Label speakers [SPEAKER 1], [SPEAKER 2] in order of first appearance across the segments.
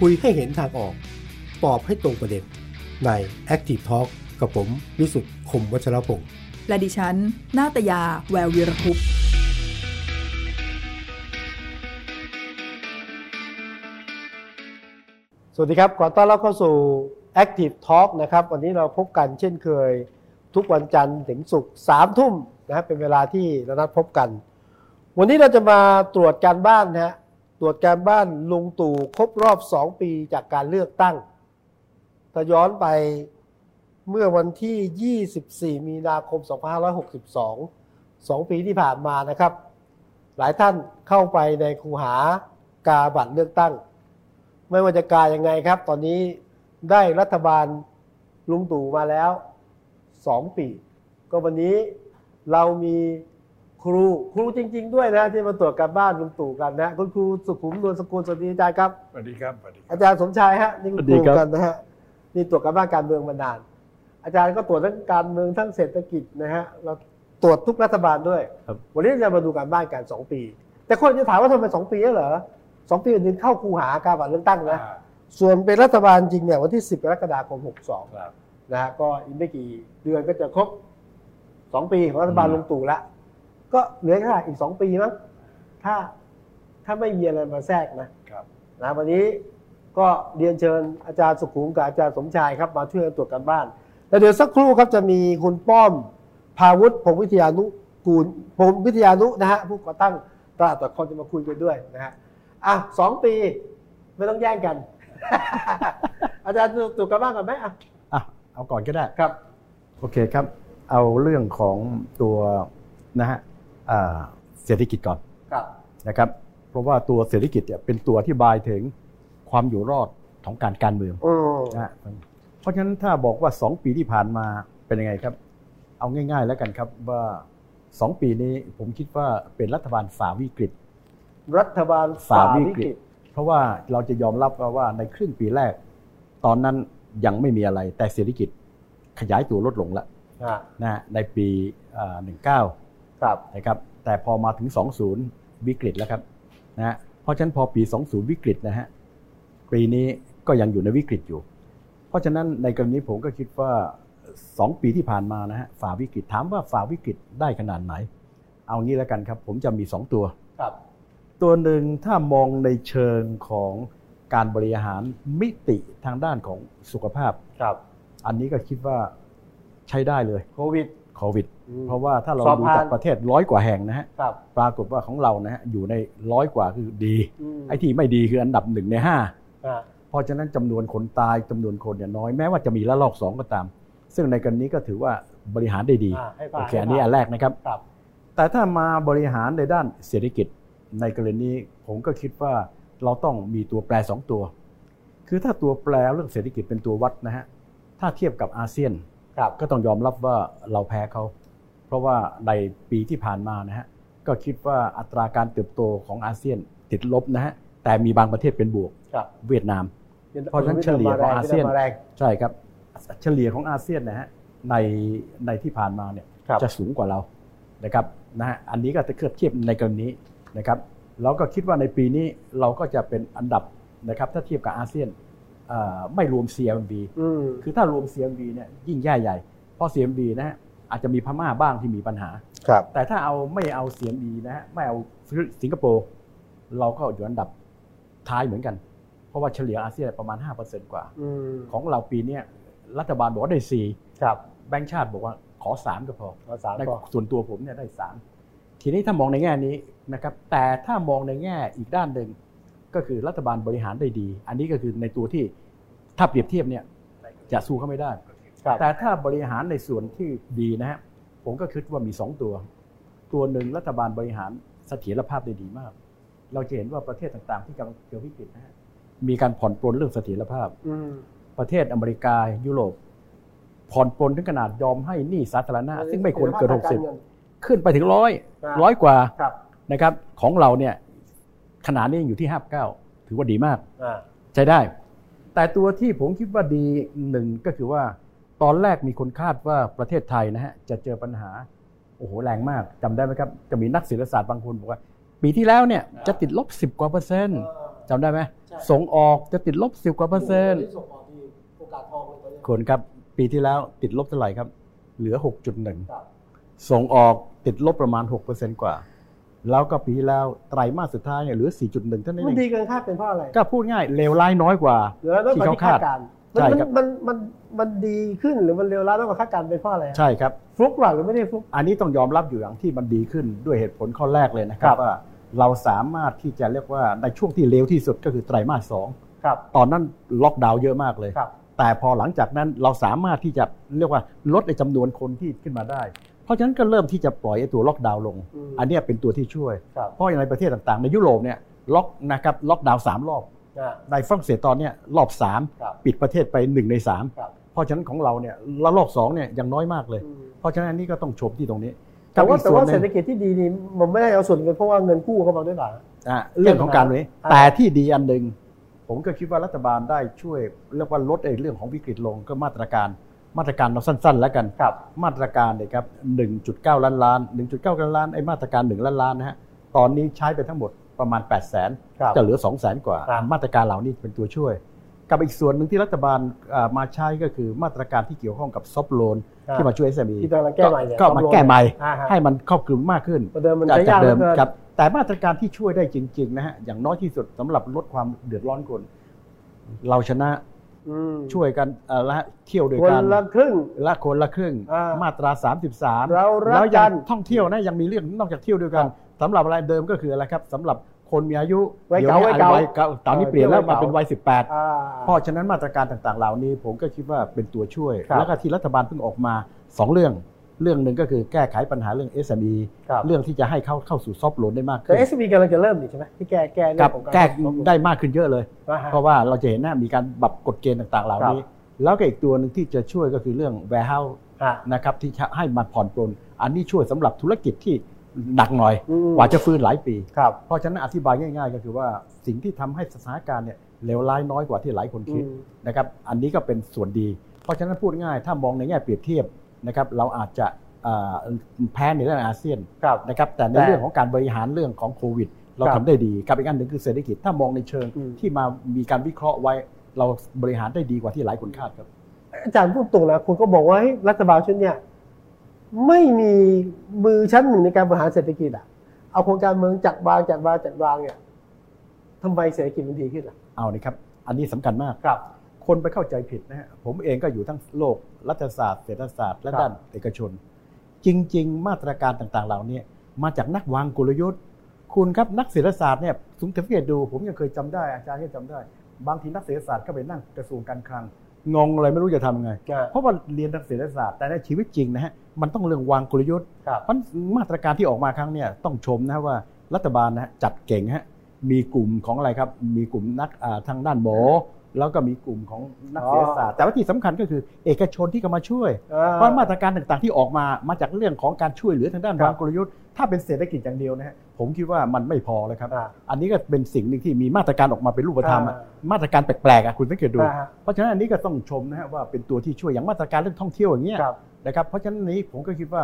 [SPEAKER 1] คุยให้เห็นทางออก ตอบให้ตรงประเด็น ใน Active Talk กับผมวิสุทธ์คมวัชรพงศ์
[SPEAKER 2] และดิฉัน นาตยา แวววีรคุปต์
[SPEAKER 1] สวัสดีครับ ขอต้อนรับเข้าสู่ Active Talk นะครับ วันนี้เราพบกันเช่นเคย ทุกวันจันทร์ถึงศุกร์สามทุ่มนะครับเป็นเวลาที่เรานัดพบกัน วันนี้เราจะมาตรวจการบ้านนะฮะตรวจการบ้านลุงตู่ครบรอบ 2 ปีจากการเลือกตั้ง ถ้าย้อนไปเมื่อวันที่ 24 มีนาคม 2562 2 ปีที่ผ่านมานะครับ หลายท่านเข้าไปในคูหากาบัตรเลือกตั้ง ไม่ว่าจะกายังไงครับ ตอนนี้ได้รัฐบาลลุงตู่มาแล้ว 2 ปี ก็วันนี้เรามีครูครูจริง ๆ ด้วยนะที่มาตรวจการบ้านลุงตู่กันนะคุณครูสุขุมนวลสกุลสวัสดีอาจารย์ครับ
[SPEAKER 3] สวัสดีครับสวัสดีครับ
[SPEAKER 1] อาจารย์สมชายฮะนี่คุณ
[SPEAKER 4] สวัสดีครับ
[SPEAKER 1] กันนะฮะนี่ตรวจการบ้านการเมืองมานาน อาจารย์ก็ตรวจทั้งการเมืองทั้งเศรษฐกิจนะฮะเราตรวจทุกรัฐบาลด้วย
[SPEAKER 4] ครับ
[SPEAKER 1] วันนี้เรามาดูการบ้านการสองปี แต่คนจะถามว่าทำไมสองปีแล้วเหรอสองปีอื่นๆเข้าคูหาการบัตรเลือกตั้งนะ
[SPEAKER 3] อ่า
[SPEAKER 1] ส่วนเป็นรัฐบาลจริงเนี่ยวันที่ 10กรกฎาคม
[SPEAKER 3] ครับ
[SPEAKER 1] 62นะฮะก็อีกไม่กี่เดือนก็จะครบสองปีของรัฐบาล
[SPEAKER 4] อืม
[SPEAKER 1] ลุงตู่ละก็เหลือแค่อีกสองปีมั้งถ้าถ้าไม่มีอะไรมาแทรกนะ
[SPEAKER 3] ครับ
[SPEAKER 1] นะวันนี้ก็เรียนเชิญอาจารย์สุขุมกับอาจารย์สมชายครับมาช่วยกันตรวจกันบ้าน แล้วเดี๋ยวสักครู่ครับจะมีคุณป้อม ภาวุฒิพงศ์วิทยานุกูลพงศ์วิทยานุนะฮะผู้ก่อตั้งตลาดตรวจคนจะมาคุยกันด้วยนะฮะอ่ะสองปีไม่ต้องแย่งกัน อาจารย์ตรวจกันบ้านก่อนไหมอ่ะ
[SPEAKER 4] อ่ะเอาก่อนก็ได้
[SPEAKER 1] ครับ
[SPEAKER 4] โอเคครับ เอาเรื่องของตัวนะฮะอ่าเศรษฐกิจก่อน
[SPEAKER 1] ครับ
[SPEAKER 4] นะครับ เพราะว่าตัวเศรษฐกิจเนี่ยเป็นตัวที่บายถึงความอยู่รอดของการการเมือง
[SPEAKER 1] อืม
[SPEAKER 4] นะฮะเพราะฉะนั้นถ้าบอกว่า 2 ปีที่ผ่านมาเป็นยังไงครับ เอาง่ายๆแล้วกันครับว่า 2 ปีนี้ผมคิดว่าเป็นรัฐบาลฝ่าวิกฤต
[SPEAKER 1] รัฐบาลฝ่า
[SPEAKER 4] ฝ่า
[SPEAKER 1] วิ
[SPEAKER 4] วิ
[SPEAKER 1] ก
[SPEAKER 4] ก
[SPEAKER 1] ฤ
[SPEAKER 4] ฤ
[SPEAKER 1] ต
[SPEAKER 4] ต เพราะว่าเราจะยอมรับว่าว่าในครึ่งปีแรก ตอนนั้นยังไม่มีอะไร แต่เศรษฐกิจขยายตัวลดลงแล้ว
[SPEAKER 1] อ่ะ
[SPEAKER 4] นะฮะในปีเอ่อ19
[SPEAKER 1] ครับ
[SPEAKER 4] นะครับ แต่พอมาถึง 20 วิกฤตแล้วครับนะฮะเพราะฉะนั้นพอปี 20 วิกฤตนะฮะ ปีนี้ก็ยังอยู่ในวิกฤตอยู่ เพราะฉะนั้นในกรณีผมก็คิดว่า 2 ปีที่ผ่านมานะฮะฝ่าวิกฤตถามว่าฝ่าวิกฤตได้ขนาดไหน เอางี้แล้วกันครับ ผมจะมี 2 ตัว
[SPEAKER 1] ครับ
[SPEAKER 4] ตัวหนึ่งถ้ามองในเชิงของการบริหารมิติทางด้านของสุขภาพ
[SPEAKER 1] ครับ
[SPEAKER 4] อันนี้ก็คิดว่าใช้ได้เลย
[SPEAKER 1] โควิด
[SPEAKER 4] โควิด
[SPEAKER 1] อืม
[SPEAKER 4] เพราะว่าถ้าเรา
[SPEAKER 1] สอบ
[SPEAKER 4] ดู
[SPEAKER 1] ผ่าน
[SPEAKER 4] จากประเทศร้อยกว่าแห่งนะฮะ
[SPEAKER 1] ครับ
[SPEAKER 4] ปรากฏว่าของเรานะฮะอยู่ในร้อยกว่าคือดี
[SPEAKER 1] ม
[SPEAKER 4] ไอ้ที่ไม่ดีคืออันดับหนึ่งในห้า
[SPEAKER 1] อ่ะ
[SPEAKER 4] เพราะฉะนั้นจำนวนคนตายจำนวนคนเนี่ยน้อยแม้ว่าจะมีละลอกสองก็ตาม ซึ่งในกรณีก็ถือว่าบริหารได้ดี
[SPEAKER 1] อ่ะให้ผ่า
[SPEAKER 4] โอเค
[SPEAKER 1] ให้
[SPEAKER 4] อันนี้
[SPEAKER 1] ผ่า
[SPEAKER 4] อันแรกนะครับ
[SPEAKER 1] ครับ
[SPEAKER 4] แต่ถ้ามาบริหารในด้านเศรษฐกิจในกรณีผมก็คิดว่าเราต้องมีตัวแปรสองตัว คือถ้าตัวแปรเรื่องเศรษฐกิจเป็นตัววัดนะฮะถ้าเทียบกับอาเซียน
[SPEAKER 1] ครับ
[SPEAKER 4] ก็ต้องยอมรับว่าเราแพ้เขา เพราะว่าในปีที่ผ่านมานะฮะ ก็คิดว่าอัตราการเติบโตของอาเซียนติดลบนะฮะ แต่มีบางประเทศเป็นบวก
[SPEAKER 1] ครับ
[SPEAKER 4] เวียดนาม เพราะฉะนั้นเฉลี่ยของอาเซียน
[SPEAKER 1] วีดมมแรง
[SPEAKER 4] ใช่ครับ เฉลี่ยของอาเซียนนะฮะ ในในที่ผ่านมาเนี่ย
[SPEAKER 1] ครับ
[SPEAKER 4] จะสูงกว่าเรา นะครับ นะฮะ อันนี้ก็จะเทียบเทียบในกรณีนะครับ แล้วก็คิดว่าในปีนี้เราก็จะเป็นอันดับนะครับ ถ้าเทียบกับอาเซียนเอ่อไม่รวม CMB
[SPEAKER 1] อืม
[SPEAKER 4] คือถ้ารวม CMB เนี่ยยิ่งแย่ใหญ่ เพราะ CMB นะฮะอาจจะมีพม่าบ้างที่มีปัญหา
[SPEAKER 1] ครับ
[SPEAKER 4] แต่ถ้าเอาไม่เอา CMB นะฮะไม่เอาสิงคโปร์เราก็อยู่อันดับท้ายเหมือนกัน เพราะว่าเฉลี่ยอาเซียนประมาณ 5%กว่า
[SPEAKER 1] อืม
[SPEAKER 4] ของเราปีเนี้ยรัฐบาลบอกว่าได้
[SPEAKER 1] ครับ
[SPEAKER 4] 4 แบงก์ชาติบอกว่าขอ 3 ก็พอ
[SPEAKER 1] ภาษา
[SPEAKER 4] ใน
[SPEAKER 1] ก่อน
[SPEAKER 4] ส่วนตัวผมเนี่ยได้ 3 ทีนี้ถ้ามองในแง่นี้นะครับแต่ถ้ามองในแง่อีกด้านหนึ่งก็คือรัฐบาลบริหารได้ดี อันนี้ก็คือในตัวที่ถ้าเปรียบเทียบเนี่ยจะสู้เขาไม่ได้
[SPEAKER 1] ครับ
[SPEAKER 4] แต่ถ้าบริหารในส่วนที่ดีนะฮะผมก็คิดว่ามี 2 ตัว ตัวหนึ่งรัฐบาลบริหารเสถียรภาพได้ดีมาก เราจะเห็นว่าประเทศต่างๆ ที่กำลังเจอวิกฤตนะฮะมีการผ่อนปลนเรื่องเสถียรภาพ
[SPEAKER 1] อืม
[SPEAKER 4] ประเทศอเมริกายุโรป ผ่อนปลนถึงขนาดยอมให้หนี้สาธารณะ ซึ่งไม่ควรเกินหกสิบขึ้นไปถึงร้อยร้อยกว่า
[SPEAKER 1] ครับ
[SPEAKER 4] นะครับของเราเนี่ยขนาดนี้ยังอยู่ที่ห้าเก้าถือว่าดีมาก
[SPEAKER 1] อ่า
[SPEAKER 4] ใช้ได้ แต่ตัวที่ผมคิดว่าดีหนึ่งก็คือว่าตอนแรกมีคนคาดว่าประเทศไทยนะฮะจะเจอปัญหา โอ้โหแรงมากจำได้ไหมครับ จะมีนักศิลปศาสตร์บางคนบอกว่า ปีที่แล้วเนี่ยจะติดลบ 10 กว่าเปอร์เซ็นต์ จำได้ไหม
[SPEAKER 1] ใช่
[SPEAKER 4] ส่งออกจะติดลบสิบกว่าเปอร์เซ็นต์
[SPEAKER 1] ส่งออกที่โอกาสทองเลยตอนนี้
[SPEAKER 4] คนครับปีที่แล้วติดลบเท่าไหร่ครับ เหลือ
[SPEAKER 1] ครับ
[SPEAKER 4] 6.1 ส่งออกติดลบประมาณ 6%กว่า แล้วก็ปีที่แล้วไตรมาสสุดท้ายเนี่ยเหลือ 4.1 เท่านั้น
[SPEAKER 1] มัน
[SPEAKER 4] เอ
[SPEAKER 1] ดี
[SPEAKER 4] ง
[SPEAKER 1] เกินคาดเป็นเพราะอะไร
[SPEAKER 4] ก็พูดง่ายเลวร้ายน้อยกว่า
[SPEAKER 1] เหลือน้อยกว่าที่คาดการณ์
[SPEAKER 4] ที่เขาคาดใช่ครับ
[SPEAKER 1] มันมันมันมันดีขึ้นหรือมันเร็วร้ายน้อยกว่าคาดการณ์เป็นเพราะอะไร
[SPEAKER 4] ใช่ครับ
[SPEAKER 1] ฟลุกหรือไม่ได้ฟลุก
[SPEAKER 4] อันนี้ต้องยอมรับอยู่อย่างที่มันดีขึ้นด้วยเหตุผลข้อแรกเลยนะครับ
[SPEAKER 1] ครับ
[SPEAKER 4] ว่าเราสามารถที่จะเรียกว่าในช่วงที่เลวที่สุดก็คือไตรมาสสอง
[SPEAKER 1] ครับ
[SPEAKER 4] ตอนนั้นล็อกดาวน์เยอะมากเลย
[SPEAKER 1] ครับ
[SPEAKER 4] แต่พอหลังจากนั้นเราสามารถที่จะเรียกว่าลดไอ้จำนวนคนที่ขึ้นมาได้ เพราะฉะนั้นก็เริ่มที่จะปล่อยไอ้ตัวล็อกดาวน์ลง
[SPEAKER 1] ม
[SPEAKER 4] อันเนี้ยเป็นตัวที่ช่วย
[SPEAKER 1] ครับ
[SPEAKER 4] เพราะอย่างในประเทศต่างๆ ในยุโรปเนี่ยล็อกนะครับล็อกดาวน์สามรอบ
[SPEAKER 1] อ่า
[SPEAKER 4] ในฝรั่งเศสตอนเนี้ยรอบ
[SPEAKER 1] ครับ
[SPEAKER 4] 3 ปิดประเทศไป 1 ใน
[SPEAKER 1] ครับ
[SPEAKER 4] 3 เพราะฉะนั้นของเราเนี่ยละลอก2เนี่ยยังน้อยมากเลย
[SPEAKER 1] อืม
[SPEAKER 4] เพราะฉะนั้นอันนี่ก็ต้องชมที่ตรงนี้
[SPEAKER 1] แต่ว่า
[SPEAKER 4] กับอีก
[SPEAKER 1] แต่
[SPEAKER 4] ส่
[SPEAKER 1] ว่า
[SPEAKER 4] ห
[SPEAKER 1] เศรษฐ
[SPEAKER 4] นึ่ง
[SPEAKER 1] กิจที่ดีนี่มันไม่ได้เอาส่วนเป็นเพราะว่าเงินกู้เข้ามาด้วยหรอ
[SPEAKER 4] อ่ะเรื่องของการนี้
[SPEAKER 1] อ่า
[SPEAKER 4] แต่ที่ดีอันหนึ่งผมก็คิดว่ารัฐบาลได้ช่วยเรียกว่าลดไอ้เรื่องของวิกฤตลงก็มาตรการมาตรการเราสั้น ๆ แล้วกัน
[SPEAKER 1] ครับ
[SPEAKER 4] มาตรการเนี่ยครับ 1.9 ล้านล้าน 1.9 ล้านล้าน ไอ้มาตรการ 1 ล้านล้านนะฮะ ตอนนี้ใช้ไปทั้งหมดประมาณ 8 0 0แสน
[SPEAKER 1] ครับ
[SPEAKER 4] จะเหลือ 2 0 0แสนกว่า
[SPEAKER 1] ครับ
[SPEAKER 4] มาตรการเหล่านี้เป็นตัวช่วย กับอีกส่วนหนึ่งที่รัฐบาลอ่ามาใช้ก็คือมาตรการที่เกี่ยวข้องกับซอฟโลนที่มาช่วย SME
[SPEAKER 1] ที่กำลังแก้ใหม่เนี่ย
[SPEAKER 4] ก็มาแก้ใหม่
[SPEAKER 1] อ่าฮะ
[SPEAKER 4] ให้มันครอบคลุมมากขึ้น
[SPEAKER 1] ประเดิมมันใช้ยาก
[SPEAKER 4] เดิม
[SPEAKER 1] หลือกิน
[SPEAKER 4] ครับแต่มาตรการที่ช่วยได้จริงๆนะฮะอย่างน้อยที่สุดสำหรับลดความเดือดร้อนคนเราชนะ
[SPEAKER 1] อืม
[SPEAKER 4] ช่วยกันเอ่อละเที่ยวด้วย
[SPEAKER 1] คน
[SPEAKER 4] กัน
[SPEAKER 1] ละครึ่ง
[SPEAKER 4] ละคนละครึ่ง
[SPEAKER 1] อ่า
[SPEAKER 4] มาตรา 33
[SPEAKER 1] เรารัก
[SPEAKER 4] แล้วยั
[SPEAKER 1] กั
[SPEAKER 4] ง
[SPEAKER 1] น
[SPEAKER 4] ท่องเที่ยวนะยังมีเรื่องนอกจากเที่ยวด้วยกันสำหรับอะไรเดิมก็คืออะไรครับสำหรับคนมีอายุ
[SPEAKER 1] วัย
[SPEAKER 4] ดี๋
[SPEAKER 1] เก่า
[SPEAKER 4] นี้
[SPEAKER 1] วัยเก่า
[SPEAKER 4] วัยเก่าตอนนี้เปลี่ยนแล้วมาเป็นวัย
[SPEAKER 1] อ่า
[SPEAKER 4] 18 เพราะฉะนั้นมาตรการต่างๆ เหล่านี้ผมก็คิดว่าเป็นตัวช่วย
[SPEAKER 1] ครับ
[SPEAKER 4] แล้วก็ที่รัฐบาลเพิ่งออกมา 2 เรื่อง เรื่องหนึ่งก็คือแก้ไขปัญหาเรื่อง SME
[SPEAKER 1] ครับ
[SPEAKER 4] เรื่องที่จะให้เข้าเข้าสู่ซอฟต์โลนได้มาก
[SPEAKER 1] แต่
[SPEAKER 4] ขึ้น
[SPEAKER 1] เอสบีกำลังจะเริ่มนี่ใช่ไหมที่แก้แก้เรื่
[SPEAKER 4] กั
[SPEAKER 1] อบ งของ
[SPEAKER 4] แก้
[SPEAKER 1] การ
[SPEAKER 4] ได้มากขึ้นเยอะเลย
[SPEAKER 1] อ่าฮะ
[SPEAKER 4] เพราะว่าเราจะเห็นนะมีการปรับกฎเกณฑ์ต่างๆ เหล่านี้
[SPEAKER 1] ครับ
[SPEAKER 4] แล้วก็อีกตัวหนึ่งที่จะช่วยก็คือเรื่อง warehouse
[SPEAKER 1] อ่า
[SPEAKER 4] นะครับที่จะให้มาผ่อนปลนอันนี้ช่วยสำหรับธุรกิจที่หนักหน่อย
[SPEAKER 1] อืม
[SPEAKER 4] กว่าจะฟื้นหลายปี
[SPEAKER 1] ครับ
[SPEAKER 4] เพราะฉะนั้นอธิบายง่าย ๆ ก็คือว่าสิ่งที่ทำให้สถานการณ์เนี่ยเลวร้ายน้อยกว่าที่หลายคนคิด
[SPEAKER 1] อืม
[SPEAKER 4] นะครับอันนี้ก็เป็นส่วนดี เพราะฉะนั้นพูดง่าย ถ้ามองในแง่เปรียบเทียบนะครับเราอาจจะเอ่อแพ้ในเรื่องอาเซียน
[SPEAKER 1] ครับ
[SPEAKER 4] นะครับแต่ใน
[SPEAKER 1] แต่
[SPEAKER 4] เรื่องของการบริหารเรื่องของโควิด เรา
[SPEAKER 1] ครับ
[SPEAKER 4] ทำได้ดีกับอีกอันหนึ่งคือเศรษฐกิจถ้ามองในเชิง
[SPEAKER 1] อืม
[SPEAKER 4] ที่มามีการวิเคราะห์ไว้เราบริหารได้ดีกว่าที่หลายคนคาดครับ
[SPEAKER 1] อาจารย์พูดตรงนะคุณก็บอกว่าเฮ้ยรัฐบาลชุดเนี่ยไม่มีมือชั้นหนึ่งในการบริหารเศรษฐกิจอะเอาโครงการเมืองจัดวางจัดวางจัดวางเนี่ยทำไมเศรษฐกิจมันดีขึ้นล่ะ
[SPEAKER 4] เอาเลยครับ อันนี้สำคัญมาก
[SPEAKER 1] ครับ
[SPEAKER 4] คนไปเข้าใจผิดนะฮะ ผมเองก็อยู่ทั้งโลกรัฐศาสตร์ เศรษฐศาสตร์ และ
[SPEAKER 1] ครับ
[SPEAKER 4] ด้านเอกชน จริง ๆ มาตรการต่างๆ เหล่านี้มาจากนักวางกลยุทธ์ คุณครับนักเศรษฐศาสตร์เนี่ยผมสังเกตดู ผมยังเคยจำได้อาจารย์ก็จำได้ บางทีนักเศรษฐศาสตร์ก็ไปนั่งกระทรวงการคลังงงเลยไม่รู้จะทำไง
[SPEAKER 1] อ่า
[SPEAKER 4] เพราะว่าเรียนทางเศรษฐศาสตร์แต่ในชีวิตจริงนะฮะมันต้องเรื่องวางกลยุทธ์
[SPEAKER 1] ครับ
[SPEAKER 4] เพราะมาตรการที่ออกมาครั้งเนี่ยต้องชมนะว่ารัฐบาลนะฮะจัดเก่งฮะมีกลุ่มของอะไรครับ มีกลุ่มนักอ่าทางด้านหมอ แล้วก็มีกลุ่มของนัก
[SPEAKER 1] อ๋อ
[SPEAKER 4] เศรษฐศาสตร์ แต่ว่าที่สำคัญก็คือเอกชนที่ก็มาช่วย
[SPEAKER 1] อ่
[SPEAKER 4] เพราะมาตรการต่างๆที่ออกมามาจากเรื่องของการช่วยเหลือทางด้าน
[SPEAKER 1] ครับ
[SPEAKER 4] วางกลยุทธ์ถ้าเป็นเศรษฐกิจอย่างเดียวนะฮะผมคิดว่ามันไม่พอเลยครับ
[SPEAKER 1] อ่า
[SPEAKER 4] อันนี้ก็เป็นสิ่งหนึ่งที่มีมาตรการออกมาเป็นรูปธรรมอะ
[SPEAKER 1] อ่
[SPEAKER 4] มาตรการแปลกๆอะคุณสังเกตดู
[SPEAKER 1] อ่าฮะ
[SPEAKER 4] เพราะฉะนั้นอันนี้ก็ต้องชมนะฮะว่าเป็นตัวที่ช่วยอย่างมาตรการเรื่องท่องเที่ยวอย่างเงี้ย
[SPEAKER 1] ครับ
[SPEAKER 4] นะครับเพราะฉะนั้นนี้ผมก็คิดว่า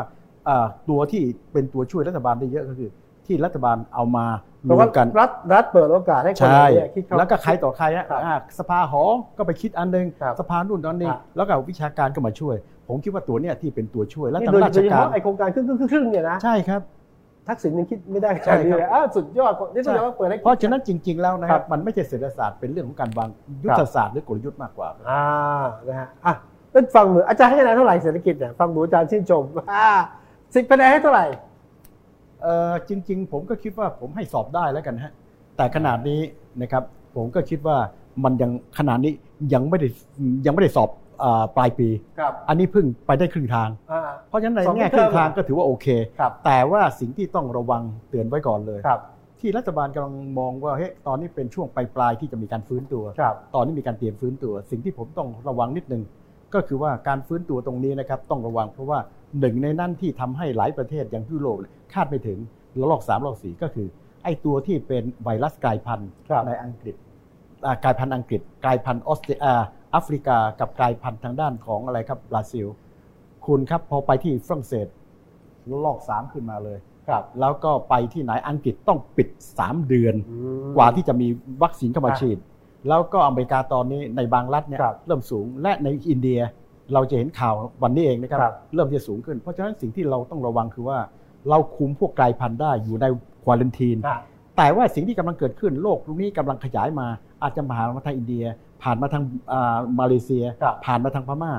[SPEAKER 4] อ่าตัวที่เป็นตัวช่วยรัฐบาลได้เยอะก็คือ ที่รัฐบาลเอามาร
[SPEAKER 1] แต่
[SPEAKER 4] ว
[SPEAKER 1] ว่าม
[SPEAKER 4] กัน
[SPEAKER 1] รัฐรัฐเปิดโอกาสให้คนเห
[SPEAKER 4] ใช่
[SPEAKER 1] ล่านี้คิดเข้า
[SPEAKER 4] แล้วก็ใครต่อใครนะครับ อ่าสภาหอ ก็ไปคิดอันหนึง
[SPEAKER 1] ครับ
[SPEAKER 4] สภานู่นนั่นนี่
[SPEAKER 1] ครับ
[SPEAKER 4] แล้วก็วิชาการก็มาช่วย ผมคิดว่าตัวเนี้ยที่เป็นตัวช่วยและ
[SPEAKER 1] นี่
[SPEAKER 4] ทา
[SPEAKER 1] โด
[SPEAKER 4] ง
[SPEAKER 1] ย
[SPEAKER 4] รา
[SPEAKER 1] โด
[SPEAKER 4] ช
[SPEAKER 1] ยเฉ
[SPEAKER 4] การ
[SPEAKER 1] พาะไอโครงการครึ่งครึ่งครึ่งๆเนี่ยนะ
[SPEAKER 4] ใช่ครับ
[SPEAKER 1] ทักษิณยังคิดไม่ได้
[SPEAKER 4] ใช่ครับ
[SPEAKER 1] ขนาดนี้เลยอ้าวสุดยอดคนนี่แสดงว่าเปิดให้
[SPEAKER 4] เพราะฉะนั้นจริง ๆแล้วนะค
[SPEAKER 1] ครั
[SPEAKER 4] รับบ มันไม่ใช่เศรษฐศาสตร์เป็นเรื่องของการวางยุท
[SPEAKER 1] ค
[SPEAKER 4] ธ
[SPEAKER 1] รับ
[SPEAKER 4] ศาสตร์หรือกลยุทธ์มากกว่า
[SPEAKER 1] อ่า นะฮะ อ่ะนั่นฟังเหมือนอาจารย์ให้คะแนนเท่าไหร่เศรษฐกิจเนี่ย ฟังดูอาจารย์ชื่นชม อ่าสิบคะแนนให้เท่าไหร่
[SPEAKER 4] เอ่อจริงๆ ผมก็คิดว่าผมให้สอบได้แล้วกันฮะแต่ขนาดนี้นะครับผมก็คิดว่ามันยังขนาดนี้ยังไม่ได้ยังไม่ได้สอบอาปลายปี
[SPEAKER 1] ครับ
[SPEAKER 4] อันนี้เพิ่งไปได้ครึ่งทาง
[SPEAKER 1] อ่า
[SPEAKER 4] เพราะฉะนั้นใน
[SPEAKER 1] สอง
[SPEAKER 4] แง่
[SPEAKER 1] เทอม
[SPEAKER 4] ครึ่งทางก็ถือว่าโอเค
[SPEAKER 1] ครับ
[SPEAKER 4] แต่ว่าสิ่งที่ต้องระวังเตือนไว้ก่อนเลย
[SPEAKER 1] ครับ
[SPEAKER 4] ที่รัฐบาลกำลังมองว่าเฮ้ยตอนนี้เป็นช่วงปลายๆที่จะมีการฟื้นตัว
[SPEAKER 1] ครับ
[SPEAKER 4] ตอนนี้มีการเตรียมฟื้นตัว สิ่งที่ผมต้องระวังนิดนึง ก็คือว่าการฟื้นตัวตรงนี้นะครับต้องระวังเพราะว่าหนึ่งในนั้นที่ทำให้หลายประเทศอย่างยุโรปเนี่ยคาดไม่ถึงระลอกสามระลอกสี่ก็คือ ไอ้ตัวที่เป็นไวรัสกลายพันธุ์
[SPEAKER 1] ครับ
[SPEAKER 4] ในอังกฤษอ่ากลายพันธุ์อังกฤษ กลายพันธุ์ออสเตรเลียแอฟริกา กับกลายพันธุ์ทางด้านของอะไรครับบราซิล คุณครับพอไปที่ฝรั่งเศสระลอกสามขึ้นมาเลย
[SPEAKER 1] ครับ
[SPEAKER 4] แล้วก็ไปที่ไหนอังกฤษต้องปิด 3 เดือน
[SPEAKER 1] อืม
[SPEAKER 4] กว่าที่จะมีวัคซีนเข้ามา
[SPEAKER 1] ครับ
[SPEAKER 4] ฉีด แล้วก็อเมริกาตอนนี้ในบางรัฐเนี่ย
[SPEAKER 1] ครับ
[SPEAKER 4] เริ่มสูงและในอินเดียเราจะเห็นข่าววันนี้เองนะครับ
[SPEAKER 1] ครับ
[SPEAKER 4] เริ่มจะสูงขึ้น เพราะฉะนั้นสิ่งที่เราต้องระวังคือว่า เราคุมพวกกลายพันธุ์ได้อยู่ในควอลันทีน
[SPEAKER 1] อ่ะ
[SPEAKER 4] แต่ว่าสิ่งที่กำลังเกิดขึ้นโลกนี้กำลังขยายมา อาจจะผ่านมาทางอินเดีย ผ่านมาทางอ่ามาเลเซีย
[SPEAKER 1] ครับ
[SPEAKER 4] ผ่านมาทางพม่า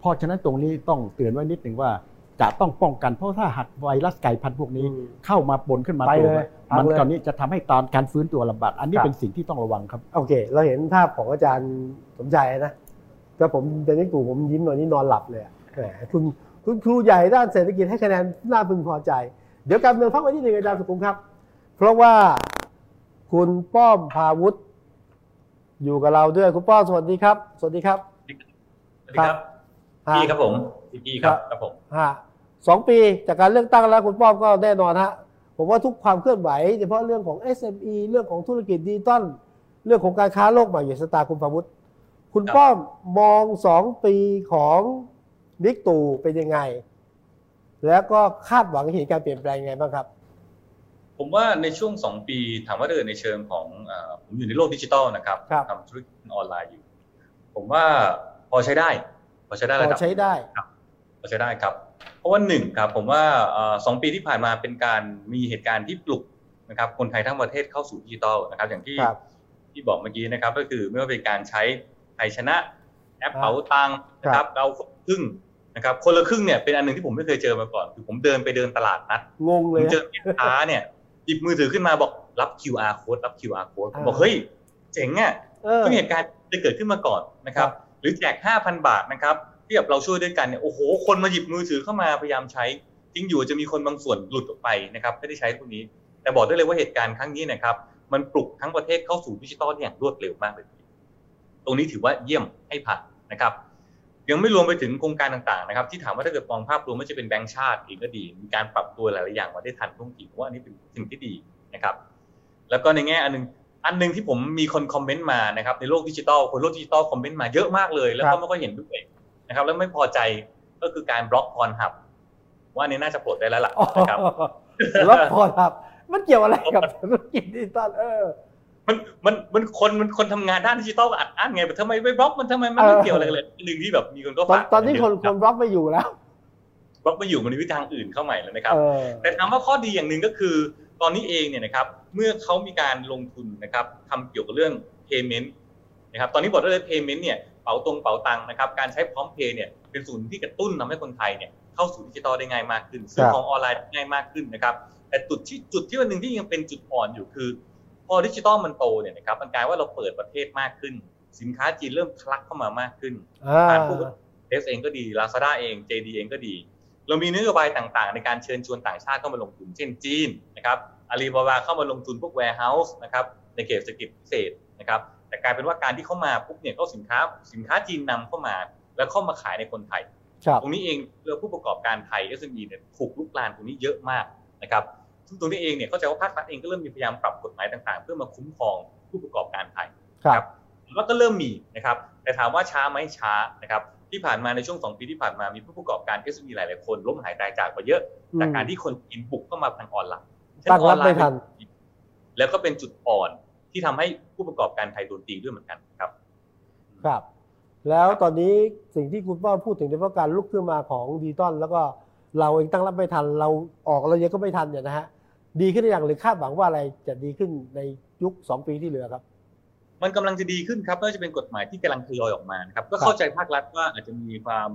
[SPEAKER 4] เพราะฉะนั้นตรงนี้ต้องเตือนไว้นิดหนึ่งว่า จะต้องป้องกันเพราะถ้าหากไวรัสไก่พันธุ์พวกนี้
[SPEAKER 1] อืม
[SPEAKER 4] เข้ามาปนขึ้นมา
[SPEAKER 1] ไปเลย
[SPEAKER 4] ตัวมัน
[SPEAKER 1] เอา
[SPEAKER 4] มัน
[SPEAKER 1] เลย
[SPEAKER 4] ตอนนี้จะทำให้ตอนการฟื้นตัวลำบากอันนี้
[SPEAKER 1] ครับ
[SPEAKER 4] เป็นสิ่งที่ต้องระวังครับ
[SPEAKER 1] โอเค เราเห็นภาพของอาจารย์สมชัยนะแต่ผมจะนึกถูกผมยิ้มตอนนี้นอนหลับเลยอะแหมคุณคุณครูใหญ่ด้านเศรษฐกิจให้คะแนนน่าพึงพอใจ เดี๋ยวการเมืองพักไว้ที่หนึ่งอาจารย์สุขุมครับ เพราะว่าคุณป้อมพาวุฒิอยู่กับเราด้วยคุณป้อมสวัสดีครับ สวัสดีครับ
[SPEAKER 3] สวัสดีครับพี่ครับผมพี่กี้ครับครับผม
[SPEAKER 1] ฮะสองปีจากการเลือกตั้งแล้วคุณป้อมก็แน่นอนฮะผมว่าทุกความเคลื่อนไหวโดยเฉพาะเรื่องของ SME เรื่องของธุรกิจดิจิตอล เรื่องของการค้าโลกใหม่อยู่สตาร์คุณพาวุฒิคุณป้อมมองสองปีของบิ๊กตู่เป็นยังไง แล้วก็คาดหวังเห็นการเปลี่ยนแปลงยังไงบ้างครับ
[SPEAKER 3] ผมว่าในช่วงสองปีถามว่าถ้าเกิดในเชิงของเอ่อผมอยู่ในโลกดิจิทัลนะครับ
[SPEAKER 1] ครับ
[SPEAKER 3] ทำธุรกิจออนไลน์อยู่ ผมว่าพอใช้ได้ พอใช้ได้
[SPEAKER 1] พ
[SPEAKER 3] ระ
[SPEAKER 1] อ
[SPEAKER 3] ดับ
[SPEAKER 1] ใช้ได้
[SPEAKER 3] พอใช้ได้ครับ เพราะว่าหนึ่งครับผมว่าเอ่อสองปีที่ผ่านมาเป็นการมีเหตุการณ์ที่ปลุกนะครับคนไทยทั้งประเทศเข้าสู่ดิจิทัลนะครับอย่างที่
[SPEAKER 1] ครับ
[SPEAKER 3] ที่บอกเมื่อกี้นะครับก็คือไม่ว่าเป็นการใช้ไทยชนะ แอ
[SPEAKER 1] ค
[SPEAKER 3] ป
[SPEAKER 1] รับ
[SPEAKER 3] เป๋าตังค์นะ
[SPEAKER 1] ค
[SPEAKER 3] ค
[SPEAKER 1] รั
[SPEAKER 3] รับ บเราคนละครึ่งนะครับคนละครึ่งเนี่ยเป็นอันหนึ่งที่ผมไม่เคยเจอมาก่อน คือผมเดินไปเดินตลาดนัด
[SPEAKER 1] งง
[SPEAKER 3] ผ
[SPEAKER 1] เลย
[SPEAKER 3] ม
[SPEAKER 1] ฮะ
[SPEAKER 3] เจอแม่ค้าเนี่ยหยิบมือถือขึ้นมาบอกรับ QR code รับ QR code ผมบอ
[SPEAKER 1] อ่า
[SPEAKER 3] กเฮ้ยเจ๋งอ่ะ
[SPEAKER 1] เออ
[SPEAKER 3] เพิ่งเหตุการณ์จะเกิดขึ้นมาก่อนนะค
[SPEAKER 1] ค
[SPEAKER 3] รั
[SPEAKER 1] รับ บ
[SPEAKER 3] หรือแจก 5,000 บาทนะครับที่แบบเราช่วยด้วยกันเนี่ยโอ้โหคนมาหยิบมือถือเข้ามาพยายามใช้จริงอยู่จะมีคนบางส่วนหลุดออกไปนะครับไม่ได้ใช้พวกนี้ แต่บอกได้เลยว่าเหตุการณ์ครั้งนี้นะครับ มันปลุกทั้งประเทศเข้าสู่ดิจิตอลอย่างรวดเร็วมากเลยทีเดียวตรงนี้ถือว่าเยี่ยมให้ผ่านนะครับ ยังไม่รวมไปถึงโครงการต่างๆนะครับ ที่ถามว่าถ้าเกิดมองภาพรวมว่าจะเป็นแบงก์ชาติเองก็ดี มีการปรับตัวหลายๆอย่างมาได้ทันท่วงทีผมว่าอันนี้เป็นสิ่งที่ดีนะครับ แล้วก็ในแง่อันหนึงอันหนึงที่ผมมีคนคอมเมนต์มานะครับในโลกดิจิทัลคนโลกดิจิทัลคอมเมนต์มาเยอะมากเลย แล้ว
[SPEAKER 1] ครั
[SPEAKER 3] ก็
[SPEAKER 1] บ
[SPEAKER 3] ไม่ค่อยเห็นด้วยนะครับ แล้วไม่พอใจก็คือการบล็อกพรหับว่าอันนี้น่าจะปลดได้แล้วล่ะนะครับ
[SPEAKER 1] แล้วพอครับ มันเกี่ยวอะไรกับธุรกิจดิจิตอลเออ
[SPEAKER 3] มันมันมันคนมันคนทำงานด้านดิจิตอลก็อัดอั้นไงแบบทำไมไม่บล็อกมันทำไมมันไม่
[SPEAKER 1] เออ
[SPEAKER 3] เกี่ยวอะไรกันเลยหนึ่งที่แบบมีคนก็
[SPEAKER 1] ตอน
[SPEAKER 3] ฝาก
[SPEAKER 1] ตอนนี้คนค
[SPEAKER 3] เยะ
[SPEAKER 1] นบล็อกไม่อยู่แล้ว
[SPEAKER 3] บล็อกไม่อยู่มันมีวิธีทางอื่นเข้าใหม่แล้วนะครับ
[SPEAKER 1] เออ
[SPEAKER 3] แต่ถามว่าข้อดีอย่างหนึ่งก็คือ ตอนนี้เองเนี่ยนะครับเมื่อเขามีการลงทุนนะครับทำเกี่ยวกับเรื่อง payment นะครับตอนนี้บอกได้เลย payment เนี่ยเป๋าตรงเป๋าตังค์นะครับการใช้พร้อมเพย์เนี่ยเป็นศูนย์ที่กระตุ้นทำให้คนไทยเนี่ยเข้าสู่ดิจิทัลได้ง่ายมากขึ้นซื้อ
[SPEAKER 1] ครับ
[SPEAKER 3] ของออนไลน์ได้ง่ายมากขึ้นนะครับแต่จุดที่จุดที่วันหนึ่งที่ยังเป็นจุดอ่อนอยู่คือ พอดิจิทัลมันโตเนี่ยนะครับมันกลายว่าเราเปิดประเทศมากขึ้น สินค้าจีนเริ่มทะลักเข้ามามากขึ้น
[SPEAKER 1] อ่า
[SPEAKER 3] ผ่านผู้เทสเองก็ดี Lazada เอง JD เองก็ดี เรามีนโยบายต่างๆ ในการเชิญชวนต่างชาติเข้ามาลงทุน เช่นจีนนะครับอาลีบาบาเข้ามาลงทุนพวก warehouse นะครับในเขตเศรษฐกิจพิเศษนะครับแต่กลายเป็นว่าการที่เข้ามาปุ๊บเนี่ยก็สินค้าสินค้าจีนนำเข้ามา แล้วเข้ามาขายในคนไทย
[SPEAKER 1] ครับ
[SPEAKER 3] ตรงนี้เองเรือผู้ประกอบการไทย SME เนี่ยถูกลุกลานตรงนี้เยอะมากนะครับซึ่งตรงนี้เองเนี่ยเข้าใจว่าภาครัฐเองก็เริ่มมีพยายามปรับกฎหมายต่างๆ เพื่อมาคุ้มครองผู้ประกอบการไทย
[SPEAKER 1] ครับ
[SPEAKER 3] แล้วก็เริ่มมีนะครับ แต่ถามว่าช้าไหมช้านะครับ ที่ผ่านมาในช่วง 2 ปีที่ผ่านมามีผู้ประกอบการ SME หลายๆคนล้มหายตายจากไปเยอะ จากการที่คนอินบุกเข้ามาทางออนไลน์
[SPEAKER 1] ตั้งรับไม่ทัน
[SPEAKER 3] แล้วก็เป็นจุดอ่อนที่ทำให้ผู้ประกอบการไทยโดนตีด้วยเหมือนกันครับ
[SPEAKER 1] ครับ แล้วตอนนี้สิ่งที่คุณป้อมพูดถึงในเรื่องการลุกขึ้นมาของดิจิตอลแล้วก็เราเองตั้งรับไม่ทัน เราออกเราเยอะก็ไม่ทันเนี่ยนะฮะดีขึ้นหรือยังหรือคาดหวังว่าอะไรจะดีขึ้นในยุค 2 ปีที่เหลือครับ
[SPEAKER 3] มันกำลังจะดีขึ้นครับไม่ว่าจะเป็นกฎหมายที่กำลังทยอยออกมานะครับก็เข้าใจภาครัฐว่าอาจจะมีความ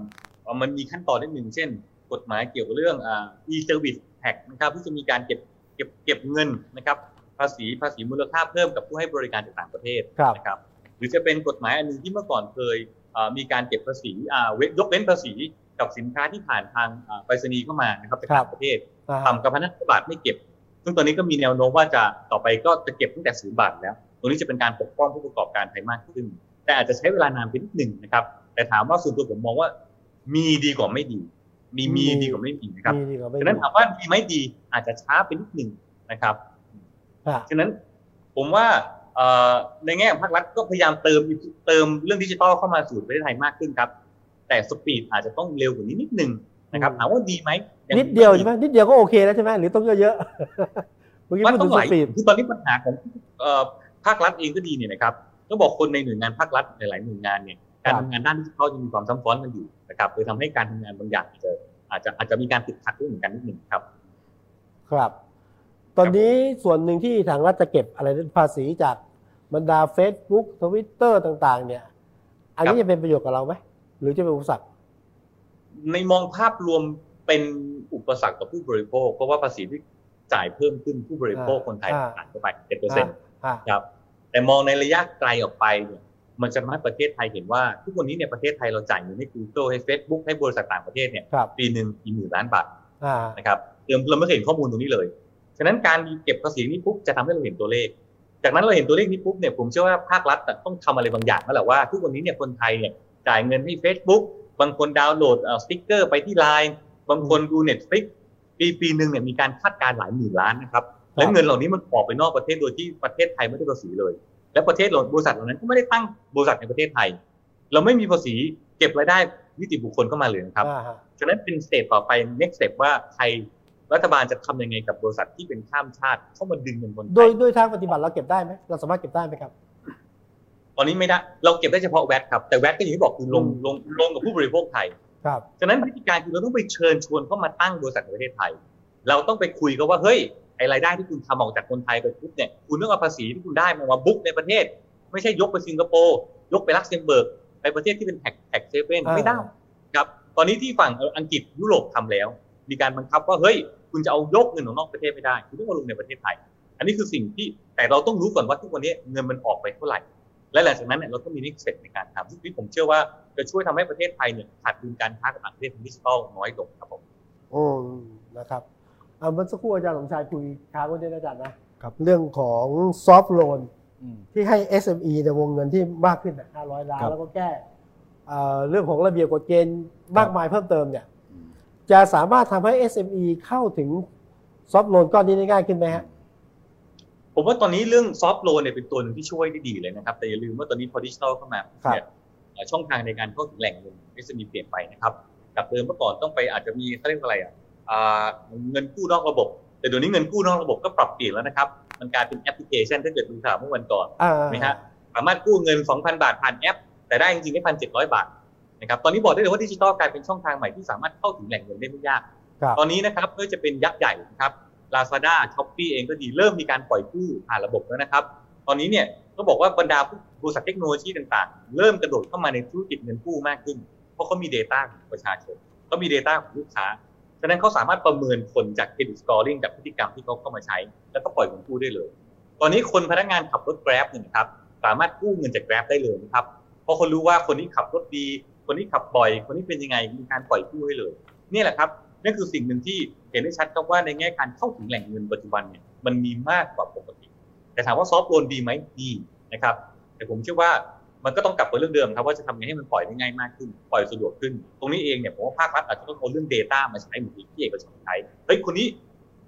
[SPEAKER 3] เอ่อมันมีขั้นตอนนิดหนึ่งเช่น กฎหมายเกี่ยวกับเรื่องอ่า e-service tax นะครับที่จะมีการเก็บเก็บเก็บเงินนะครับภาษีภาษีมูลค่าเพิ่มกับผู้ให้บริการจากต่างประเทศ
[SPEAKER 1] ครับ
[SPEAKER 3] นะครับหรือจะเป็นกฎหมายอันหนึงที่เมื่อก่อนเคยอ่ามีการเก็บภาษีอ่าเว้นยกเว้นภาษีกับสินค้าที่ผ่านทางอ่าไปรษณีย์เข้ามานะครับจากต่างประเทศ
[SPEAKER 1] อ่าฮะ
[SPEAKER 3] ต่ำกว่าพันห้าร้อยบาทไม่เก็บ ซึ่งตอนนี้ก็มีแนวโน้มว่าจะต่อไปก็จะเก็บตั้งแต่ศูนย์บาทแล้ว ตรงนี้จะเป็นการปกป้องผู้ประกอบการไทยมากขึ้น แต่อาจจะใช้เวลานานไปนิดหนึ่งนะครับ แต่ถามว่าส่วนตัวผมมองว่า มีดีกว่าไม่ดี มีมีดีกว่าไม่มีนะครับ
[SPEAKER 1] มีดีกว่าไม่
[SPEAKER 3] ฉะนั้นถามว่าดีไหมดีอาจจะช้าไปนิดหนึ่งนะครับ
[SPEAKER 1] ฮะ
[SPEAKER 3] ฉะนั้นผมว่าเอ่อในแง่ของภาครัฐก็พยายามเติมเติมเรื่องดิจิทัลเข้ามาสู่ประเทศไทยมากขึ้นครับ แต่สปีดอาจจะต้องเร็วกว่านี้นิดนึง นะครับ
[SPEAKER 1] อืม
[SPEAKER 3] ถามว่าดีไหมง
[SPEAKER 1] นิดเดียวใช่ไหมนิดเดียวก็โอเคแล้วใช่ไหมหรือต้องเยอะๆเมื่อกี้
[SPEAKER 3] มัน
[SPEAKER 1] พูดถึ
[SPEAKER 3] ต้
[SPEAKER 1] ง
[SPEAKER 3] องไห
[SPEAKER 1] ส
[SPEAKER 3] ล
[SPEAKER 1] ปีด
[SPEAKER 3] คือตอนนี้ปัญหาของเอ่อภาครัฐเองก็ดีเนี่ยนะครับต้องบอกคนในหน่วยงานภาครัฐหลายๆหน่วยงานเนี่ยการทำงานด้านดิจิทัลยังมีความซ้ำซ้อนกันอยู่นะครับเลยทำให้การทำงานบางอย่างอาจจะอาจจะอาจจะมีการติดขัดเรื่องเหมือนกันนิดหนึ่งครับ
[SPEAKER 1] ครับ ตอนนี้ส่วนหนึ่งที่ทางรัฐจะเก็บอะไรภาษีจากบรรดา Facebook Twitter ต่าง ๆ เนี่ย อันนี้
[SPEAKER 3] ครับ
[SPEAKER 1] จะเป็นประโยชน์กับเราไหมหรือจะเป็นอุปสรรค
[SPEAKER 3] ในมองภาพรวมเป็นอุปสรรคต่อผู้บริโภค เพราะว่าภาษีที่จ่ายเพิ่มขึ้นผู้บริโภค
[SPEAKER 1] อ่า
[SPEAKER 3] คนไทย
[SPEAKER 1] อ่า
[SPEAKER 3] จ่ายเข้าไปเจ็ดเปอร์เซ็นต์
[SPEAKER 1] อ่า
[SPEAKER 3] ครับแต่มองในระยะไกลออกไปเนี่ยมันจะทำให้ประเทศไทยเห็นว่า ทุกวันนี้เนี่ยประเทศไทยเราจ่ายเงินให้ Google ให้ Facebook ให้บริษัทต่างประเทศเนี่ย
[SPEAKER 1] ครับ
[SPEAKER 3] ปีหนึ่งกี่หมื่นล้านบาท
[SPEAKER 1] อ่า
[SPEAKER 3] นะครับเดิมเราไม่เคยเห็นข้อมูลตรงนี้เลย ฉะนั้นการเก็บภาษีนี้ปุ๊บจะทำให้เราเห็นตัวเลข จากนั้นเราเห็นตัวเลขนี้ปุ๊บเนี่ยผมเชื่อว่าภาครัฐต้องทำอะไรบางอย่างแล้วแหละว่าทุกวันนี้เนี่ยคนไทยเนี่ยจ่ายเงินให้ Facebook บางคนดาวน์โหลดเอ่อสติ๊กเกอร์ไปที่ไลน์บางคนดู Netflix ปีปีหนึ่งเนี่ยมีการคาดการณ์หลายหมื่นล้านนะครับและเงินเหล่านี้มันออกไปนอกประเทศโดยที่ประเทศไทยไม่ได้ภาษีเลย และประเทศเหล่าบริษัทเหล่านั้นก็ไม่ได้ตั้งบริษัทในประเทศไทย เราไม่มีภาษีเก็บรายได้นิติบุคคลเข้ามาเลยนะครับ
[SPEAKER 1] อ่าฮะ
[SPEAKER 3] ฉะนั้นเป็นสเตปต่อไป next step ว่าไทยรัฐบาลจะทำยังไงกับบริษัทที่เป็นข้ามชาติเข้ามาดึงเงินคนไทย
[SPEAKER 1] โดยโดยทางปฏิบัติเราเก็บได้ไหมเราสามารถเก็บได้ไหมครับ
[SPEAKER 3] ตอนนี้ไม่ได้เราเก็บได้เฉพาะแวดครับแต่แวดก็อย่างที่บอกคือลง
[SPEAKER 1] อืม
[SPEAKER 3] ลงลงกับผู้บริโภคไทย
[SPEAKER 1] ครับ
[SPEAKER 3] ฉะนั้นวิธีการคือเราต้องไปเชิญชวนเข้ามาตั้งบริษัทในประเทศไทย เราต้องไปคุยกันว่าเฮ้ยไอรายได้ที่คุณทำออกจากคนไทยไปปุ๊บเนี่ยคุณต้องเอาภาษีที่คุณได้มามาบุ๊กในประเทศ ไม่ใช่ยกไปสิงคโปร์ยกไปลักเซมเบิร์กไปประเทศที่เป็นแท็กแท็กเซเว่น
[SPEAKER 1] อ่า
[SPEAKER 3] ไม่ได้ครับตอนนี้ที่ฝั่งเอ่ออังกฤษยุโรปทำแล้ว มีการบังคับว่าเฮ้ยคุณจะเอายกเงินของนอกประเทศไม่ได้คุณต้องมาลงในประเทศไทย อันนี้คือสิ่งที่แต่เราต้องรู้ก่อนว่าทุกวันนี้เงินมันออกไปเท่าไหร่ และหลังจากนั้นเนี่ยเราต้องมีนิสเซตในการทำซึ่งที่ผมเชื่อว่าจะช่วยทำให้ประเทศไทยเนี่ยขาดดุลการค้ากับต่างประเทศทางดิจิทัลน้อยลงครับผม
[SPEAKER 1] อืมนะครับเอาเมื่อสักครู่อาจารย์สมชายคุยค้างไว้ด้วยนะอาจารย์นะครับ เรื่องของซอฟท์โลน
[SPEAKER 4] อืม
[SPEAKER 1] ที่ให้ SME ในวงเงินที่มากขึ้นนะ500 ล้าน
[SPEAKER 4] ครับ
[SPEAKER 1] แล้วก็แก้เอ่อเรื่องของระเบียบกฎเกณฑ์มากมายเพิ่มเติมเนี่ย
[SPEAKER 4] อืม
[SPEAKER 1] จะสามารถทำให้ SME เข้าถึงซอฟท์โลนก้อนนี้ได้ง่ายขึ้นไหมฮะ
[SPEAKER 3] ผมว่าตอนนี้เรื่องซอฟต์โลนเนี่ยเป็นตัวหนึ่งที่ช่วยได้ดีเลยนะครับ แต่อย่าลืมว่าตอนนี้พอดิจิทัลเข้ามา
[SPEAKER 1] ครับ
[SPEAKER 3] เนี่ยเอ่อช่องทางในการเข้าถึงแหล่งเงินเอสมีเปลี่ยนไปนะครับกับเดิมเมื่อก่อนต้องไปอาจจะมีเขาเรียกว่าอะไรอ่ะอ่าเงินกู้นอกระบบ แต่เดี๋ยวนี้เงินกู้นอกระบบก็ปรับเปลี่ยนแล้วนะครับ มันกลายเป็นแอปพลิเคชันถ้าเกิดดูข่าวเมื่อวันก่อน
[SPEAKER 1] า
[SPEAKER 3] ไหมฮะ สามารถกู้เงิน 2,000 บาทผ่านแอป แต่ได้จริงๆได้พันเจ็ดร้อยบาทนะครับตอนนี้บอกได้เลยว่าดิจิทัลกลายเป็นช่องทางใหม่ที่สามารถเข้าถึงแหล่งเงินได้ไม่ยาก
[SPEAKER 1] ครับ
[SPEAKER 3] ตอนนี้นะครับไม่ว่าจะเป็นยักษ์ใหญ่นะครับ Lazada s h o p e e เองก็ดีเริ่มมีการปล่อยกู้ผ่านระบบแล้วนะครับ ตอนนี้เนี่ยก็บอกว่าบรรดาผู้บริษัทเทคโนโลยีต่างๆ เริ่มกระโดดเข้ามาในธุรกิจเงินกู้มากขึ้น เพราะเขามี Data ของประชาชนเขามี Data ของลูกค้า ฉะนั้นเขาสามารถประเมินคนจากเครดิตสกอร์ลิงจากพฤติกรรมที่เขาเข้ามาใช้ แล้วก็ปล่อยเงินกู้ได้เลย ตอนนี้คนพนักงานขับรถ Grab เนี่ยนะครับสามารถกู้เงินจาก Grab ได้เลยนะครับเพราะคนรู้ว่าคนที่ขับรถดี คนที่ขับบ่อย คนที่เป็นยังไงมีการปล่อยกู้ให้เลย นี่แหละครับนั่นคือสิ่งหนึ่งที่เห็นได้ชัดครับว่าในแง่การเข้าถึงแหล่งเงินปัจจุบันเนี่ยมันมีมากกว่าปกติ แต่ถามว่าซอฟต์โลนดีไหมดีนะครับ แต่ผมเชื่อว่ามันก็ต้องกลับไปเรื่องเดิมครับว่าจะทำยังไงให้มันปล่อยได้ง่ายมากขึ้น ปล่อยสะดวกขึ้น ตรงนี้เองเนี่ยผมว่าภาครัฐอาจจะต้องเอาเรื่อง Data มาใช้เหมือนที่พี่เอกชนใช้เฮ้ยคนนี้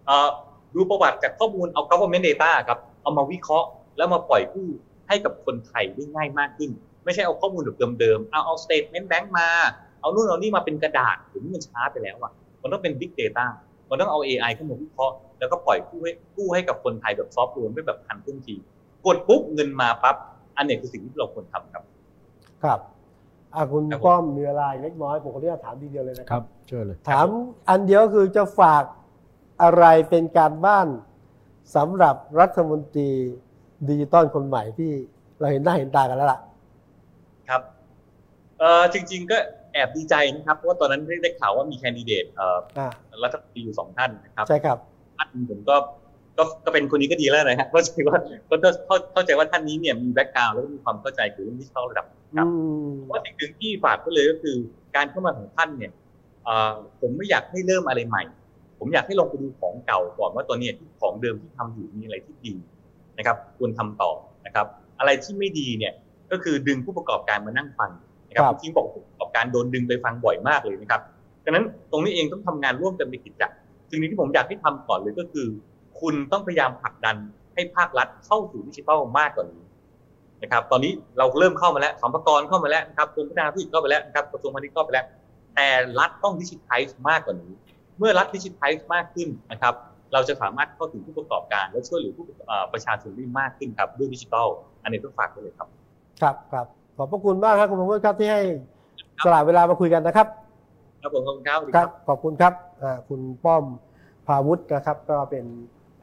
[SPEAKER 3] เอ่อดูประวัติจากข้อมูลเอา government data ครับเอามาวิเคราะห์ แล้วมาปล่อยกู้ให้กับคนไทยได้ง่ายมากขึ้น ไม่ใช่เอาข้อมูลแบบเดิมๆเอาเอา statement bank มา เอานู่นเอานี่มาเป็นกระดาษผมว่ามันช้าไปแล้วอ่ะมันต้องเป็น big data มันต้องเอา AI เข้ามาวิเคราะห์แล้วก็ปล่อยกู้ให้กู้ให้กับคนไทยแบบซอฟต์แวร์ไม่แบบทันท่วงที กดปุ๊บเงินมาปั๊บอันเนี้ยคือสิ่งที่เราควรทำครับ
[SPEAKER 1] ครับอ่ะคุณ
[SPEAKER 3] ครับผม
[SPEAKER 1] ป้อมมีเวลาอีกเล็กน้อยผมขออนุญาตถามทีเดียวเลยนะครับ
[SPEAKER 4] ครับเชิญเลย
[SPEAKER 1] ถามอันเดียวคือจะฝากอะไรเป็นการบ้านสำหรับรัฐมนตรีดิจิตอลคนใหม่ที่เราเห็นหน้าเห็นตากันแล้วล่ะ
[SPEAKER 3] ครับเออจริง ๆ ก็แอบดีใจนะครับเพราะว่าตอนนั้นได้ได้ข่าวว่ามีแคนดิเดตเอ่อ
[SPEAKER 1] อ่า
[SPEAKER 3] รัฐมนตรีอยู่สองท่านนะครับ
[SPEAKER 1] ใช่ครับ
[SPEAKER 3] ท่านผมก็ก็ก็เป็นคนนี้ก็ดีแล้วนะฮะเข้าใจว่าก็เข้าเข้าใจว่าท่านนี้เนี่ยมีแบ็กกราวด์แล้วก็มีความเข้าใจเกี่ยวกับเรื่องดิจิทัลระดับ ครับ
[SPEAKER 1] อืม
[SPEAKER 3] ผมว่าสิ่งหนึ่งที่ฝากก็เลยก็คือการเข้ามาของท่านเนี่ยเอ่อผมไม่อยากให้เริ่มอะไรใหม่ ผมอยากให้ลองไปดูของเก่าก่อนว่าตอนนี้ที่ของเดิมที่ทำอยู่มีอะไรที่ดีนะครับ ควรทำต่อนะครับ อะไรที่ไม่ดีเนี่ยก็คือดึงผู้ประกอบการมานั่งฟังนะค
[SPEAKER 1] ค
[SPEAKER 3] รั
[SPEAKER 1] รับ
[SPEAKER 3] บจริงๆบอกผู้ประกอบการโดนดึงไปฟังบ่อยมากเลยนะครับดังนั้นตรงนี้เองต้องทำงานร่วมกันเป็นกิจจะสิ่งหนึงที่ผมอยากให้ทำก่อนเลยก็คือ คุณต้องพยายามผลักดันให้ภาครัฐเข้าสู่ดิจิทัลมากกว่านี้นะครับ ตอนนี้เราเริ่มเข้ามาแล้วสมปกรเข้ามาแล้วนะครับกรมพัฒนาธุรกิจเข้าไปแล้วนะครับกระทรวงพาณิชย์เข้าไปแล้ว แต่รัฐต้องดิจิทัลมากกว่านี้ เมื่อรัฐดิจิทัลมากขึ้นนะครับ เราจะสามารถเข้าถึงผู้ประกอบการและช่วยเหลือผู้เอ่อประชาชนได้มากขึ้นครับด้วยดิจิทัล อันนี้ต้องฝากไว้เลยครับ
[SPEAKER 1] ครับครับขอบพระคุณมากครับคุณมงคลครับที่ให้สละเวลามาคุยกันนะครับ
[SPEAKER 3] ครับผมขอบคุณครับสวัสดี
[SPEAKER 1] ครับขอบคุณครับอ่าคุณป้อมพาวุฒินะครับ ก็เป็น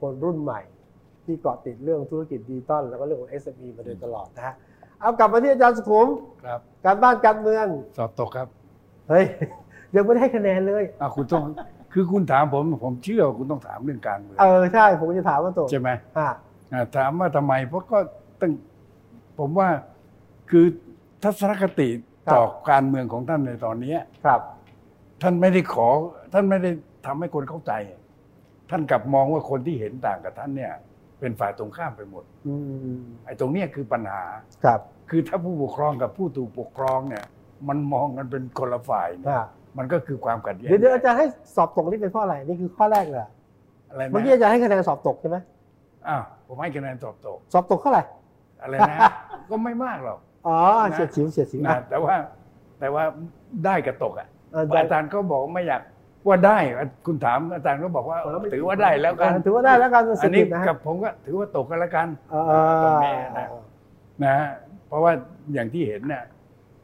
[SPEAKER 1] คนรุ่นใหม่ ที่เกาะติดเรื่องธุรกิจดิจิตอลแล้วก็เรื่องของ SME มาโดยตลอดนะฮะเอากลับมาที่อาจารย์สุขุม
[SPEAKER 5] ครับ
[SPEAKER 1] การบ้านการเมือง
[SPEAKER 5] สอบตกครับ
[SPEAKER 1] เฮ้ย ยังไม่ได้ให้คะแนนเลย
[SPEAKER 5] อ่ะคุณต้อง คือคุณถามผม ผมเชื่อว่าคุณต้องถามเรื่องการเมือง
[SPEAKER 1] เออ ใช่ ผมจะถามว่าตัว
[SPEAKER 5] ใช่ไหม
[SPEAKER 1] อ่า
[SPEAKER 5] อ่ะถามว่าทำไม เพราะก็ตั้งผมว่าคือทัศนคติต่อการเมืองของท่านในตอนเนี้ย
[SPEAKER 1] ครับ
[SPEAKER 5] ท่านไม่ได้ขอ ท่านไม่ได้ทำให้คนเข้าใจ ท่านกลับมองว่าคนที่เห็นต่างกับท่านเนี่ย เป็นฝ่ายตรงข้ามไปหมด
[SPEAKER 1] อืม
[SPEAKER 5] ไอ้ตรงเนี้ยคือปัญหา
[SPEAKER 1] ครับ
[SPEAKER 5] คือถ้าผู้ปกครองกับผู้ถูกปกครองเนี่ย มันมองกันเป็นคนละฝ่ายเนี่ย
[SPEAKER 1] อ่า
[SPEAKER 5] มันก็คือความขัดแย้ง
[SPEAKER 1] เดี๋ยวเดี๋ยวอาจารย์ให้สอบตกนี่เป็นข้ออะไร นี่คือข้อแรกเลยอะ
[SPEAKER 5] อะไรนะ
[SPEAKER 1] เมื่อกี้อาจารย์ให้คะแนนสอบตกใช่ไหม
[SPEAKER 5] อ้าวผมให้คะแนนสอบตก
[SPEAKER 1] สอบตกเท่าไหร่
[SPEAKER 5] อะไรนะ ก็ไม่มากหรอก
[SPEAKER 1] อ๋อเฉียดฉิวเฉียดฉิว
[SPEAKER 5] นะ
[SPEAKER 1] นะ
[SPEAKER 5] แต่ว่าแต่ว่าได้กับตกอ่ะ
[SPEAKER 1] เออ
[SPEAKER 5] อาจารย์ก็บอกไม่อยากว่าได้คุณถามอาจารย์ก็บอกว่าถือว่าได้แล้วกัน
[SPEAKER 1] ถือว่าได้แล้วกัน
[SPEAKER 5] อันนี้
[SPEAKER 1] สิบะฮะ
[SPEAKER 5] กับผมก็ถือว่าตกกันแล้วกัน
[SPEAKER 1] เอ่อ
[SPEAKER 5] ตรงนี้นะ นะฮะเพราะว่าอย่างที่เห็นน่ะ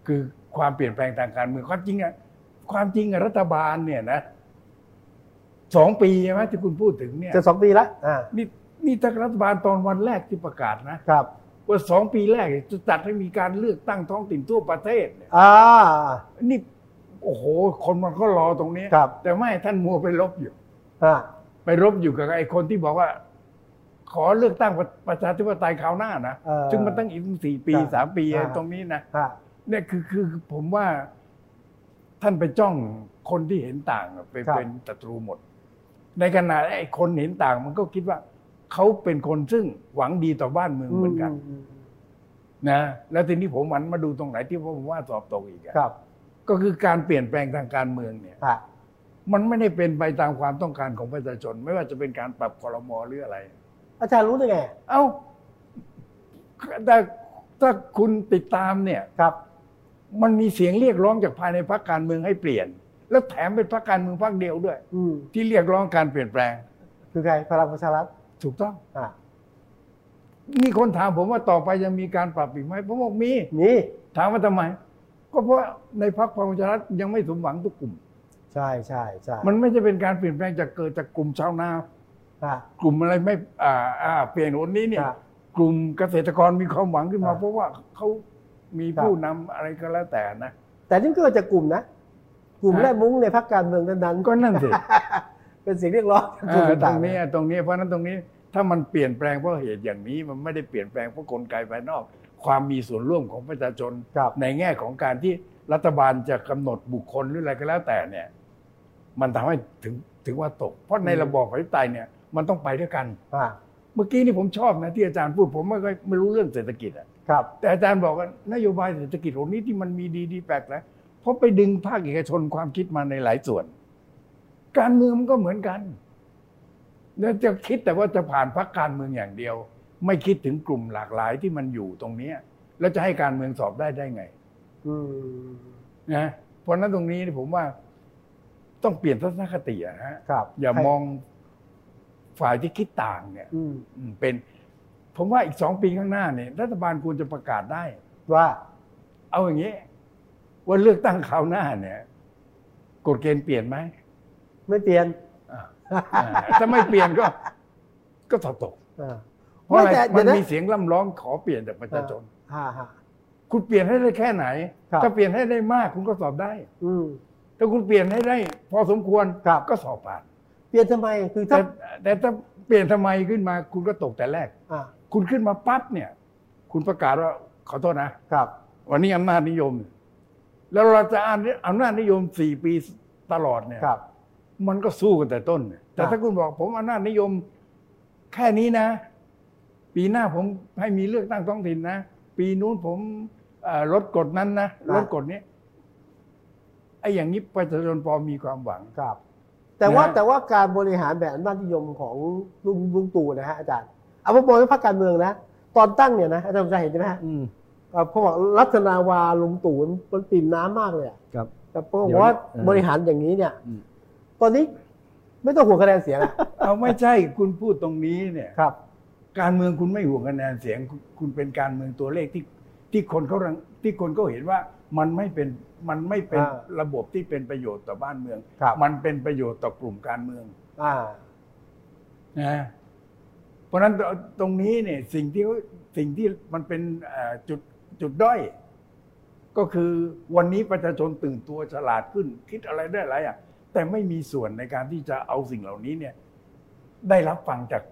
[SPEAKER 5] คือความเปลี่ยนแปลงทางการเมืองความจริงอ่ะความจริงอะรัฐบาลเนี่ยนะสองปีใช่ไหมที่คุณพูดถึงเนี่ย
[SPEAKER 1] จะสองปีละอ่า
[SPEAKER 5] นี่นี่ถ้ารัฐบาลตอนวันแรกที่ประกาศนะ
[SPEAKER 1] ครับ
[SPEAKER 5] ว่าสองปีแรกจะจัดให้มีการเลือกตั้งท้องถิ่นทั่วประเทศเนี่ย
[SPEAKER 1] อ่า
[SPEAKER 5] นี่โอ้โห คนมันก็รอตรงนี้
[SPEAKER 1] ครับ
[SPEAKER 5] แต่ไม่ท่านมัวไปลบอยู่
[SPEAKER 1] อ่า
[SPEAKER 5] ไปลบอยู่กับไอ้คนที่บอกว่า ขอเลือกตั้งประประชาธิปไตยคราวหน้านะ
[SPEAKER 1] เอ่อ
[SPEAKER 5] ซึ่งมันตั้งอีกสี่ปี
[SPEAKER 1] ครับ
[SPEAKER 5] สามปี
[SPEAKER 1] อ่า
[SPEAKER 5] ตรงนี้นะ
[SPEAKER 1] อ่า
[SPEAKER 5] เนี่ยคือคือคือผมว่า ท่านไปจ้องคนที่เห็นต่างไปเป็นศัตรูหมด ในขณะไอ้คนเห็นต่างมันก็คิดว่า เขาเป็นคนซึ่งหวังดีต่อบ้านเมืองเหมือนกัน
[SPEAKER 1] อืม
[SPEAKER 5] นะแล้วทีนี้ผมหันมาดูตรงไหนที่ผมว่าสอบตกอีกอะ
[SPEAKER 1] ครับ
[SPEAKER 5] ก็คือการเปลี่ยนแปลงทางการเมืองเนี่ย
[SPEAKER 1] อ่า
[SPEAKER 5] มันไม่ได้เป็นไปตามความต้องการของประชาชน ไม่ว่าจะเป็นการปรับคอรมอหรืออะไร
[SPEAKER 1] อาจารย์รู้ได้ไง
[SPEAKER 5] เอ้าแต่ถ้าคุณติดตามเนี่ย
[SPEAKER 1] ครับ
[SPEAKER 5] มันมีเสียงเรียกร้องจากภายในพรรคการเมืองให้เปลี่ยน แล้วแถมเป็นพรรคการเมืองพรรคเดียวด้วย
[SPEAKER 1] อืม
[SPEAKER 5] ที่เรียกร้องการเปลี่ยนแปลง
[SPEAKER 1] คือใครพลังประชารัฐ
[SPEAKER 5] ถูกต้อง
[SPEAKER 1] อ่า
[SPEAKER 5] มีคนถามผมว่าต่อไปจะมีการปรับอีกไหมผมบอกมี
[SPEAKER 1] นี่
[SPEAKER 5] ถามว่าทำไม ก็เพราะในพรรคพลังประชารัฐยังไม่สมหวังทุกกลุ่ม
[SPEAKER 1] ใช่ใช่ใช่
[SPEAKER 5] มันไม่จะเป็นการเปลี่ยนแปลงจากเกิดจากกลุ่มชาวนา
[SPEAKER 1] อ่าก
[SPEAKER 5] ลุ่มอะไรไม่อ่าอ่าเปลี่ยนหนนี้เนี่ย
[SPEAKER 1] อ่า
[SPEAKER 5] กลุ่มเกษตรกรมีความหวังขึ้นมา
[SPEAKER 1] อ่ะ
[SPEAKER 5] เพราะว่าเขามี
[SPEAKER 1] ครับ
[SPEAKER 5] ผู้นำอะไรก็แล้วแต่นะ
[SPEAKER 1] แต่นี่ก็เกิดจากกลุ่มนะ กลุ่ม
[SPEAKER 5] ฮะ
[SPEAKER 1] แรกมุ้งในพรรคการเมืองนั้นๆ
[SPEAKER 5] ก็นั่นสิ
[SPEAKER 1] เป็นเสียงเรียกร้องจากกลุ่ม
[SPEAKER 5] อ่าตร
[SPEAKER 1] ต่าง
[SPEAKER 5] ง
[SPEAKER 1] ๆ
[SPEAKER 5] นี้อ่ะตรงนี้เพราะฉะนั้นตรงนี้ถ้ามันเปลี่ยนแปลงเพราะเหตุอย่างนี้ มันไม่ได้เปลี่ยนแปลงเพราะกลไกภายนอก ความมีส่วนร่วมของประชาชน
[SPEAKER 1] ครับ
[SPEAKER 5] ในแง่ของการที่รัฐบาลจะกำหนดบุคคลหรืออะไรก็แล้วแต่เนี่ย มันทำให้ถึงถึงว่าตก เพราะในระบอบประชาธิปไตยเนี่ยมันต้องไปด้วยกัน
[SPEAKER 1] อ่า
[SPEAKER 5] เมื่อกี้นี่ผมชอบนะที่อาจารย์พูดผมไม่ค่อยไม่รู้เรื่องเศรษฐกิจอะ
[SPEAKER 1] ครับ
[SPEAKER 5] แต่อาจารย์บอกว่านโยบายเศรษฐกิจของนี้ที่มันมีดีดีแปลกนะเพราะไปดึงภาคเอกชนความคิดมาในหลายส่วน การเมืองมันก็เหมือนกันแล้วจะคิดแต่ว่าจะผ่านพรรคการเมืองอย่างเดียว ไม่คิดถึงกลุ่มหลากหลายที่มันอยู่ตรงเนี้ยแล้วจะให้การเมืองสอบได้ได้ไง
[SPEAKER 1] อืม
[SPEAKER 5] นะเพราะฉะนั้นตรงนี้ผมว่าต้องเปลี่ยนทัศนคติอะฮะ
[SPEAKER 1] ครับ
[SPEAKER 5] อย่ามองฝ่ายที่คิดต่างเนี่ย
[SPEAKER 1] อืม
[SPEAKER 5] อืมเป็น ผมว่าอีกสองปีข้างหน้าเนี่ยรัฐบาลควรจะประกาศได้
[SPEAKER 1] ว่า
[SPEAKER 5] เอาอย่างนี้ ว่าเลือกตั้งคราวหน้าเนี่ยกฎเกณฑ์เปลี่ยนไหม
[SPEAKER 1] ไม่เปลี่ยน
[SPEAKER 5] อ่าอ่าถ้าไม่เปลี่ยนก็ ก็สอบตก
[SPEAKER 1] อ่า
[SPEAKER 5] เพราะอะไร
[SPEAKER 1] แต่
[SPEAKER 5] มั
[SPEAKER 1] เดี๋ยว
[SPEAKER 5] น
[SPEAKER 1] นะ
[SPEAKER 5] มีเสียงร่ำร้องขอเปลี่ยนจากประชาชน
[SPEAKER 1] อ่าฮะ
[SPEAKER 5] คุณเปลี่ยนให้ได้แค่ไหน
[SPEAKER 1] ครับ
[SPEAKER 5] ถ้าเปลี่ยนให้ได้มาก คุณก็สอบได้
[SPEAKER 1] อืม
[SPEAKER 5] ถ้าคุณเปลี่ยนให้ได้ พอสมควร
[SPEAKER 1] ครับ
[SPEAKER 5] ก็สอบผ่าน
[SPEAKER 1] เปลี่ยนทำไมคือ
[SPEAKER 5] แต่
[SPEAKER 1] ถ้า
[SPEAKER 5] แต่ถ้าเปลี่ยนทำไมขึ้นมา คุณก็ตกแต่แรก
[SPEAKER 1] อ่า
[SPEAKER 5] คุณขึ้นมาปั๊บเนี่ย คุณประกาศว่าขอโทษนะ
[SPEAKER 1] ครับ
[SPEAKER 5] วันนี้อำนาจนิยม แล้วเราจะอ่านอำนาจนิยมสี่ปีตลอดเนี่ย
[SPEAKER 1] ครับ
[SPEAKER 5] มันก็สู้กันแต่ต้นเนี่ยแต่
[SPEAKER 1] ครับ
[SPEAKER 5] ถ้าคุณบอกผมอำนาจนิยม แค่นี้นะ ปีหน้าผมให้มีเลือกตั้งท้องถิ่นนะปีนู้นผมเอ่อลดกฎนั้นนะลดกฎนี้ไอ้อย่างนี้ประชาชนพอมีความหวัง
[SPEAKER 1] ครับ แต่ว่า
[SPEAKER 5] นะฮะ
[SPEAKER 1] แต่ว่าการบริหารแบบอำนาจนิยมของลุงลุงตู่นะฮะอาจารย์เอาผมบอกว่าพรรคการเมืองนะ ตอนตั้งเนี่ยนะอาจารย์สมชายเห็นใช่ไหมฮะ
[SPEAKER 4] อืม
[SPEAKER 1] เอ่อเขาบอกรัตนาวาลุงตู่มันปิ่มน้ำมากเลยอะ
[SPEAKER 4] ครับ
[SPEAKER 1] แต่ปรากฏ
[SPEAKER 4] เดี๋ยว
[SPEAKER 1] ว่า
[SPEAKER 4] เออบ
[SPEAKER 1] ริหารอย่างนี้เนี่ย
[SPEAKER 4] อืม
[SPEAKER 1] ตอนนี้ไม่ต้องห่วงคะแนนเสียงอะ
[SPEAKER 5] เอาไม่ใช่คุณพูดตรงนี้เนี่ย
[SPEAKER 1] ครับ
[SPEAKER 5] การเมืองคุณไม่ห่วงคะแนนเสียงคุณคุณเป็นการเมืองตัวเลขที่ที่คนเขารังที่คนก็เห็นว่ามันไม่เป็นมันไม่เป็น
[SPEAKER 1] อ่า
[SPEAKER 5] ระบบที่เป็นประโยชน์ต่อบ้านเมือง
[SPEAKER 1] ครับ
[SPEAKER 5] มันเป็นประโยชน์ต่อกลุ่มการเมือง
[SPEAKER 1] อ่า
[SPEAKER 5] นะเพราะฉะนั้นตตรงนี้เนี่ยสิ่งที่เขาสิ่งที่มันเป็นเอ่อจุดจุดด้อย ก็คือวันนี้ประชาชนตื่นตัวฉลาดขึ้น คิดอะไรได้หลายอย่างแต่ไม่มีส่วนในการที่จะเอาสิ่งเหล่านี้เนี่ย ได้รับฟังจาก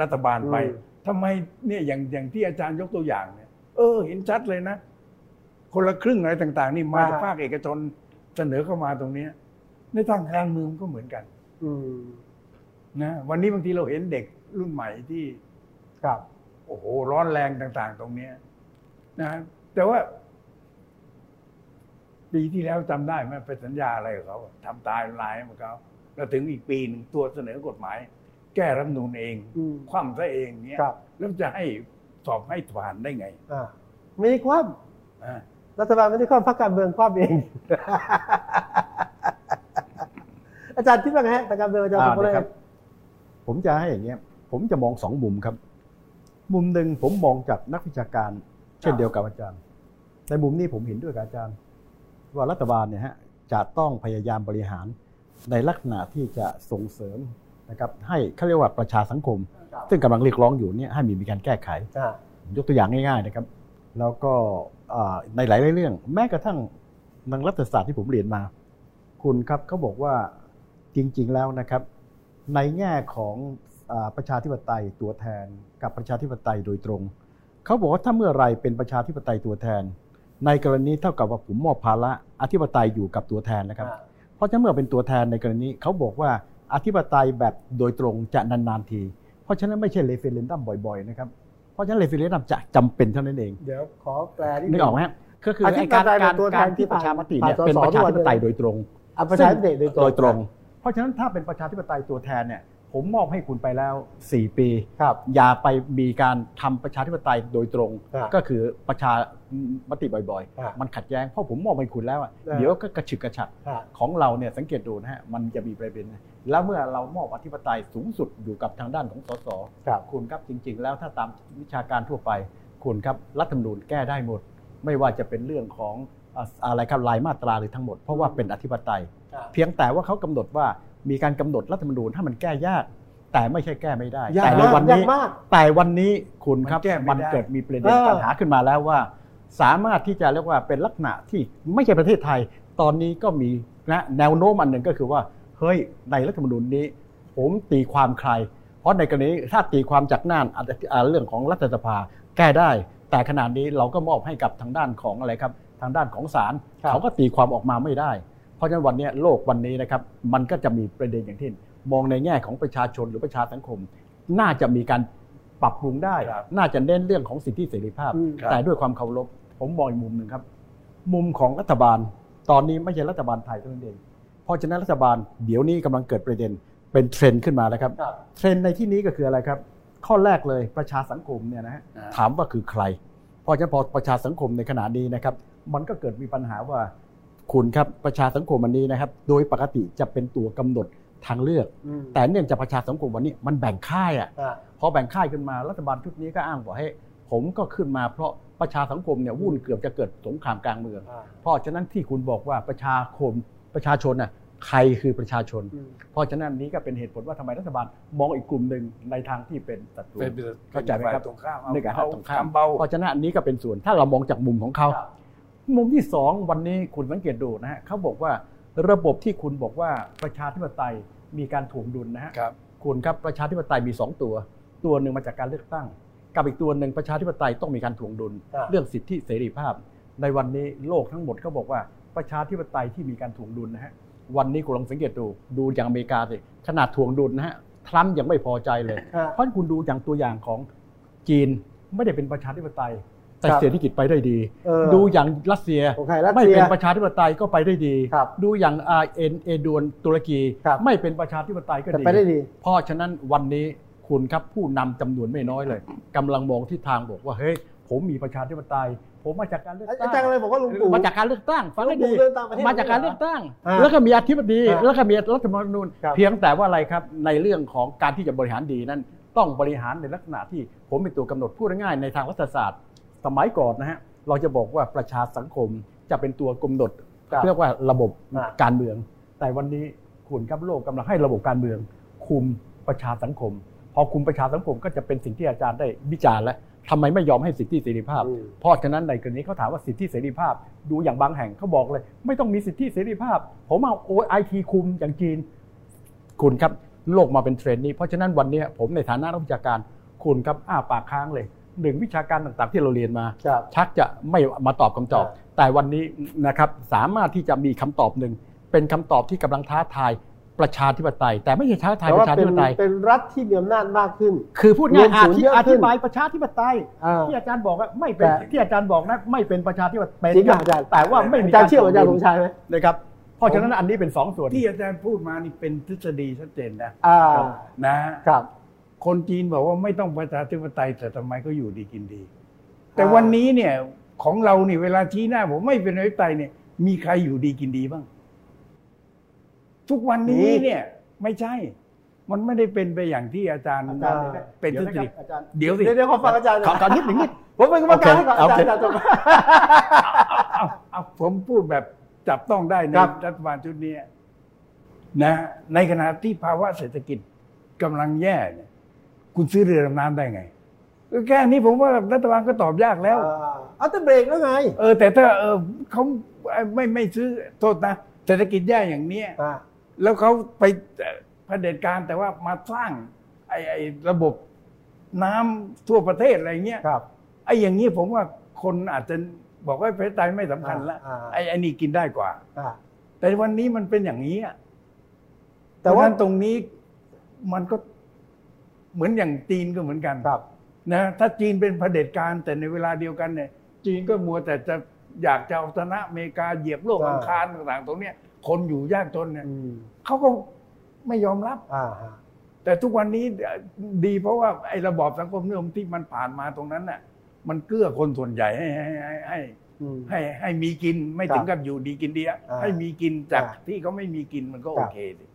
[SPEAKER 5] รัฐบาลไป
[SPEAKER 1] อืม
[SPEAKER 5] ทำไมเนี่ยอย่างอย่างที่อาจารย์ยกตัวอย่างเนี่ย เออ เห็นชัดเลยนะ คนละครึ่งอะไรต่าง ๆ นี่มาจากภาคเอกชนเสนอเข้ามาตรงเนี้ยในทางการเมืองก็เหมือนกัน
[SPEAKER 1] อืม
[SPEAKER 5] นะวันนี้บางทีเราเห็นเด็กรุ่นใหม่ที่
[SPEAKER 1] ครับ
[SPEAKER 5] โอ้โหร้อนแรงต่าง ๆ ตรงเนี้ยนะแต่ว่า ปีที่แล้วจำได้ไหมไปสัญญาอะไรกับเขาทำตายลายของเขาแล้วถึงอีกปีหนึ่งตัวเสนอกฎหมาย แก้รัฐธรรมนูนเอง
[SPEAKER 1] อืม
[SPEAKER 5] คว่ำซะเองเนี้ย
[SPEAKER 1] ครับ
[SPEAKER 5] แล้วจะให้สอบให้ผ่านได้ไง
[SPEAKER 1] อ่าไม่ได้ความ
[SPEAKER 5] อ่า
[SPEAKER 1] รัฐบาลไม่ได้ความพรรคการเมืองความเอง อาจารย์คิดว่าไงฮะทางการเมืองอาจารย์
[SPEAKER 4] อ่า
[SPEAKER 1] สุภเล
[SPEAKER 4] นะ
[SPEAKER 1] ย
[SPEAKER 4] ครับ ผมจะให้อย่างเงี้ย ผมจะมองสองมุมครับ มุมหนึ่งผมมองจากนักวิชาการ เช่นเดียวกับอาจารย์ ในมุมนี้ผมเห็นด้วยกับอาจารย์ ว่ารัฐบาลเนี่ยฮะจะต้องพยายามบริหารในลักษณะที่จะส่งเสริมนะครับ ให้เขาเรียกว่าประชาสังคม
[SPEAKER 1] ครับ
[SPEAKER 4] ซึ่งกำลังเรียกร้องอยู่เนี่ยให้มีมีการแก้ไข
[SPEAKER 1] อ่า
[SPEAKER 4] ยกตัวอย่างง่ายๆนะครับ แล้วก็เอ่อในหลายๆเรื่อง แม้กระทั่งทางรัฐศาสตร์ที่ผมเรียนมา คุณครับเขาบอกว่าจริงๆแล้วนะครับ ในแง่ของอาประชาธิปไตยตัวแทนกับประชาธิปไตยโดยตรง เขาบอกว่าถ้าเมื่อไรเป็นประชาธิปไตยตัวแทน ในกรณีเท่ากับว่าผมมอบภาระอธิปไตยอยู่กับตัวแทนนะครับ เพราะฉะนั้นเมื่อเป็นตัวแทนในกรณีเขาบอกว่าอธิปไตยแบบโดยตรงจะนานๆที เพราะฉะนั้นไม่ใช่เรเฟเรนดัมบ่อยๆนะครับ เพราะฉะนั้นเรเฟเรนดัมจะจำเป็นเท่านั้นเอง
[SPEAKER 1] เดี๋ยวขอแปลนิด
[SPEAKER 4] นึ
[SPEAKER 1] นึ
[SPEAKER 4] ก
[SPEAKER 1] ง
[SPEAKER 4] ออกไหมฮะก็คือ
[SPEAKER 1] อธิ
[SPEAKER 4] ไอ้
[SPEAKER 1] ป
[SPEAKER 4] การ
[SPEAKER 1] ไตย
[SPEAKER 4] กา
[SPEAKER 1] เป็น
[SPEAKER 4] ร
[SPEAKER 1] ตัวแทน
[SPEAKER 4] การที่
[SPEAKER 1] ที่
[SPEAKER 4] ป
[SPEAKER 1] ผ่าน
[SPEAKER 4] ระชามติเนี่ย
[SPEAKER 1] ผ่านสส
[SPEAKER 4] เป็นประชาธิปไตย
[SPEAKER 1] ทุกวันเลย
[SPEAKER 4] โดยตรง
[SPEAKER 1] อ่ะประชาธิปไตยโดยตรง
[SPEAKER 4] โดยตรง เพราะฉะนั้นถ้าเป็นประชาธิปไตยตัวแทนเนี่ย ผมมอบให้คุณไปแล้ว 4 ปี
[SPEAKER 1] ครับ
[SPEAKER 4] อย่าไปมีการทำประชาธิปไตยโดยตรง
[SPEAKER 1] อ่ะ
[SPEAKER 4] ก็คือประชามติบ่อย
[SPEAKER 1] อ่ะ
[SPEAKER 4] ๆ มันขัดแย้งเพราะผมมอบให้คุณแล้วอ่ะ
[SPEAKER 1] อ่ะ
[SPEAKER 4] เดี๋ยวก็กระฉึกกระฉัก
[SPEAKER 1] อ่า
[SPEAKER 4] ของเราเนี่ยสังเกตดูนะฮะมันจะมีประเด็นนะแล้วเมื่อเรามอบอธิปไตยสูงสุดอยู่กับทางด้านของสส
[SPEAKER 1] ครับ
[SPEAKER 4] คุณครับจริง ๆ แล้วถ้าตามวิชาการทั่วไป คุณครับรัฐธรรมนูญแก้ได้หมด ไม่ว่าจะเป็นเรื่องของอ่ะอะไรครับรายมาตราหรือทั้งหมด เพราะว่าเป็นอธิปไตย
[SPEAKER 1] ครับ
[SPEAKER 4] เพียงแต่ว่าเขากำหนดว่ามีการกำหนดรัฐธรรมนูญถ้ามันแก้ยาก แต่ไม่ใช่แก้ไม่ได้
[SPEAKER 1] ยาก
[SPEAKER 4] แต่
[SPEAKER 1] มา
[SPEAKER 4] ใน
[SPEAKER 1] ก
[SPEAKER 4] วัน
[SPEAKER 1] ยา
[SPEAKER 4] นี้
[SPEAKER 1] กมาก
[SPEAKER 4] แต่วันนี้คุณครับ
[SPEAKER 5] มันแก้ไม่ได้
[SPEAKER 4] มันเกิดมีประเด็น
[SPEAKER 1] เออ
[SPEAKER 4] ปัญหาขึ้นมาแล้วว่า สามารถที่จะเรียกว่าเป็นลักษณะที่ไม่ใช่ประเทศไทย ตอนนี้ก็มีนะแนวโน้มอันหนึ่งก็คือว่าเฮ้ยในรัฐธรรมนูญนี้ ผมตีความใคร เพราะในกรณีถ้าตีความจากน่านอาจจะอ่าเรื่องของรัฐสภาแก้ได้ แต่ขนาดนี้เราก็มอบให้กับทางด้านของอะไรครับ ทางด้านของศาล
[SPEAKER 1] ครับ
[SPEAKER 4] เขาก็ตีความออกมาไม่ได้ เพราะฉะนั้นวันเนี้ยโลกวันนี้นะครับมันก็จะมีประเด็นอย่างที่มองในแง่ของประชาชนหรือประชาสังคม น่าจะมีการปรับปรุงได้
[SPEAKER 5] ครับ
[SPEAKER 4] น่าจะเน้นเรื่องของสิทธิเสรีภาพ
[SPEAKER 1] อืมครับ
[SPEAKER 4] แต่ด้วยความเคารพผมมองอีกมุมหนึ่งครับ มุมของรัฐบาล ตอนนี้ไม่ใช่รัฐบาลไทยเท่านั้นเองเพราะฉะนั้นรัฐบาลเดี๋ยวนี้กำลังเกิดประเด็นเป็นเทรนด์ขึ้นมาแล้วครับ
[SPEAKER 1] ครับ
[SPEAKER 4] เทรนด์ในที่นี้ก็คืออะไรครับ ข้อแรกเลยประชาสังคมเนี่ยนะฮะ
[SPEAKER 5] อ่า
[SPEAKER 4] ถามว่าคือใคร เพราะฉะนั้นพอประชาสังคมในขณะนี้นะครับ มันก็เกิดมีปัญหาว่า คุณครับประชาสังคมวันนี้นะครับ โดยปกติจะเป็นตัวกำหนดทางเลือก
[SPEAKER 1] อืม
[SPEAKER 4] แต่เนื่องจากประชาสังคมวันนี้มันแบ่งค่ายอ่ะ
[SPEAKER 1] อ่า
[SPEAKER 4] พอแบ่งค่ายขึ้นมารัฐบาลชุดนี้ก็อ้างว่าให้ผมก็ขึ้นมาเพราะประชาสังคมเนี่ยวุ่นเกือบจะเกิดสงครามกลางเมือง
[SPEAKER 1] อ่า
[SPEAKER 4] เพราะฉะนั้นที่คุณบอกว่าประชาคมประชาชนน่ะใครคือประชาชน
[SPEAKER 1] อืม
[SPEAKER 4] เพราะฉะนั้นนี้ก็เป็นเหตุผลว่าทำไมรัฐบาลมองอีกกลุ่มหนึ่งในทางที่เป็นศัตรู
[SPEAKER 5] เป็น
[SPEAKER 4] เข้าใจไหมครับ
[SPEAKER 5] ตรงข้าม
[SPEAKER 4] ในการ
[SPEAKER 5] เอา
[SPEAKER 4] ตรงข้าม
[SPEAKER 5] คำเบา
[SPEAKER 4] เพราะฉะนั้นอันนี้ก็เป็นส่วนถ้าเรามองจากมุมของเขา
[SPEAKER 1] ครับ
[SPEAKER 4] มุมที่สองวันนี้คุณสังเกตดูนะฮะเขาบอกว่าระบบที่คุณบอกว่าประชาธิปไตยมีการถ่วงดุลนะฮะ
[SPEAKER 5] ครับ
[SPEAKER 4] คุณครับประชาธิปไตยมี 2 ตัว ตัวหนึ่งมาจากการเลือกตั้ง กับอีกตัวหนึ่งประชาธิปไตยต้องมีการถ่วงดุล
[SPEAKER 1] ครับ
[SPEAKER 4] เรื่องสิทธิเสรีภาพ ในวันนี้โลกทั้งหมดก็บอกว่าประชาธิปไตยที่มีการถ่วงดุลนะฮะวันนี้คุณลองสังเกตดูดูอย่างอเมริกาสิขนาดถ่วงดุลนะฮะทรัมป์ยังไม่พอใจเลย
[SPEAKER 1] อ่า
[SPEAKER 4] เพราะคุณดูอย่างตัวอย่างของจีนไม่ได้เป็นประชาธิปไตย แต่
[SPEAKER 1] ครับ
[SPEAKER 4] เศรษฐกิจไปได้ดี
[SPEAKER 1] เออ
[SPEAKER 4] ดูอย่างรัสเซีย
[SPEAKER 1] โอเครัส
[SPEAKER 4] ไม่
[SPEAKER 1] เซีย
[SPEAKER 4] เป็นประชาธิปไตยก็ไปได้ดี
[SPEAKER 1] ครับ
[SPEAKER 4] ดูอย่างอาเอ็นเอดวนตุรกี
[SPEAKER 1] ครับ
[SPEAKER 4] ไม่เป็นประชาธิปไตยก็
[SPEAKER 1] แต่ไปได้ดี
[SPEAKER 4] เพราะฉะนั้นวันนี้คุณครับผู้นำจำนวนไม่น้อยเลยกำลังมองทิศทางบอกว่าเฮ้ย ผมมีประชาธิปไตย ผมมาจากการเลือก
[SPEAKER 1] อา
[SPEAKER 4] ตั้ง
[SPEAKER 1] จารย์อะไรบอกว่าลุงตู่
[SPEAKER 4] มาจากการเลือกตั้งฟังให้
[SPEAKER 1] ลุ
[SPEAKER 4] ดี
[SPEAKER 1] งตู่เดินตามประเทศ
[SPEAKER 4] มาจากการเลือกตั้ง
[SPEAKER 1] อ่า
[SPEAKER 4] แล้วก็มีอธิบดี
[SPEAKER 1] อ่า
[SPEAKER 4] แล้วก็มีรัฐธรรมนูญ
[SPEAKER 1] ครับ
[SPEAKER 4] เพียงแต่ว่าอะไรครับในเรื่องของการที่จะบริหารดีนั้น ต้องบริหารในลักษณะที่ผมเป็นตัวกำหนดพูดง่ายๆในทางรัฐศาสตร์ สมัยก่อนนะฮะเราจะบอกว่าประชาสังคมจะเป็นตัวกำหนด
[SPEAKER 1] ครับ
[SPEAKER 4] เรียกว่าระบบ
[SPEAKER 1] อ่า
[SPEAKER 4] การเมือง แต่วันนี้คุณครับโลกกำลังให้ระบบการเมือง คุมประชาสังคม พอคุมประชาสังคมก็จะเป็นสิ่งที่อาจารย์ได้วิจารณ์แล้วทำไมไม่ยอมให้สิทธิเสรีภาพ
[SPEAKER 1] อืม
[SPEAKER 4] เพราะฉะนั้นในกรณีเขาถามว่าสิทธิเสรีภาพ ดูอย่างบางแห่งเขาบอกเลย ไม่ต้องมีสิทธิเสรีภาพ ผมเอาโอไอทีคุมอย่างจีน คุณครับโลกมาเป็นเทรนด์นี้ เพราะฉะนั้นวันนี้ผมในฐานะนักวิชาการคุณครับอ้าปากค้างเลยหนึ่งวิชาการต่างๆ ที่เราเรียนมา
[SPEAKER 1] ครับ
[SPEAKER 4] ชักจะไม่มาตอบคำตอบ
[SPEAKER 1] อ่
[SPEAKER 4] แต่วันนี้นะครับสามารถที่จะมีคำตอบหนึ่ง เป็นคำตอบที่กำลังท้าทายประชาธิปไตย แต่ไม่ใช่ท้าทาย
[SPEAKER 1] แต่
[SPEAKER 4] ป
[SPEAKER 1] ว่า
[SPEAKER 4] ระชา
[SPEAKER 1] เป็
[SPEAKER 4] ธิ
[SPEAKER 1] น
[SPEAKER 4] ปไตย
[SPEAKER 1] เป็นรัฐที่มีอำนาจมากขึ้น
[SPEAKER 4] คือพูดง่ายๆอ
[SPEAKER 1] รวมศูนย์
[SPEAKER 4] ธิ
[SPEAKER 1] เยอะขึ้น
[SPEAKER 4] อธิบายประชาธิปไตย
[SPEAKER 1] อ่า
[SPEAKER 4] ที่อาจารย์บอกว่าไม่เป็น
[SPEAKER 1] แต่
[SPEAKER 4] ที่อาจารย์บอกนะไม่เป็นประชาธิปไตย
[SPEAKER 1] จริงป่ะอาจารย์
[SPEAKER 4] แต่ว่าไม่มี
[SPEAKER 1] อาจารย์เชื่ออาจารย์สมชายไหม
[SPEAKER 4] นะครับเพราะฉะนั้นอันนี้เป็นสองส่วน
[SPEAKER 5] ที่อาจารย์พูดมานี่เป็นทฤษฎีชัดเจนนะ
[SPEAKER 1] อ่า
[SPEAKER 5] นะครับ คนจีนบอกว่าไม่ต้องประชาธิปไตยแต่ทำไมก็อยู่ดีกินดี แต่
[SPEAKER 1] อ่า
[SPEAKER 5] วันนี้เนี่ยของเราเนี่ยเวลาชี้หน้าผมไม่เป็นประชาธิปไตยเนี่ย มีใครอยู่ดีกินดีบ้าง ทุกวันนี้เนี่ย ไม่ใช่ มันไม่ได้เป็นไปอย่างที่อาจารย์
[SPEAKER 1] อาจารย์
[SPEAKER 5] เป็นทฤษฎี
[SPEAKER 1] อาจารย์
[SPEAKER 5] เดี๋ยวสิ
[SPEAKER 1] เดี๋ยวเดี๋ยวขอฟังอาจารย์
[SPEAKER 4] ขอขอนิดหนึ่งนิด
[SPEAKER 1] ผมเป็นกรรมการให้ก่อนอาจารย์อาจารย์จบ
[SPEAKER 5] เอาเอาผมพูดแบบจับต้องได้ใน
[SPEAKER 1] ครับ
[SPEAKER 5] รัฐบาลชุดนี้นะ ในขณะที่ภาวะเศรษฐกิจกำลังแย่เนี่ย คุณซื้อเรือดำน้ำได้ไงก็แค่นี้ผมว่ารัฐบาลก็ตอบยากแล้ว
[SPEAKER 1] อ่าเอาแต่เบรกแล้วไง
[SPEAKER 5] เออ แต่ถ้าเออเขาไอ้ไม่ไม่ซื้อโทษนะเศรษฐกิจแย่อย่างเนี้ย
[SPEAKER 1] อ่า
[SPEAKER 5] แล้วเขาไปเอ่อเผด็จการแต่ว่ามาสร้าง ไอ้ไอ้ระบบน้ำทั่วประเทศอะไรเงี้ย
[SPEAKER 1] ครับ
[SPEAKER 5] ไอ้อย่างนี้ผมว่าคนอาจจะบอกว่าประชาธิปไตยไม่สำคัญละ
[SPEAKER 1] อ่าอ่า
[SPEAKER 5] ไอ้ไอ้นี่กินได้กว่า
[SPEAKER 1] อ่า
[SPEAKER 5] แต่วันนี้มันเป็นอย่างนี้อะ
[SPEAKER 1] แต่
[SPEAKER 5] แต่
[SPEAKER 1] ว่า
[SPEAKER 5] ว่าตรงนี้มันก็เหมือนอย่างจีนก็เหมือนกัน
[SPEAKER 1] ครับ
[SPEAKER 5] นะถ้าจีนเป็นเผด็จการแต่ในเวลาเดียวกันเนี่ย จีนก็มัวแต่จะอยากจะเอาชนะอเมริกาเหยียบโลก
[SPEAKER 1] อ่า
[SPEAKER 5] อังคารต่างๆ ตรงเนี้ย คนอยู่ยากจนเนี่ย
[SPEAKER 1] อืม
[SPEAKER 5] เขาก็ไม่ยอมรับ
[SPEAKER 1] อ่าฮะ
[SPEAKER 5] แต่ทุกวันนี้ดีเพราะว่าไอ้ระบอบสังคมนิยมที่มันผ่านมาตรงนั้นน่ะ มันเกื้อคนส่วนใหญ่ให้ให้ให้ให้
[SPEAKER 1] อืม
[SPEAKER 5] ให้ให้มีกิน
[SPEAKER 1] ค
[SPEAKER 5] ไม่
[SPEAKER 1] รับ
[SPEAKER 5] ถึงกับอยู่ดีกินดีอะ
[SPEAKER 1] อ่า
[SPEAKER 5] ให้มีกินจาก
[SPEAKER 1] อ่า
[SPEAKER 5] ที่เขาไม่มีกินมันก็
[SPEAKER 1] ค
[SPEAKER 5] โอ
[SPEAKER 1] รับ
[SPEAKER 5] เคสิ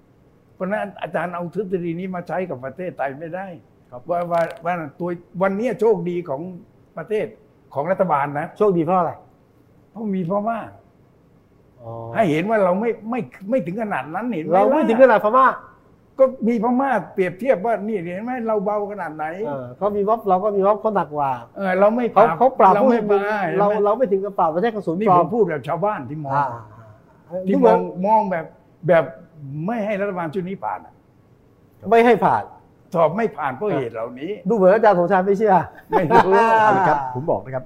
[SPEAKER 5] เพราะฉะนั้นอาจารย์เอาทฤษฎีนี้มาใช้กับประเทศไทยไม่ได้
[SPEAKER 4] ครับ
[SPEAKER 5] ว่าว่าว่าตัววันนี้โชคดีของประเทศของรัฐบาลนะ
[SPEAKER 1] โชคดีเพราะอะไร
[SPEAKER 5] เพราะมีพม่า
[SPEAKER 1] ให้
[SPEAKER 5] ให้เห็นว่าเราไม่ไม่ไม่ถึงขนาดนั้นเห็นห
[SPEAKER 1] เราไม่ถึงขนาดพม่า
[SPEAKER 5] ก็มีพม่าเปรียบเทียบว่านี่เห็นไหมเราเบาขนาดไหน
[SPEAKER 1] เออเขามีม็อบเราก็มีม็อบเขาหนักกว่า
[SPEAKER 5] เออเราไม่
[SPEAKER 1] เขาเขาปราบ
[SPEAKER 5] เรา
[SPEAKER 1] ผู้
[SPEAKER 5] ไม่
[SPEAKER 1] ชุมนุม
[SPEAKER 5] มาเห็นไหม
[SPEAKER 1] เราเราไม่ถึงกับปราบประเทศกระสุน
[SPEAKER 5] นี่
[SPEAKER 1] ปลอ
[SPEAKER 5] ผม มพูดแบบชาวบ้านที่มอง
[SPEAKER 1] อ่า
[SPEAKER 5] ที่
[SPEAKER 1] ที่
[SPEAKER 5] ม
[SPEAKER 1] ม
[SPEAKER 5] อ
[SPEAKER 1] อง ง
[SPEAKER 5] มองแบบแบบไม่ให้รัฐบาลชุดนี้ผ่านอะ
[SPEAKER 1] ไม่ให้ผ่าน
[SPEAKER 5] สอบไม่ผ่านเพราะเหตุเหล่า นี้
[SPEAKER 1] ดูเหมือนอาจารย์สมชายไม่เชื่อ
[SPEAKER 5] ไม่รู้
[SPEAKER 4] เอาละครับผมบอกนะครับ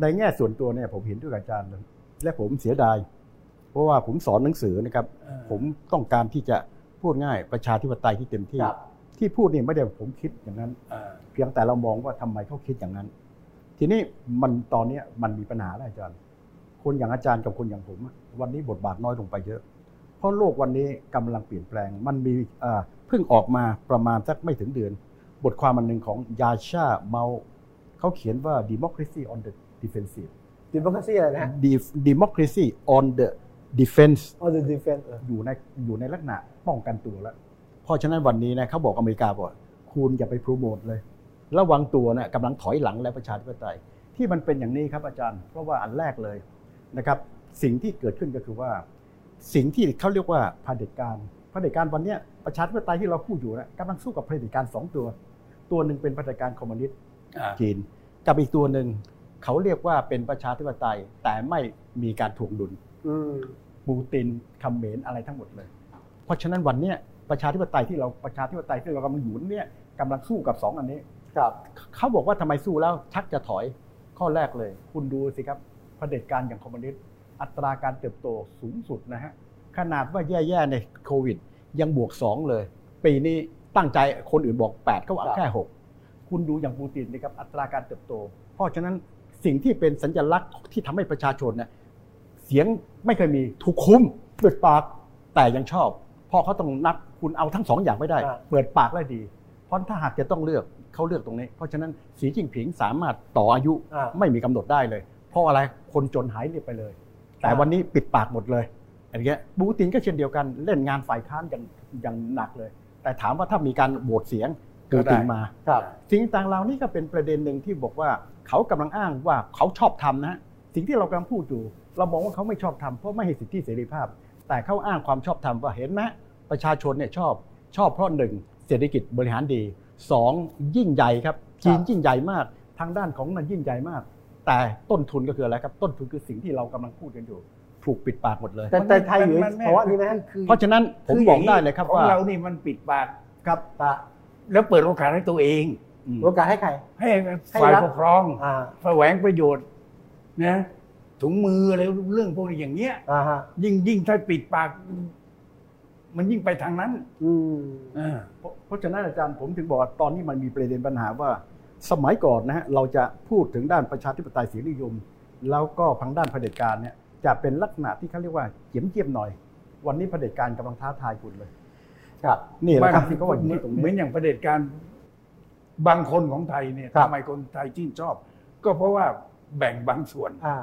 [SPEAKER 4] ในแง่ส่วนตัวเนี่ยผมเห็นด้วยกับอาจารย์เลยและผมเสียดาย เพราะว่าผมสอนหนังสือนะครับ
[SPEAKER 5] เออ
[SPEAKER 4] ผมต้องการที่จะพูดง่ายประชาธิปไตยที่เต็มที่
[SPEAKER 1] ครับ
[SPEAKER 4] ที่พูดนี่ไม่ได้ผมคิดอย่างนั้น
[SPEAKER 5] อ่า
[SPEAKER 4] เพียงแต่เรามองว่าทำไมเขาคิดอย่างนั้น ทีนี้มันตอนเนี้ยมันมีปัญหาแล้วอาจารย์ คนอย่างอาจารย์กับคนอย่างผมอะวันนี้บทบาทน้อยลงไปเยอะ เพราะโลกวันนี้กำลังเปลี่ยนแปลง มันมีเอ่อเพิ่งออกมาประมาณสักไม่ถึงเดือน บทความมันหนึ่งของยาชาเมาเขาเขียนว่า democracy on the defensive
[SPEAKER 1] ดิมคัสซี่อะไรนะ
[SPEAKER 4] Def- democracy on the defense
[SPEAKER 1] on the defense เออ
[SPEAKER 4] อยู่ในอยู่ในลักษณะป้องกันตัวแล้ว เพราะฉะนั้นวันนี้นะเขาบอกอเมริกาบอกว่าคุณอย่าไปโปรโมทเลย ระวังตัวนะกำลังถอยหลังและประชาธิปไตย ที่มันเป็นอย่างนี้ครับอาจารย์ เพราะว่าอันแรกเลยนะครับ สิ่งที่เกิดขึ้นก็คือว่า สิ่งที่เขาเรียกว่าเผด็จการเผด็จการวันเนี้ยประชาธิปไตยที่เราพูดอยู่นะกำลังสู้กับเผด็จการสองตัว ตัวหนึ่งเป็นเผด็จการคอมมิวนิสต์
[SPEAKER 5] อ่า
[SPEAKER 4] จีนกับอีกตัวหนึ่งเขาเรียกว่าเป็นประชาธิปไตย แต่ไม่มีการถ่วงดุล
[SPEAKER 1] อืม
[SPEAKER 4] ปูตินคำเขมรอะไรทั้งหมดเลย เพราะฉะนั้นวันเนี้ยประชาธิปไตยที่เราประชาธิปไตยที่เรากำลังอยู่เนี่ยกำลังสู้กับสองอันนี้
[SPEAKER 1] ครับ
[SPEAKER 4] เขาบอกว่าทำไมสู้แล้วชักจะถอยข้อแรกเลย คุณดูสิครับเผด็จการอย่างคอมมิวนิสต์อัตราการเติบโตสูงสุดนะฮะขนาดว่าแย่ๆในโควิด ยังบวก 2 เลย ปีนี้ตั้งใจคนอื่นบอก 8 ก็ว่า
[SPEAKER 1] ครับ
[SPEAKER 4] แค่ 6 คุณดูอย่างปูตินนะครับอัตราการเติบโต เพราะฉะนั้นสิ่งที่เป็นสัญลักษณ์ที่ทำให้ประชาชนเนี่ยเสียงไม่เคยมีถูกคุมเปิดปากแต่ยังชอบเพราะเขาต้องนับคุณเอาทั้งสองอย่างไม่ได้
[SPEAKER 1] อ่า
[SPEAKER 4] เปิดปากและดี เพราะถ้าหากจะต้องเลือก เขาเลือกตรงนี้ เพราะฉะนั้นสีจิ้งผิงสามารถต่ออายุ
[SPEAKER 1] อ่า
[SPEAKER 4] ไม่มีกำหนดได้เลย เพราะอะไรคนจนหายเรียบไปเลย แต่วันนี้ปิดปากหมดเลยอย่างเงี้ยบูตินก็เช่นเดียวกันเล่นงานฝ่ายค้านอย่างอย่างหนักเลย แต่ถามว่าถ้ามีการโหวตเสียง
[SPEAKER 5] ก็
[SPEAKER 4] บู
[SPEAKER 5] ได้
[SPEAKER 4] ตินมา
[SPEAKER 1] ครับ
[SPEAKER 4] สิ่งต่างๆเหล่านี้ก็เป็นประเด็นหนึ่งที่บอกว่าเขากำลังอ้างว่าเขาชอบทำนะฮะสิ่งที่เรากำลังพูดอยู่ เรามองว่าเขาไม่ชอบทำเพราะไม่ให้สิทธิเสรีภาพ แต่เขาอ้างความชอบธรรมว่าเห็นนะประชาชนเนี่ยชอบชอบเพราะหนึ่งเศรษฐกิจบริหารดีสองยิ่งใหญ่ครับจีนยิ่งใหญ่มากทางด้านของมันยิ่งใหญ่มาก แต่ต้นทุนก็คืออะไรครับ ต้นทุนคือสิ่งที่เรากำลังพูดกันอยู่ถูกปิดปากหมดเลย
[SPEAKER 1] แต่แต่ไทยอยู่ในภาวะนี้ไหมฮะ
[SPEAKER 5] คือ
[SPEAKER 4] เพราะฉะนั้นผม
[SPEAKER 5] คื
[SPEAKER 4] บอกได้เลยครับ
[SPEAKER 5] ของ
[SPEAKER 4] ว่า
[SPEAKER 5] เรานี่มันปิดปาก
[SPEAKER 1] ครับตา
[SPEAKER 5] แล้วเปิดโอกาสให้ตัวเอง
[SPEAKER 4] อืม
[SPEAKER 1] โอกาสให้ใคร
[SPEAKER 5] ให้
[SPEAKER 1] ให้
[SPEAKER 5] ฝ่าย
[SPEAKER 1] รัฐ
[SPEAKER 5] ปกครอง
[SPEAKER 1] อ่า
[SPEAKER 5] แสวงประโยชน์นะถุงมืออะไรเรื่องพวกนี้อย่างเงี้ย
[SPEAKER 1] อ่าฮะ
[SPEAKER 5] ยิ่งยิ่งถ้าปิดปาก มันยิ่งไปทางนั้น
[SPEAKER 1] อืม
[SPEAKER 5] อ่า
[SPEAKER 4] เพราะเพราะฉะนั้นอาจารย์ผมถึงบอกว่าตอนนี้มันมีประเด็นปัญหาว่า สมัยก่อนนะฮะเราจะพูดถึงด้านประชาธิปไตยเสรีนิยม แล้วก็ทางด้านเผด็จการเนี่ยจะเป็นลักษณะที่เขาเรียกว่าเจียมเจียมๆหน่อย วันนี้เผด็จการกำลังท้าทายคุณเลย
[SPEAKER 1] ครับ
[SPEAKER 4] นี่แหละครับ
[SPEAKER 5] บ้าน
[SPEAKER 4] ที่เขาว่าอยู่ที่ตรง
[SPEAKER 5] เหมือ
[SPEAKER 4] นี้
[SPEAKER 5] นอย่างประเผด็จการบางคนของไทยเนี่ย
[SPEAKER 1] ครับ
[SPEAKER 5] ทำไมคนไทยชื่นชอบ ก็เพราะว่าแบ่งบางส่วน
[SPEAKER 1] อ่า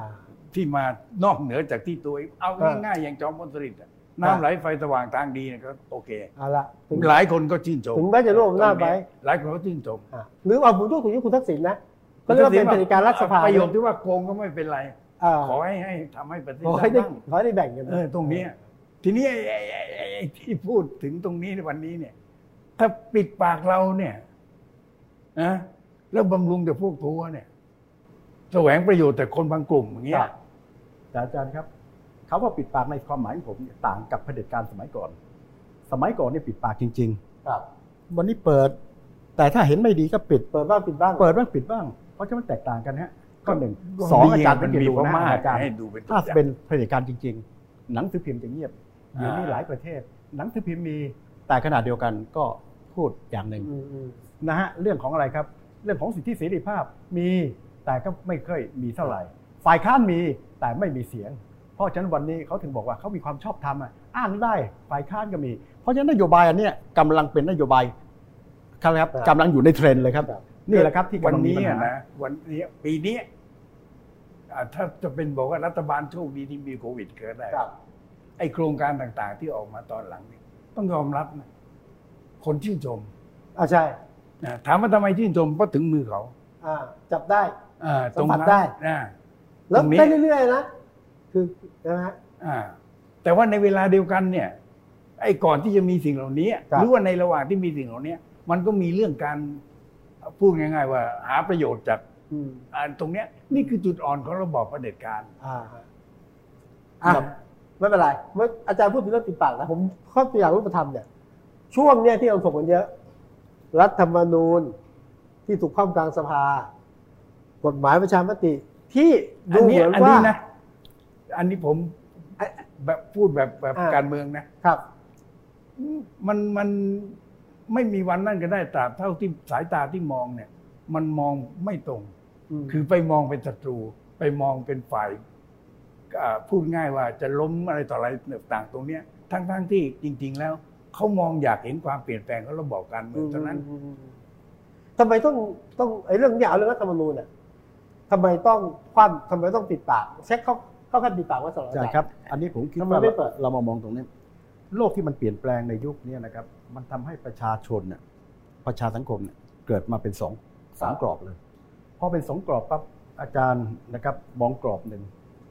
[SPEAKER 5] ที่มานอกเหนือจากที่ตัวเองเอา
[SPEAKER 1] อ่า
[SPEAKER 5] ง่ายๆอย่างจอมพลสฤษดิ์
[SPEAKER 1] ค
[SPEAKER 5] อะ
[SPEAKER 1] รับ
[SPEAKER 5] น้ำไหลไฟสว่างทางดีเนี่ยก็โอเค
[SPEAKER 1] เอาละถึง
[SPEAKER 5] หลายคนก็ชื่นชม
[SPEAKER 1] ถึงแม้จะร่วมอำนาจไว้
[SPEAKER 5] หลายคนก็ชื่นชม
[SPEAKER 1] อ่าหรือเอาผมยกถึงยุคคุณทักษิณนะก็เรียกว่าเป็นปฏิการรัฐสภา
[SPEAKER 5] ประโยคที่ว่าโกงก็ไม่เป็นไร
[SPEAKER 1] อ่า
[SPEAKER 5] ขอให้ให้ทำให้ประเทศ
[SPEAKER 1] ขอให้ได้
[SPEAKER 5] บ้าง
[SPEAKER 1] ขอให้ได้แบ่งกัน
[SPEAKER 5] เออตรงเนี้ยทีนี้ไอ้ไอ้ไอ้ไอ้ไอ้ที่พูดถึงตรงนี้ในวันนี้เนี่ย ถ้าปิดปากเราเนี่ยนะแล้วบำรุงแต่พวกทัวเนี่ย แสวงประโยชน์แต่คนบางกลุ่มอย่างเงี้
[SPEAKER 1] ครั
[SPEAKER 5] ย
[SPEAKER 1] บ
[SPEAKER 4] แต่อาจารย์ครับคำว่าปิดปากในความหมายของผมเนี่ยต่างกับเผด็จการสมัยก่อน สมัยก่อนเนี่ยปิดปากจริง
[SPEAKER 1] ครับ
[SPEAKER 4] ๆ วันนี้เปิด แต่ถ้าเห็นไม่ดีก็ปิด
[SPEAKER 1] เปิดบ้างปิดบ้าง
[SPEAKER 4] เปิดบ้างปิดบ้าง เพราะฉะนั้นแตกต่างกันฮะข้อหนึ่ง
[SPEAKER 5] ก็
[SPEAKER 4] สอง
[SPEAKER 5] ดี
[SPEAKER 4] อาจารย์
[SPEAKER 5] มั
[SPEAKER 4] เป็น
[SPEAKER 5] น
[SPEAKER 4] เกียรติ
[SPEAKER 5] มี
[SPEAKER 4] ดูนะ
[SPEAKER 5] พม่า
[SPEAKER 4] อาจารย์
[SPEAKER 5] ให้ดูเป็นตัว
[SPEAKER 4] ถ้า
[SPEAKER 5] อย่าง
[SPEAKER 4] เป็นเผด็จการจริง ๆ หนังสือพิมพ์จะเงียบเดี๋ยวนี้
[SPEAKER 5] อ่า
[SPEAKER 4] หลายประเทศ หนังสือพิมพ์มีแต่ขนาดเดียวกันก็พูดอย่างหนึ่ง
[SPEAKER 1] อืมอืม
[SPEAKER 4] นะฮะเรื่องของอะไรครับ เรื่องของสิทธิเสรีภาพมีแต่ก็ไม่เคยมีเท่าไหร่ ฝ่ายค้านมีแต่ไม่มีเสียง เพราะฉะนั้นวันนี้เขาถึงบอกว่าเขามีความชอบธรรมอะอ้างได้ฝ่ายค้านก็มี เพราะฉะนั้นนโยบายอันเนี้ยกำลังเป็นนโยบายครับ
[SPEAKER 1] ครับ
[SPEAKER 4] กำลังอยู่ในเทรนด์เลยครับ นี่แหละครับที่กำ
[SPEAKER 5] วัน
[SPEAKER 4] ลังมี
[SPEAKER 5] นี้
[SPEAKER 4] ปัญ
[SPEAKER 5] อะ
[SPEAKER 4] หา
[SPEAKER 5] นะวันนี้ปีนี้อ่ะถ้าจะเป็นบอกว่ารัฐบาลโชคดีที่มีโควิดเกิดได้
[SPEAKER 1] ครับ
[SPEAKER 5] ไอโครงการต่างๆ ที่ออกมาตอนหลังเนี่ยต้องยอมรับนะคนชื่นชม
[SPEAKER 1] อ่าใช่
[SPEAKER 5] นะถามว่าทำไมชื่นชมเพราะถึงมือเขา
[SPEAKER 1] อ่า จับได้
[SPEAKER 5] อ่า
[SPEAKER 1] สัมผัสได้
[SPEAKER 5] อ่า
[SPEAKER 1] แล้ว
[SPEAKER 5] ตรงนี้
[SPEAKER 1] ได้เรื่อยๆนะ คือนะฮะ
[SPEAKER 5] อ่า แต่ว่าในเวลาเดียวกันเนี่ย ไอ้ก่อนที่จะมีสิ่งเหล่านี้
[SPEAKER 1] ครับ
[SPEAKER 5] หรือว่าในระหว่างที่มีสิ่งเหล่านี้มันก็มีเรื่องการพูดง่าย ๆ ว่า หาประโยชน์จาก
[SPEAKER 1] อืม
[SPEAKER 5] อันตรงเนี้ย นี่คือจุดอ่อนของระบอบเผด็จการ
[SPEAKER 1] อ่าฮะอ่ะ
[SPEAKER 5] ครับ
[SPEAKER 1] ไม่เป็นไรเมื่ออาจารย์พูดถึงเรื่องปิดปากนะผมข้อตัวอย่างรูปธรรมเนี่ย ช่วงเนี่ยที่เราถกกันเยอะ รัฐธรรมนูญที่ถูกข้ามกลางสภา กฎหมายประชามติที่ดูเหมือน
[SPEAKER 5] อัน
[SPEAKER 1] ว่า
[SPEAKER 5] นี้นะ อันนี้ผมแบบพูดแบบแบบ
[SPEAKER 1] อ่า
[SPEAKER 5] การเมืองนะ
[SPEAKER 1] ครับ
[SPEAKER 5] มันมันไม่มีวันนั่นก็ได้ตราบเท่าที่สายตาที่มองเนี่ย มันมองไม่ตรง คือไปมองเป็นศัตรู ไปมองเป็นฝ่ายอ่าพูดง่ายว่าจะล้มอะไรต่ออะไรต่างๆ ตรงเนี้ยทั้งๆที่จริง ๆ แล้วเขามองอยากเห็นความเปลี่ยนแปลงของระบอบการเมืองเท่านั้น
[SPEAKER 1] ทำไมต้องต้องไอ้เรื่องเนี่ยเอาเรื่องรัฐธรรมนูญเนี่ยทำไมต้องคว่ำทำไมต้องปิดปากเช็คเขาเขาแค่ปิดปากว่าสำหรับ
[SPEAKER 4] อาจารย์
[SPEAKER 1] อา
[SPEAKER 4] ค
[SPEAKER 1] จา
[SPEAKER 4] รั
[SPEAKER 1] ร
[SPEAKER 4] บ
[SPEAKER 1] ย์
[SPEAKER 4] อันนี้ผมคิด
[SPEAKER 1] ทำไม
[SPEAKER 4] ว่า
[SPEAKER 1] ไม่เปิด
[SPEAKER 4] เรามามองตรงนี้ โลกที่มันเปลี่ยนแปลงในยุคนี้นะครับ มันทำให้ประชาชนเนี่ยประชาสังคมเนี่ยเกิดมาเป็นสองสามกรอบเลย พอเป็นสองกรอบปั๊บอาจารย์นะครับมองกรอบหนึ่ง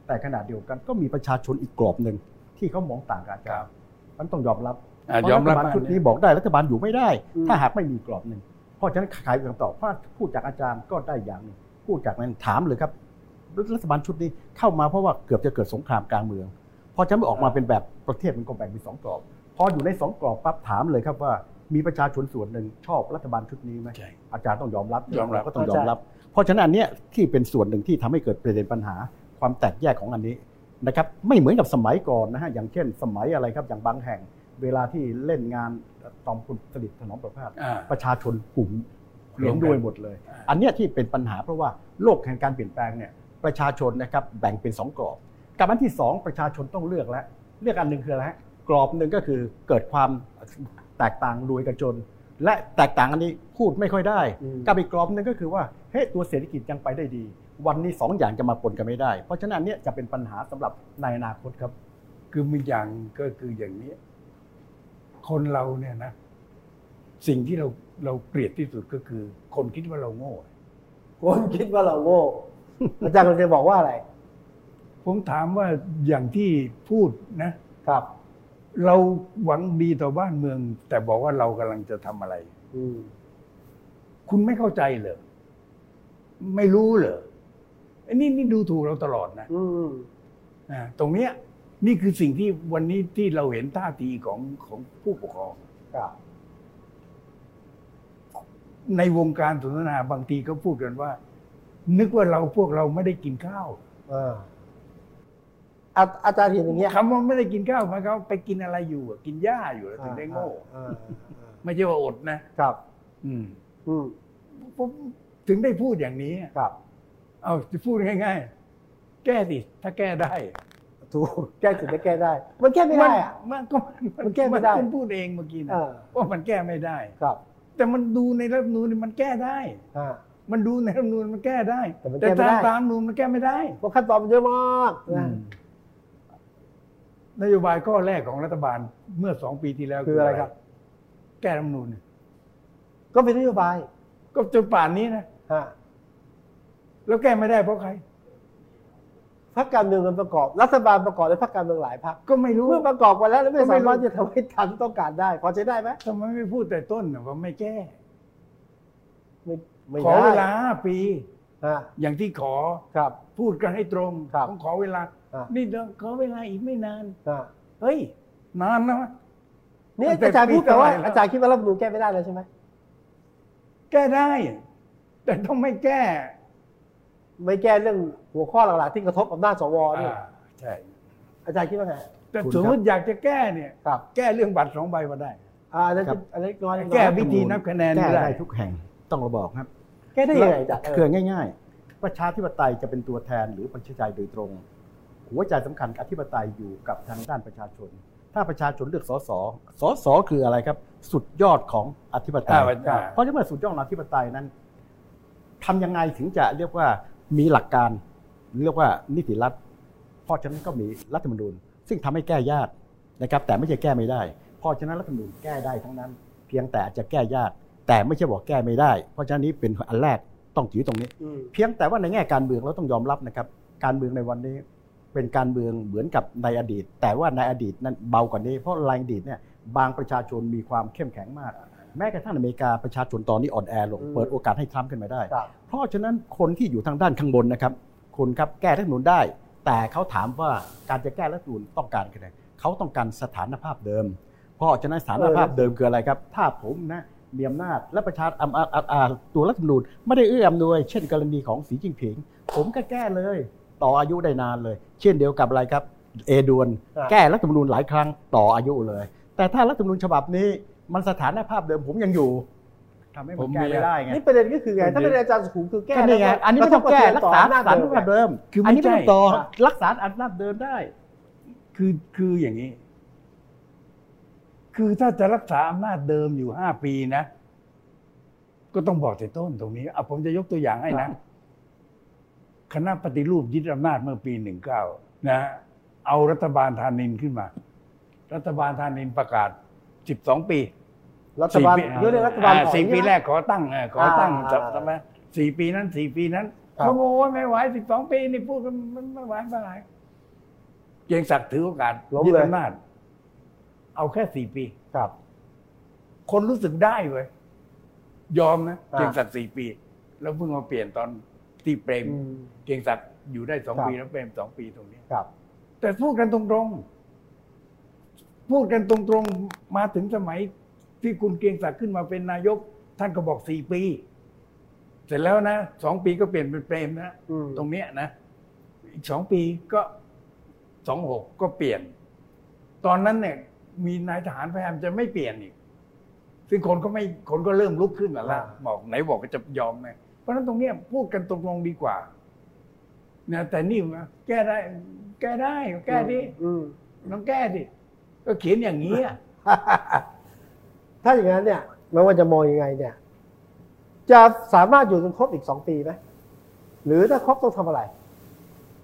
[SPEAKER 4] แต่ขณะเดียวกันก็มีประชาชนอีกกรอบหนึ่งที่เขามองต่างกันอาจารย์มันต้องยอมรับ
[SPEAKER 5] อ่ะ
[SPEAKER 4] เพาะ
[SPEAKER 5] ยอมรับ
[SPEAKER 4] ฐบาล
[SPEAKER 5] มาก
[SPEAKER 4] ชุดนี้บอกได้รัฐบาลอยู่ไม่ได้
[SPEAKER 1] อืม
[SPEAKER 4] ถ้าหากไม่มีกรอบหนึ่งเพราะฉะนั้นขายเป็นคำตอบว่าพูดจากอาจารย์ก็ได้อย่างหนึ่งพูดจากนั้นถามเลยครับ รัฐบาลชุดนี้เข้ามาเพราะว่าเกือบจะเกิดสงครามกลางเมือง พอจะไม่ออกมาเป็นแบบประเทศมันก็แบ่งเป็นสองกรอบ พออยู่ในสองกรอบปั๊บถามเลยครับว่ามีประชาชนส่วนหนึ่งชอบรัฐบาลชุดนี้ไหม
[SPEAKER 5] ใช่
[SPEAKER 4] อาจารย์ต้องยอมรับ
[SPEAKER 5] ยอมรับ
[SPEAKER 4] เาก็ต้องยอมรับ เพราะฉะนั้นอันเนี้ยที่เป็นส่วนหนึ่งที่ทำให้เกิดประเด็นปัญหา ความแตกแยกของอันนี้นะครับไม่เหมือนกับสมัยก่อนนะฮะอย่างเช่น สมัยอะไรครับอย่างบางแห่ง เวลาที่เล่นงานตอมคุณสลิดถนอมประภาส
[SPEAKER 5] อ่า
[SPEAKER 4] ประชาชนกลุ่ม
[SPEAKER 5] ร
[SPEAKER 4] ร
[SPEAKER 5] ว
[SPEAKER 4] ว
[SPEAKER 5] ม
[SPEAKER 4] ม
[SPEAKER 5] กัน
[SPEAKER 4] ด้วยหมดเลย
[SPEAKER 5] อ่า
[SPEAKER 4] อันเนี้ยที่เป็นปัญหาเพราะว่าโลกแห่งการเปลี่ยนแปลงเนี่ยประชาชนนะครับแบ่งเป็นสองกรอบกับอันที่สองประชาชนต้องเลือกแล้วเลือกอันหนึ่งคืออะไรฮะกรอบหนึ่งก็คือเกิดความแตกต่างรวยกับจน และแตกต่างอันนี้พูดไม่ค่อยได้
[SPEAKER 1] อืม
[SPEAKER 4] กับอีกกรอบหนึงก็คือว่าเฮ้ยตัวเศรษฐกิจยังไปได้ดี วันนี้สองอย่างจะมาปนกันไม่ได้ เพราะฉะนั้นเนี่ยจะเป็นปัญหาสำหรับในอนาคตครับ
[SPEAKER 5] คือมีอย่างก็คืออย่างนี้ คนเราเนี่ยนะ สิ่งที่เราเราเกลียดที่สุดก็คือ คนคิดว่าเราโง่
[SPEAKER 1] คนคิดว่าเราโง่ อาจารย์กำลังจะบอกว่าอะไร
[SPEAKER 5] ผมถามว่าอย่างที่พูดนะ
[SPEAKER 1] ครับ
[SPEAKER 5] เราหวังดีต่อบ้านเมือง แต่บอกว่าเรากำลังจะทำอะไร
[SPEAKER 1] อืม
[SPEAKER 5] คุณไม่เข้าใจเหรอไม่รู้เหรอไอ้นี่นี่ดูถูกเราตลอดนะ
[SPEAKER 1] อืม
[SPEAKER 5] อ่าตรงเนี้ย นี่คือสิ่งที่วันนี้ที่เราเห็นท่าทีของของผู้ปกครอง
[SPEAKER 1] ครับ
[SPEAKER 5] ในวงการสนทนาบางทีก็พูดกันว่า นึกว่าเราพวกเราไม่ได้กินข้าว
[SPEAKER 1] อ่าอาอาจารย์เห็นอย่างเงี้ย
[SPEAKER 5] คำว่าไม่ได้กินข้าวหมายความว่าไปกินอะไรอยู่อะกินหญ้าอยู่แล้วถึงได้โง่
[SPEAKER 1] อ่าอ่าอ่า
[SPEAKER 5] ไม่ใช่ว่าอดนะครับ อืม
[SPEAKER 1] อืม
[SPEAKER 5] ผมถึงได้พูดอย่างนี้อะ
[SPEAKER 1] ครับ
[SPEAKER 5] เอาจะพูดง่ายๆ แก้สิถ้าแก้ได้
[SPEAKER 1] ถูก แก้จุดได้แก้ได้ มันแก้ไม่ได้อะ
[SPEAKER 5] มันก็
[SPEAKER 1] มันแก้ไม่ได้
[SPEAKER 5] คุณพูดเองเมื่อกี้นะ
[SPEAKER 1] อ่า
[SPEAKER 5] ว่ามันแก้ไม่ได้
[SPEAKER 1] ครับ
[SPEAKER 5] แต่มันดูในรัฐธรรมนูญมันแก้ได้
[SPEAKER 1] อ่า
[SPEAKER 5] มันดูในรัฐธรรมนูญมันแก้ได้
[SPEAKER 1] แต่มันแก้ไม่ได้
[SPEAKER 5] ตามตามนูญมันแก้ไม่ได้
[SPEAKER 1] เพราะขั้นตอนมันเยอะมากนะ
[SPEAKER 5] นโยบายข้อแรกของรัฐบาลเมื่อสองปีที่แล้ว
[SPEAKER 1] คืออะไรครับ
[SPEAKER 5] แก้รัฐธรรมนูญเนี่ย
[SPEAKER 1] ก็เป็นนโยบาย
[SPEAKER 5] ก็จนป่านนี้นะ
[SPEAKER 1] ฮะ
[SPEAKER 5] แล้วแก้ไม่ได้เพราะใคร
[SPEAKER 1] พรรคการเมืองมันประกอบ รัฐบาลประกอบด้วยพรรคการเมืองหลายพรรค
[SPEAKER 5] ก็ไม่รู้
[SPEAKER 1] เมื่อประกอบกันแล้วแล้วไม่
[SPEAKER 5] ก็ไม่
[SPEAKER 1] สา
[SPEAKER 5] รู้
[SPEAKER 1] มารถจะทำให้ทันต้องการได้พอใช้ได้ไหม
[SPEAKER 5] ทำไมไม่พูดแต่ต้นน่ะว่าไม่แก้
[SPEAKER 1] ไม่ไม่
[SPEAKER 5] ขอ
[SPEAKER 1] ได้
[SPEAKER 5] เวลาปี
[SPEAKER 1] ฮะ
[SPEAKER 5] อย่างที่ขอ
[SPEAKER 1] ครับ
[SPEAKER 5] พูดกันให้ตรง
[SPEAKER 1] ครับ
[SPEAKER 5] ผมขอเวลา
[SPEAKER 1] อ่ะ
[SPEAKER 5] นี่เดี๋ยวขอเวลาอีกไม่นาน
[SPEAKER 1] ฮะ
[SPEAKER 5] เฮ้ย นานนะ
[SPEAKER 1] นี่
[SPEAKER 5] มันเป็น
[SPEAKER 1] อาจารย์พูดแปลว่า
[SPEAKER 5] ปีเท่าไหร่แล้ว
[SPEAKER 1] อาจารย์คิดว่ารัฐธรรมนูญแก้ไม่ได้แล้วใช่ไหม
[SPEAKER 5] แก้ได้ แต่ต้องไม่แก้
[SPEAKER 1] ไม่แก้เรื่องหัวข้อหลักๆที่กระทบอำนาจสวนี่
[SPEAKER 5] อ่าใช่
[SPEAKER 1] อาจารย์คิดว่าไง
[SPEAKER 5] แต่
[SPEAKER 4] คุณครับ
[SPEAKER 5] สมมติอยากจะแก้เนี่ย
[SPEAKER 1] ครับ
[SPEAKER 5] แก้เรื่องบัตรสองใบมาได้
[SPEAKER 1] อาอันนั้น
[SPEAKER 4] ครับ
[SPEAKER 1] อันนั้นน้อย
[SPEAKER 5] แก้วิธีนับคะแนน
[SPEAKER 4] แก้
[SPEAKER 5] ไม่ได้
[SPEAKER 4] ได้ทุกแห่งต้องระบอกครับ
[SPEAKER 1] แก้ได้ยังไงจ๊ะ
[SPEAKER 4] เครือง่าย ๆ ประชาธิปไตยจะเป็นตัวแทนหรือประชาธิปไตยโดยตรง หัวใจสำคัญอธิปไตยอยู่กับทางด้านประชาชน ถ้าประชาชนเลือกสสสสคืออะไรครับ สุดยอดของอธิปไตย
[SPEAKER 5] อ่าประชา
[SPEAKER 4] เพราะฉะนั้นเมื่อสุดยอดของอธิปไตยนั้นทำยังไงถึงจะเรียกว่ามีหลักการเรียกว่านิติรัฐเพราะฉะนั้นก็มีรัฐธรรมนูญ ซึ่งทำให้แก้ยากนะครับ แต่ไม่ใช่แก้ไม่ได้ เพราะฉะนั้นรัฐธรรมนูญแก้ได้ทั้งนั้น เพียงแต่จะแก้ยาก แต่ไม่ใช่บอกแก้ไม่ได้ เพราะฉะนั้นนี้เป็นอันแรกต้องถือตรงนี้
[SPEAKER 1] อืม
[SPEAKER 4] เพียงแต่ว่าในแง่การเมืองเราต้องยอมรับนะครับ การเมืองในวันนี้เป็นการเมืองเหมือนกับในอดีต แต่ว่าในอดีตนั้นเบากว่านี้ เพราะรายอดีตเนี่ยบางประชาชนมีความเข้มแข็งมาก แม้กระทั่งอเมริกาประชาชนตอนนี้อ่อนแอลงเปิดโอกาสให้ทรัมป์ขึ้นมาได้
[SPEAKER 1] ครับ
[SPEAKER 4] เพราะฉะนั้นคนที่อยู่ทางด้านข้างบนนะครับคุณครับแก้รัฐธรรมนูญได้ แต่เขาถามว่าการจะแก้รัฐธรรมนูญต้องการอะไรเขาต้องการสถานภาพเดิม เพราะฉะนั้นสถานภาพเดิมคืออะไรครับ ถ้าผมนะมีอำนาจและประชาอำอ่าอ่าอ่าตัวรัฐธรรมนูญไม่ได้เอื้ออำนวย เช่นกรณีของสีจิ้งผิง ผมก็แก้เลย ต่ออายุได้นานเลย เช่นเดียวกับอะไรครับ เอดวน
[SPEAKER 1] ครับ
[SPEAKER 4] แก้รัฐธรรมนูญหลายครั้งต่ออายุเลย แต่ถ้ารัฐธรรมนูญฉบับนี้มันสถานภาพเดิมผมยังอยู่ทำให้มันแก้ไม่ได้ไง
[SPEAKER 1] นี่ประเด็นก็คือไงถ้าประเด็นอาจารย์สุขุมคือแก้
[SPEAKER 4] ก็นี่ไง
[SPEAKER 1] ล้ว
[SPEAKER 4] อันนี้ไม่ต้องแก้รักษา
[SPEAKER 1] หน้า
[SPEAKER 4] สัน
[SPEAKER 1] เดิม
[SPEAKER 4] ภาพเดิม
[SPEAKER 5] คือไม่
[SPEAKER 4] อันนี้ไม่ต้อ
[SPEAKER 5] ใช่
[SPEAKER 4] งต่อรักษาอันนาจเดิมได้
[SPEAKER 5] คือคืออย่างนี้ คือถ้าจะรักษาอำนาจเดิมอยู่ห้าปีนะ ก็ต้องบอกแต่ต้นตรงนี้อ่ะผมจะยกตัวอย่างให้นะ คณะปฏิรูปยึดอำนาจเมื่อปีหนึ่งเก้านะ เอารัฐบาลธานินขึ้นมา รัฐบาลธานินประกาศสิบสองปี
[SPEAKER 1] รัฐบาล
[SPEAKER 5] สี่ปี
[SPEAKER 1] เรื่องรัฐบาล
[SPEAKER 5] อ่
[SPEAKER 1] ก่อน
[SPEAKER 5] สี่ปี
[SPEAKER 1] ใช่ไหม
[SPEAKER 5] แรกขอตั้งเออขอตั้ง
[SPEAKER 1] อ่า
[SPEAKER 5] จำจำไหมสี่ปีนั้นสี่ปีนั้น
[SPEAKER 1] ครับ
[SPEAKER 5] เขาบอกโอ้ยไม่ไหวสิบสองปีนี่พูดกันมันไม่ไหวไม่ไหวเกียงศักดิ์ถือโอกาส
[SPEAKER 1] ล้ม
[SPEAKER 5] ยึด
[SPEAKER 1] เลย
[SPEAKER 5] อำนาจเอาแค่สี่ปี
[SPEAKER 1] ครับ
[SPEAKER 5] คนรู้สึกได้เว้ยยอมนะ
[SPEAKER 1] อ่า
[SPEAKER 5] เกียงศักดิ์สี่ปี แล้วเพิ่งมาเปลี่ยนตอนที่เปรม
[SPEAKER 1] อืม
[SPEAKER 5] เกียงศักดิ์อยู่ได้สอง
[SPEAKER 1] ครับ
[SPEAKER 5] ปีแล้วเปรมสองปีตรงนี้
[SPEAKER 1] ครับ
[SPEAKER 5] แต่พูดกันตรงๆ พูดกันตรงๆ มาถึงสมัยที่คุณเกรียงศักดิ์ขึ้นมาเป็นนายก ท่านก็บอกสี่ปี เสร็จแล้วนะสองปีก็เปลี่ยนเป็นเปรมนะ
[SPEAKER 1] อืม
[SPEAKER 5] ตรงเนี้ยนะ อีกสองปีก็สองหกก็เปลี่ยน ตอนนั้นเนี่ย มีนายทหารพยายามจะไม่เปลี่ยนอีก ซึ่งคนก็ไม่คนก็เริ่มลุกขึ้นแล้วล่ะบอกไหนบอกก็จะยอมไงเพราะฉะนั้นตรงเนี้ยพูดกันตรงๆดีกว่านะแต่นี่มาแก้ได้ แก้ได้แก้ดิ
[SPEAKER 1] อืม
[SPEAKER 5] ต้องแก้ดิก็เขียนอย่างนี้อะ
[SPEAKER 1] ถ้าอย่างนั้นเนี่ย ไม่ว่าจะมองยังไงเนี่ย จะสามารถอยู่จนครบอีกสองปีไหมหรือถ้าครบต้องทำอะไร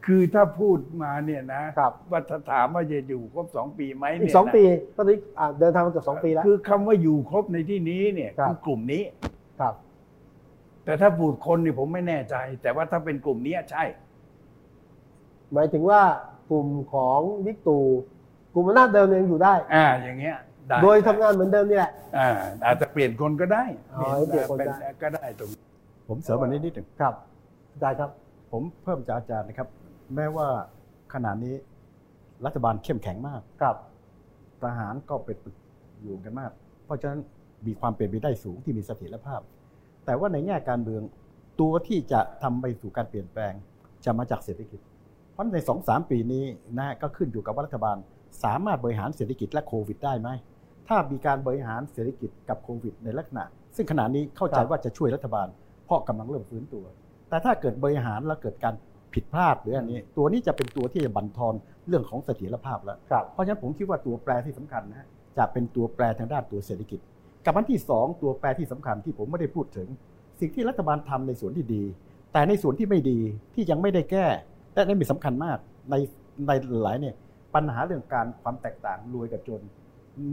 [SPEAKER 5] คือถ้าพูดมาเนี่ยนะครับ ว่าถ้าถามว่าจะอยู่ครบสองปีไหม
[SPEAKER 1] อีก
[SPEAKER 5] เนี่ยนะ
[SPEAKER 1] สองปีตอนนี้อ่ะเดินทางมาเกือบสองปีแล้ว
[SPEAKER 5] คือคำว่าอยู่ครบในที่นี้เนี่ย
[SPEAKER 1] ครับ
[SPEAKER 5] คือกลุ่มนี้
[SPEAKER 1] ครับ
[SPEAKER 5] แต่ถ้าพูดคนเนี่ยผมไม่แน่ใจ แต่ว่าถ้าเป็นกลุ่มเนี้ยใช่
[SPEAKER 1] หมายถึงว่ากลุ่มของวิกตูกลุ่มอำนาจเดิมยังอยู่ได้
[SPEAKER 5] อ่าอย่างเงี้ยไ
[SPEAKER 1] โดยทำงานเหมือนเดิมนี่แหละ
[SPEAKER 5] อ่าอาจจะเปลี่ยนคนก็ได้
[SPEAKER 1] อ๋อเปลี่ยนคนได้
[SPEAKER 5] เป็ก็ได้ตรงนี้
[SPEAKER 4] ผมเสริมอันนี้นิดหนึ่ง
[SPEAKER 1] ครับอาจารย์ครับ
[SPEAKER 4] ผมเพิ่มจากอาจารย์นะครับ แม้ว่าขณะนี้รัฐบาลเข้มแข็งมาก
[SPEAKER 1] ครับ
[SPEAKER 4] ทหารก็เป็นปึกอยู่กันมาก เพราะฉะนั้นมีความเปลี่ยนไปได้สูงที่มีเสถียรภาพ แต่ว่าในแง่การเมืองตัวที่จะทำไปสู่การเปลี่ยนแปลงจะมาจากเศรษฐกิจ เพราะในสองสามปีนี้นะฮะก็ขึ้นอยู่กับว่ารัฐบาล สามารถบริหารเศรษฐกิจและโควิดได้ไหม ถ้ามีการบริหารเศรษฐกิจกับโควิดในลักษณะ ซึ่งขณะนี้เข้าใจว่าจะช่วยรัฐบาล เพราะกำลังเริ่มฟื้นตัว แต่ถ้าเกิดบริหารแล้วเกิดการผิดพลาดหรืออันนี้ ตัวนี้จะเป็นตัวที่จะบั่นทอนเรื่องของเสถียรภาพแล้ว
[SPEAKER 1] ครับ
[SPEAKER 4] เพราะฉะนั้นผมคิดว่าตัวแปรที่สำคัญนะฮะจะเป็นตัวแปรทางด้านตัวเศรษฐกิจ กับอันที่ 2 ตัวแปรที่สำคัญที่ผมไม่ได้พูดถึง สิ่งที่รัฐบาลทำในส่วนที่ดี แต่ในส่วนที่ไม่ดีที่ยังไม่ได้แก้ และนั่นมีสำคัญมากในในหลายเนี่ยปัญหาเรื่องการความแตกต่างรวยกับจน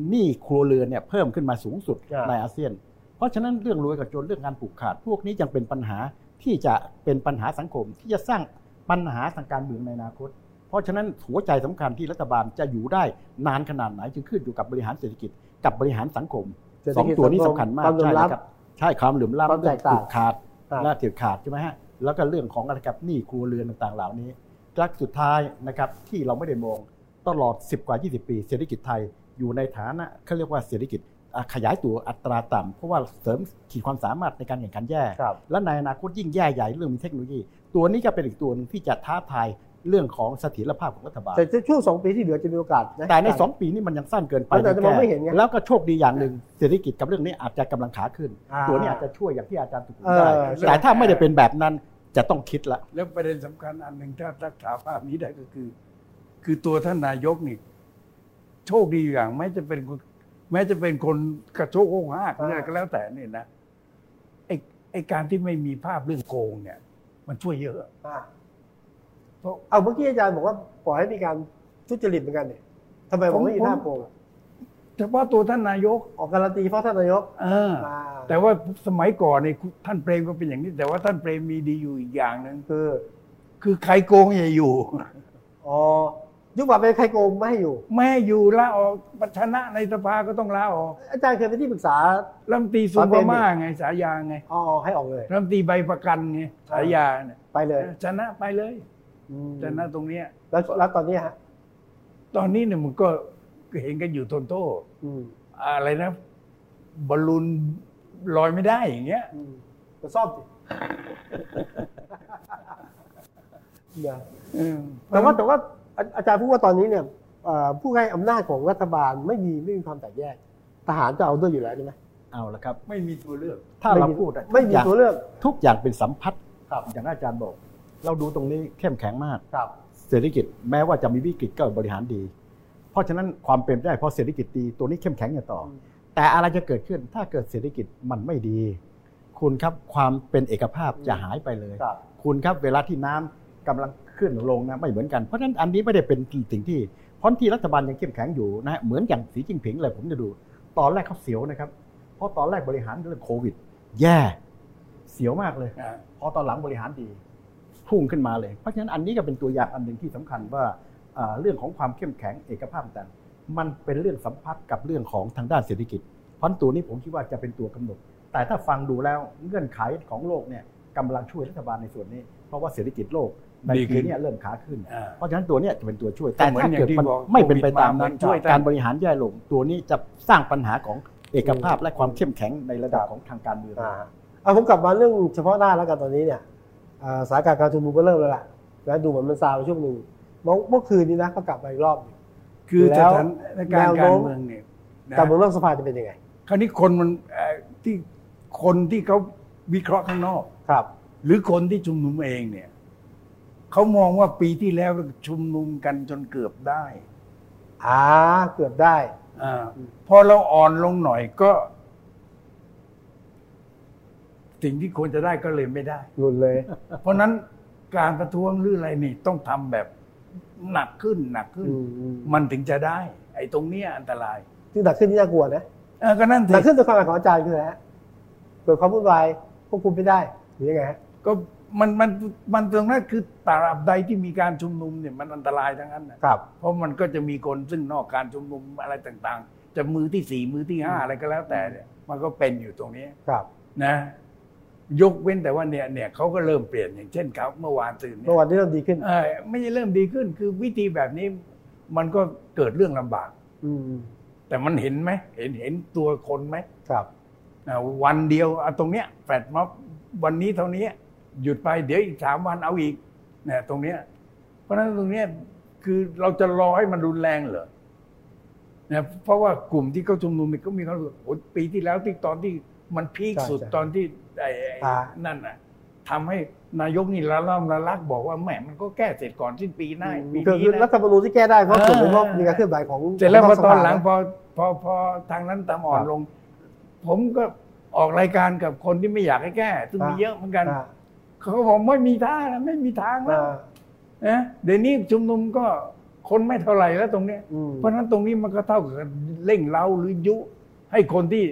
[SPEAKER 4] หนี้ครัวเรือนเนี่ยเพิ่มขึ้นมาสูงสุดในอาเซียน เพราะฉะนั้นเรื่องรวยกับจนเรื่องงานผูกขาด พวกนี้ยังเป็นปัญหาที่จะเป็นปัญหาสังคมที่จะสร้างปัญหาทางการเมืองในอนาคต เพราะฉะนั้นหัวใจสำคัญที่รัฐบาลจะอยู่ได้นานขนาดไหนจึงขึ้นอยู่กับบริหารเศรษฐกิจกับบริหารสังคม
[SPEAKER 1] เศรษ
[SPEAKER 4] ส
[SPEAKER 1] ฐ
[SPEAKER 4] อง
[SPEAKER 1] กิจ
[SPEAKER 4] ตัวนี้
[SPEAKER 1] ง
[SPEAKER 4] สำคัญมาก
[SPEAKER 1] วามยอ
[SPEAKER 4] ใช่
[SPEAKER 1] มรับ
[SPEAKER 4] ครับใช่ความเหลื่อมล้ำ
[SPEAKER 1] ความแตกต่าง
[SPEAKER 4] เรื่องผูขาด
[SPEAKER 1] ครับ
[SPEAKER 4] หน้าเถือขาดใช่ไหมฮะแล้วก็เรื่องของอะไรครับหนี้ครัวเรือนต่างๆ เหล่านี้และสุดท้ายนะครับที่เราไม่ได้มองตลอด 10 กว่า 20 ปี เศรษฐกิจไทยอยู่ในฐานะเขาเรียกว่าเศรษฐกิจอ่ะขยายตัวอัตราต่ำเพราะว่าเสริมขีดความสามารถในการแข่งขันแย่
[SPEAKER 1] ครับ
[SPEAKER 4] และในอนาคตยิ่งแย่ใหญ่เรื่องมีเทคโนโลยี ตัวนี้ก็เป็นอีกตัวหนึงที่จะท้าทายเรื่องของเสถียรภาพของรัฐบาล
[SPEAKER 1] แต่ช่วงสองปีที่เหลือจะมีโอกาสนะ
[SPEAKER 4] แต่ใน 2 ปีนี้มันยังสั้นเกินไป
[SPEAKER 1] มันอาจจะมองไม่เห็นไง
[SPEAKER 4] แล้วก็โชคดีอย่างหนึ่งเศรษฐกิจกับเรื่องนี้อาจจะกำลังขาขึ้น
[SPEAKER 1] อ่า
[SPEAKER 4] ตัวนี้อาจจะช่วยอย่างที่อาจารย์สุขุม
[SPEAKER 1] เออ
[SPEAKER 4] ได้
[SPEAKER 5] ใช่
[SPEAKER 4] แต่ถ้าไม่ได้เป็นแบบนั้นจะต้องคิดละ
[SPEAKER 5] แล้วประเด็นสำคัญอันหนึ่งถ้ารักษาภาพนี้ได้ก็คือ คือตัวท่านนายกนี่โชคดีอยู่อย่างแม้จะเป็นคนแม้จะเป็นคนกระโชกโอ้หากเนี่ยก็แล้วแต่เนี่ยนะไอไอการที่ไม่มีภาพเรื่องโกงเนี่ย มันช่วยเยอะ
[SPEAKER 1] อ่ะ
[SPEAKER 5] เพราะ
[SPEAKER 1] เอาเมื่อกี้อาจารย์บอกว่าปล่อยให้มีการทุจริตเหมือนกันเนี่ยทำไมผ
[SPEAKER 5] ผม ม
[SPEAKER 1] ไม่มีหน้าโกงอ่ะ
[SPEAKER 5] เฉพาะตัวท่านนายก
[SPEAKER 1] ออกการันตีเพราะท่านนายก
[SPEAKER 5] เออ
[SPEAKER 1] มา
[SPEAKER 5] แต่ว่าสมัยก่อนเนี่ยท่านเปรมก็เป็นอย่างนี้ แต่ว่าท่านเปรมมีดีอยู่อีกอย่างหนึ่ง
[SPEAKER 1] คือ
[SPEAKER 5] คือใครโกงอย่าอยู่
[SPEAKER 1] อ๋อยุบบัตรเป็นใครโกงไม่ให้อยู่
[SPEAKER 5] ไม่ให้อยู่ลาออกปัชนะในสภาก็ต้องลาออก
[SPEAKER 1] อาจารย์เคยเป็นที่ปรึกษา
[SPEAKER 5] รัฐมนตรีสุ
[SPEAKER 1] ประเด็
[SPEAKER 5] ภาน
[SPEAKER 1] นี่
[SPEAKER 5] มาไงสายาไง
[SPEAKER 1] อ๋อให้ออกเลย
[SPEAKER 5] รัฐมนตรีใบประกันไงสายาเนี่ย
[SPEAKER 1] ไปเลย
[SPEAKER 5] ชนะไปเลย
[SPEAKER 1] อืม
[SPEAKER 5] ชนะตรงเนี้ย
[SPEAKER 1] แล้วแล้วตอนนี้ฮะ
[SPEAKER 5] ตอนนี้เนี่ยมันก็เห็นกันอยู่ทนโต้
[SPEAKER 1] อืม
[SPEAKER 5] อะไรนะบอลลูนลอยไม่ได้อย่างเงี้ย
[SPEAKER 1] อืมจะซ่อมสิ เนี่ย
[SPEAKER 5] อืม
[SPEAKER 1] แต่ว่าแต่ว่าอาอาจารย์พูดว่าตอนนี้เนี่ยเอ่อผู้ให้อำนาจของรัฐบาลไม่มีไม่มีความแตกแยก ทหารจะเอาด้วยอยู่แล้วใช่ไหม
[SPEAKER 4] เอาละครับ
[SPEAKER 5] ไม่มีตัวเลือก
[SPEAKER 4] ถ้าเราพูดอะ
[SPEAKER 1] ไม่มี
[SPEAKER 4] ทุกอย่าง
[SPEAKER 1] ตัวเลือก
[SPEAKER 4] ทุกอย่างเป็นสัมพัทธ์
[SPEAKER 1] ครับ
[SPEAKER 4] อย่างที่อาจารย์บอก เราดูตรงนี้เข้มแข็งมาก
[SPEAKER 1] ครับ
[SPEAKER 4] เศรษฐกิจแม้ว่าจะมีวิกฤตก็บริหารดี เพราะฉะนั้นความเป็นไปได้เพราะเศรษฐกิจดีตัวนี้เข้มแข็งอย่างต่อ แต่อะไรจะเกิดขึ้นถ้าเกิดเศรษฐกิจมันไม่ดี คุณครับความเป็นเอกภาพจะหายไปเลย
[SPEAKER 1] ครับ
[SPEAKER 4] คุณครับเวลาที่น้ำกำลังขึ้นลงนะไม่เหมือนกัน เพราะฉะนั้นอันนี้ไม่ได้เป็นสิ่งที่เพราะที่รัฐบาลยังเข้มแข็งอยู่นะฮะเหมือนอย่างสีจิ้งผิงเลยผมจะดู ตอนแรกเขาเสียวนะครับ เพราะตอนแรกบริหารเรื่องโควิด แย่เสียวมากเลย พอตอนหลังบริหารดีพุ่งขึ้นมาเลย เพราะฉะนั้นอันนี้ก็เป็นตัวอย่างอันหนึ่งที่สำคัญว่าเอ่อเรื่องของความเข้มแข็งเอกภาพต่างมันเป็นเรื่องสัมพัทธ์กับเรื่องของทางด้านเศรษฐกิจ เพราะฉะนั้นตัวนี้ผมคิดว่าจะเป็นตัวกำหนด แต่ถ้าฟังดูแล้วเงื่อนไขของโลกเนี่ยกำลังช่วยรัฐบาลในส่วนนี้ เพราะว่าเศรษฐกิจโลกใน
[SPEAKER 5] ดีขึ้
[SPEAKER 4] ปี
[SPEAKER 5] น
[SPEAKER 4] เนี้เริ่มขาขึ้น
[SPEAKER 5] อ่า
[SPEAKER 4] เพราะฉะนั้นตัวเนี้ยจะเป็นตัวช่วย
[SPEAKER 5] แต่
[SPEAKER 4] แต่
[SPEAKER 5] เหมือน
[SPEAKER 4] ถ้า
[SPEAKER 5] อย่า
[SPEAKER 4] เกิด
[SPEAKER 5] งที่
[SPEAKER 4] มัน
[SPEAKER 5] บอก
[SPEAKER 4] ไม่เป็นไป
[SPEAKER 5] โควิดมา
[SPEAKER 4] ตามนั้น
[SPEAKER 5] มันช่วย
[SPEAKER 4] การ
[SPEAKER 5] ได้
[SPEAKER 4] บริหารแย่ลง ตัวนี้จะสร้างปัญหาของเอกภาพและความเข้มแข็งในระดับของทางการเมือง
[SPEAKER 1] อ่าเอาผมกลับมาเรื่องเฉพาะหน้าแล้วกันตอนนี้เนี่ยเอ่อสถานการณ์การชุมนุมก็เริ่มแล้วล่ะแล้วดูเหมือนมันซาไปช่วงหนึ่งเมื่อเมื่อคืนนี้นะเขากลับมาอีกรอบหนึ่ง
[SPEAKER 5] คือ
[SPEAKER 1] แล้
[SPEAKER 5] ส
[SPEAKER 1] ว
[SPEAKER 5] ถานการณ์
[SPEAKER 1] แนวโน้
[SPEAKER 5] การ
[SPEAKER 1] ม
[SPEAKER 5] เมืองเนี่ยนะ
[SPEAKER 1] การเมืองนอกสภาจะเป็นยังไง
[SPEAKER 5] คราวนี้คนมันเอ่อที่คนที่เขาวิเคราะห์ข้างนอก
[SPEAKER 1] ครับ
[SPEAKER 5] หรือคนที่ชุมนุมเองเนี่ยเขามองว่าปีที่แล้วชุมนุมกันจนเกือบได้
[SPEAKER 1] อ่าเกือบได้
[SPEAKER 5] อาพอเราอ่อนลงหน่อยก็ สิ่งที่ควรจะได้ก็เลยไม่ได้
[SPEAKER 1] หลุดเลย
[SPEAKER 5] เพราะนั้นการประท้วงหรืออะไรนี่ต้องทำแบบหนักขึ้นหนักขึ้น
[SPEAKER 1] อืมอืม
[SPEAKER 5] มันถึงจะได้ ไอ้ตรงเนี้ยอันตราย
[SPEAKER 1] ที่หนักขึ้นที่น่ากลัวนะ
[SPEAKER 5] เออก็นั่นสิ
[SPEAKER 1] หนักขึ้นตัวความหมายของอาจารย์คืออะไรฮะเกิดความวุ่นวายควบคุมไม่ได้หรือยังไงฮะ
[SPEAKER 5] ก็มันมันมันตรงนั้นคือตราบใดที่มีการชุมนุมเนี่ยมันอันตรายทั้งนั้นนะครับ เพราะมันก็จะมีคนซึ่งนอกการชุมนุมอะไรต่างๆ จะมือที่สี่มือที่ห้าอะไรก็แล้วแต่เนี่ยมันก็เป็นอยู่ตรงนี้
[SPEAKER 1] ครับ
[SPEAKER 5] นะ ยกเว้นแต่ว่าเนี่ยเนี่ยเขาก็เริ่มเปลี่ยนอย่างเช่นเขาเมื่อวานตื่นเนี่ย
[SPEAKER 1] เมื่อวันนี้เริ่มดีขึ้น
[SPEAKER 5] เอ่อไม่ใช่เริ่มดีขึ้นคือวิธีแบบนี้มันก็เกิดเรื่องลำบาก
[SPEAKER 1] อืม
[SPEAKER 5] แต่มันเห็นไหมเห็นเห็นตัวคนไหม
[SPEAKER 1] ครับ
[SPEAKER 5] อ่าวันเดียวเอาตรงเนี้ยแฟดม็อบวันนี้เท่านี้หยุดไปเดี๋ยวอีกสามวันเอาอีกเนี่ยตรงเนี้ยเพราะฉะนั้นตรงเนี้ยคือเราจะรอให้มันรุนแรงเหรอนะเพราะว่ากลุ่มที่เขาชุมนุมเนี่ยก็มีเขามรู้สึกโอ้ปีที่แล้วที่ตอนที่มันพีค
[SPEAKER 1] ใช่
[SPEAKER 5] สุด
[SPEAKER 1] ใช่
[SPEAKER 5] ตอนที่ไอ้ไอ้
[SPEAKER 1] อ่า
[SPEAKER 5] นั่นน่ะทำให้นายกนี่ละล่อมละลักบอกว่าแหมมันก็แก้เสร็จก่อนสิ้นปีหน้าปี
[SPEAKER 1] คือ
[SPEAKER 5] นี้
[SPEAKER 1] คือรั
[SPEAKER 5] นะ
[SPEAKER 1] ฐธรรมนูญที่แก้ได้เพราะ
[SPEAKER 5] เออ
[SPEAKER 1] ส่วนหนึ่งก็มีการเคลื่อนไหวของ
[SPEAKER 5] เสร็จแล้วพอตอนหลัง
[SPEAKER 1] ขส
[SPEAKER 5] พ
[SPEAKER 1] ภา
[SPEAKER 5] อพอพอทางนั้นตามอ่อน
[SPEAKER 1] ครับ
[SPEAKER 5] ลง ผมก็ออกรายการกับคนที่ไม่อยากให้แก้ ซึ่ง
[SPEAKER 1] อ่า
[SPEAKER 5] มีเยอะเหมือนกัน
[SPEAKER 1] อ่า
[SPEAKER 5] เขาก็บอกไม่มีทางนะไม่มีทางแล้ว
[SPEAKER 1] อ่า
[SPEAKER 5] นะเดี๋ยวนี้ชุมนุมก็คนไม่เท่าไหร่แล้วตรงเนี้ย
[SPEAKER 1] อืม
[SPEAKER 5] เพราะฉะนั้นตรงนี้มันก็เท่ากับเร่งเร้าหรือยุ ให้คนที่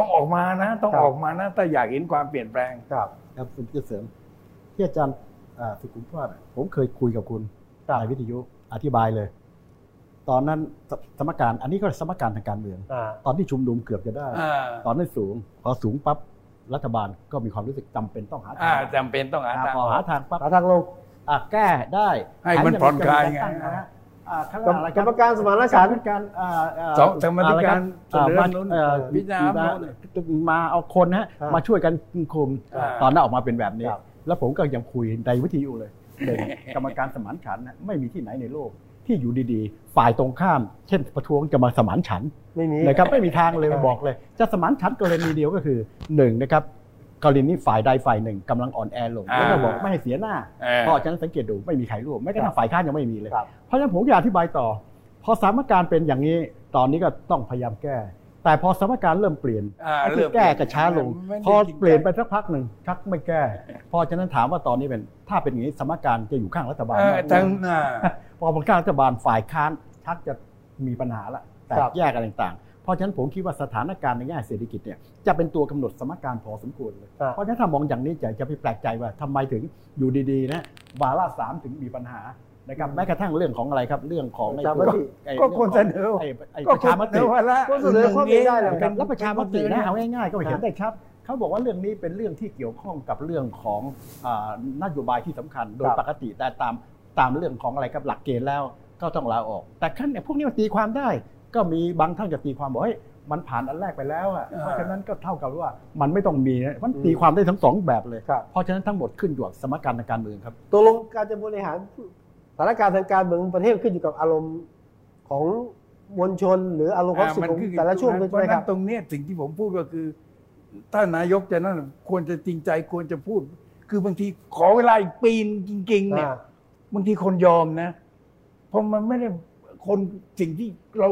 [SPEAKER 5] ต้องออกมานะ ต้องออกมานะถ้าอยากเห็นความเปลี่ยนแปลง
[SPEAKER 1] ครับ
[SPEAKER 4] ครับผมจะเสริม ที่อาจารย์อ่าสุขุมพว่าผมเคยคุยกับคุณ
[SPEAKER 1] ครับ
[SPEAKER 4] นายวิทยุอธิบายเลย ตอนนั้นสสมการอันนี้ก็สมการทางการเมือง
[SPEAKER 1] อ่า
[SPEAKER 4] ตอนที่ชุมนุมเกือบจะได้
[SPEAKER 5] อ่า
[SPEAKER 4] ตอนนั้นสูง พอสูงปั๊บรัฐบาลก็มีความรู้สึกจำเป็นต้องหาทา
[SPEAKER 5] อ่าง จำเป็นต้องหาทาง
[SPEAKER 4] พ
[SPEAKER 5] อ
[SPEAKER 4] อ
[SPEAKER 5] อก
[SPEAKER 4] หาทางปั๊บ
[SPEAKER 1] หาทางลง
[SPEAKER 4] อ่ะแก้ได้
[SPEAKER 5] ให้มันผ่อนคลายไง
[SPEAKER 4] อ่าข้างห
[SPEAKER 1] กรม
[SPEAKER 4] น้ารอะไร
[SPEAKER 1] กรรมการสมานฉันท์
[SPEAKER 4] การอ่าา
[SPEAKER 5] สองกรรมธิการเสนอ
[SPEAKER 4] อ่า
[SPEAKER 5] นู้น
[SPEAKER 4] เอ่อ
[SPEAKER 5] พิจารณา
[SPEAKER 4] มาเอาคนนะฮะ
[SPEAKER 1] ครับ
[SPEAKER 4] มาช่วยกันคุม
[SPEAKER 5] อ่า
[SPEAKER 4] ตอนนั้นออกมาเป็นแบบนี้
[SPEAKER 1] ครับ
[SPEAKER 4] แล้วผมก็ยังคุยในวิทยุ เลยเด็กกรรมการสมานฉันท์น่ะไม่มีที่ไหนในโลก ที่อยู่ดีๆ ฝ่ายตรงข้าม เช่นประท้วงจะมาสมานฉันท์
[SPEAKER 1] ไม่มี
[SPEAKER 4] นะครับไม่มีทางเลย
[SPEAKER 1] ใช่
[SPEAKER 4] บอกเลย จะสมานฉันท์กรณีเดียวก็คือหนึ่งนะครับกรณีฝ่ายใดฝ่ายหนึ่งกำลังอ่อนแอลง
[SPEAKER 5] อ่า
[SPEAKER 4] แล้วก็บอกไม่ให้เสียหน้า
[SPEAKER 5] เออ
[SPEAKER 4] เพราะฉะนั้นสังเกตดูไม่มีใครร่วมแม้กระทั่งฝ่ายค้านยังไม่มีเลย
[SPEAKER 1] ครับ
[SPEAKER 4] เพราะฉะนั้นผมอยากอธิบายต่อ พอสถานการณ์เป็นอย่างนี้ตอนนี้ก็ต้องพยายามแก้ แต่พอสถานการณ์เริ่มเปลี่ยน
[SPEAKER 5] อ่า
[SPEAKER 4] ไอ้ที่
[SPEAKER 5] เริ่ม
[SPEAKER 4] แก้ก็ช้าลง
[SPEAKER 5] ไม่ได้
[SPEAKER 4] พอ
[SPEAKER 5] จริงจัง
[SPEAKER 4] เปลี่ยนไปสักพักหนึ่งชักไม่แก้เพอฉะนั้นถามว่าตอนนี้เป็นถ้าเป็นอย่างนี้สถานการณ์จะอยู่ข้างรัฐบาล
[SPEAKER 5] เออ
[SPEAKER 4] มากกว่า
[SPEAKER 5] ทั้งอ่า
[SPEAKER 4] พอผลการรัฐบาลฝ่ายค้านชักจะมีปัญหาละแต
[SPEAKER 1] ครั
[SPEAKER 4] ก
[SPEAKER 1] บ
[SPEAKER 4] แยกอะไรต่างๆ เพราะฉะนั้นผมคิดว่าสถานการณ์ในแง่เศรษฐกิจเนี่ยจะเป็นตัวกำหนดสมการพอสมควรเลย
[SPEAKER 1] อ่า
[SPEAKER 4] เพราะฉะนั้นถ้ามองอย่างนี้จะจะไปแปลกใจว่าทำไมถึงอยู่ดีๆนะวาระสามถึงมีปัญหานะครับแม้กระทั่งเรื่องของอะไรครับเรื่องของไอ้
[SPEAKER 1] ประชาม
[SPEAKER 4] ตัว
[SPEAKER 1] ติ
[SPEAKER 4] ไอ้
[SPEAKER 5] ก็คนเสนอ
[SPEAKER 4] ไไอ้
[SPEAKER 5] ก็
[SPEAKER 4] ประชาม
[SPEAKER 5] ค
[SPEAKER 4] ติ
[SPEAKER 5] นว่าละ
[SPEAKER 1] ก็เสนอข้อไม่ได้หรอก
[SPEAKER 4] นะครับแล้วประชามตินะเอาง่ายๆก็เห็
[SPEAKER 1] ครั
[SPEAKER 4] น
[SPEAKER 1] บ
[SPEAKER 4] ได้ชัดเขาบอกว่าเรื่องนี้เป็นเรื่องที่เกี่ยวข้องกับเรื่องของอ่านโยบายที่สำคัญ โดย
[SPEAKER 1] ครับ
[SPEAKER 4] ปกติแต่ตามตามเรื่องของอะไรกับหลักเกณฑ์แล้วก็ต้องลาออก แต่ขั้นเนี่ยพวกนี้มันตีความได้ ก็มีบางท่านก็ตีความบอกเฮ้ยมันผ่านอันแรกไปแล้วอ่ะเพราะฉะนั้นก็เท่ากับว่ามันไม่ต้องมีนะมันตีความได้ทั้งสองแบบเลย
[SPEAKER 1] ครับ
[SPEAKER 4] เพราะฉะนั้นทั้งหมดขึ้นอยู่กับสมการทางการเมืองครับ
[SPEAKER 1] ตกลงการจะบริหารสถานการณ์ทางการเมืองประเทศขึ้นอยู่กับอารมณ์ของมวลชน หรืออารมณ์ความ
[SPEAKER 5] อ่า
[SPEAKER 1] รู้สุข
[SPEAKER 5] มัน
[SPEAKER 1] ของ
[SPEAKER 5] คือ
[SPEAKER 1] แต่ละช่วง
[SPEAKER 5] เพ
[SPEAKER 1] ด้วย
[SPEAKER 5] ราะ
[SPEAKER 1] ใช่ไหมค
[SPEAKER 5] ฉะนั้
[SPEAKER 1] รับ
[SPEAKER 5] นตรงเนี้ยสิ่งที่ผมพูดก็คือถ้านายกจะนั่นควรจะจริงใจควรจะพูด คือบางทีขอเวลาอีกปีนงจริง ๆ เนี่ย
[SPEAKER 1] อ่า
[SPEAKER 5] บางทีคนยอมนะเพราะมันไม่ได้คนสิ่งที่เรา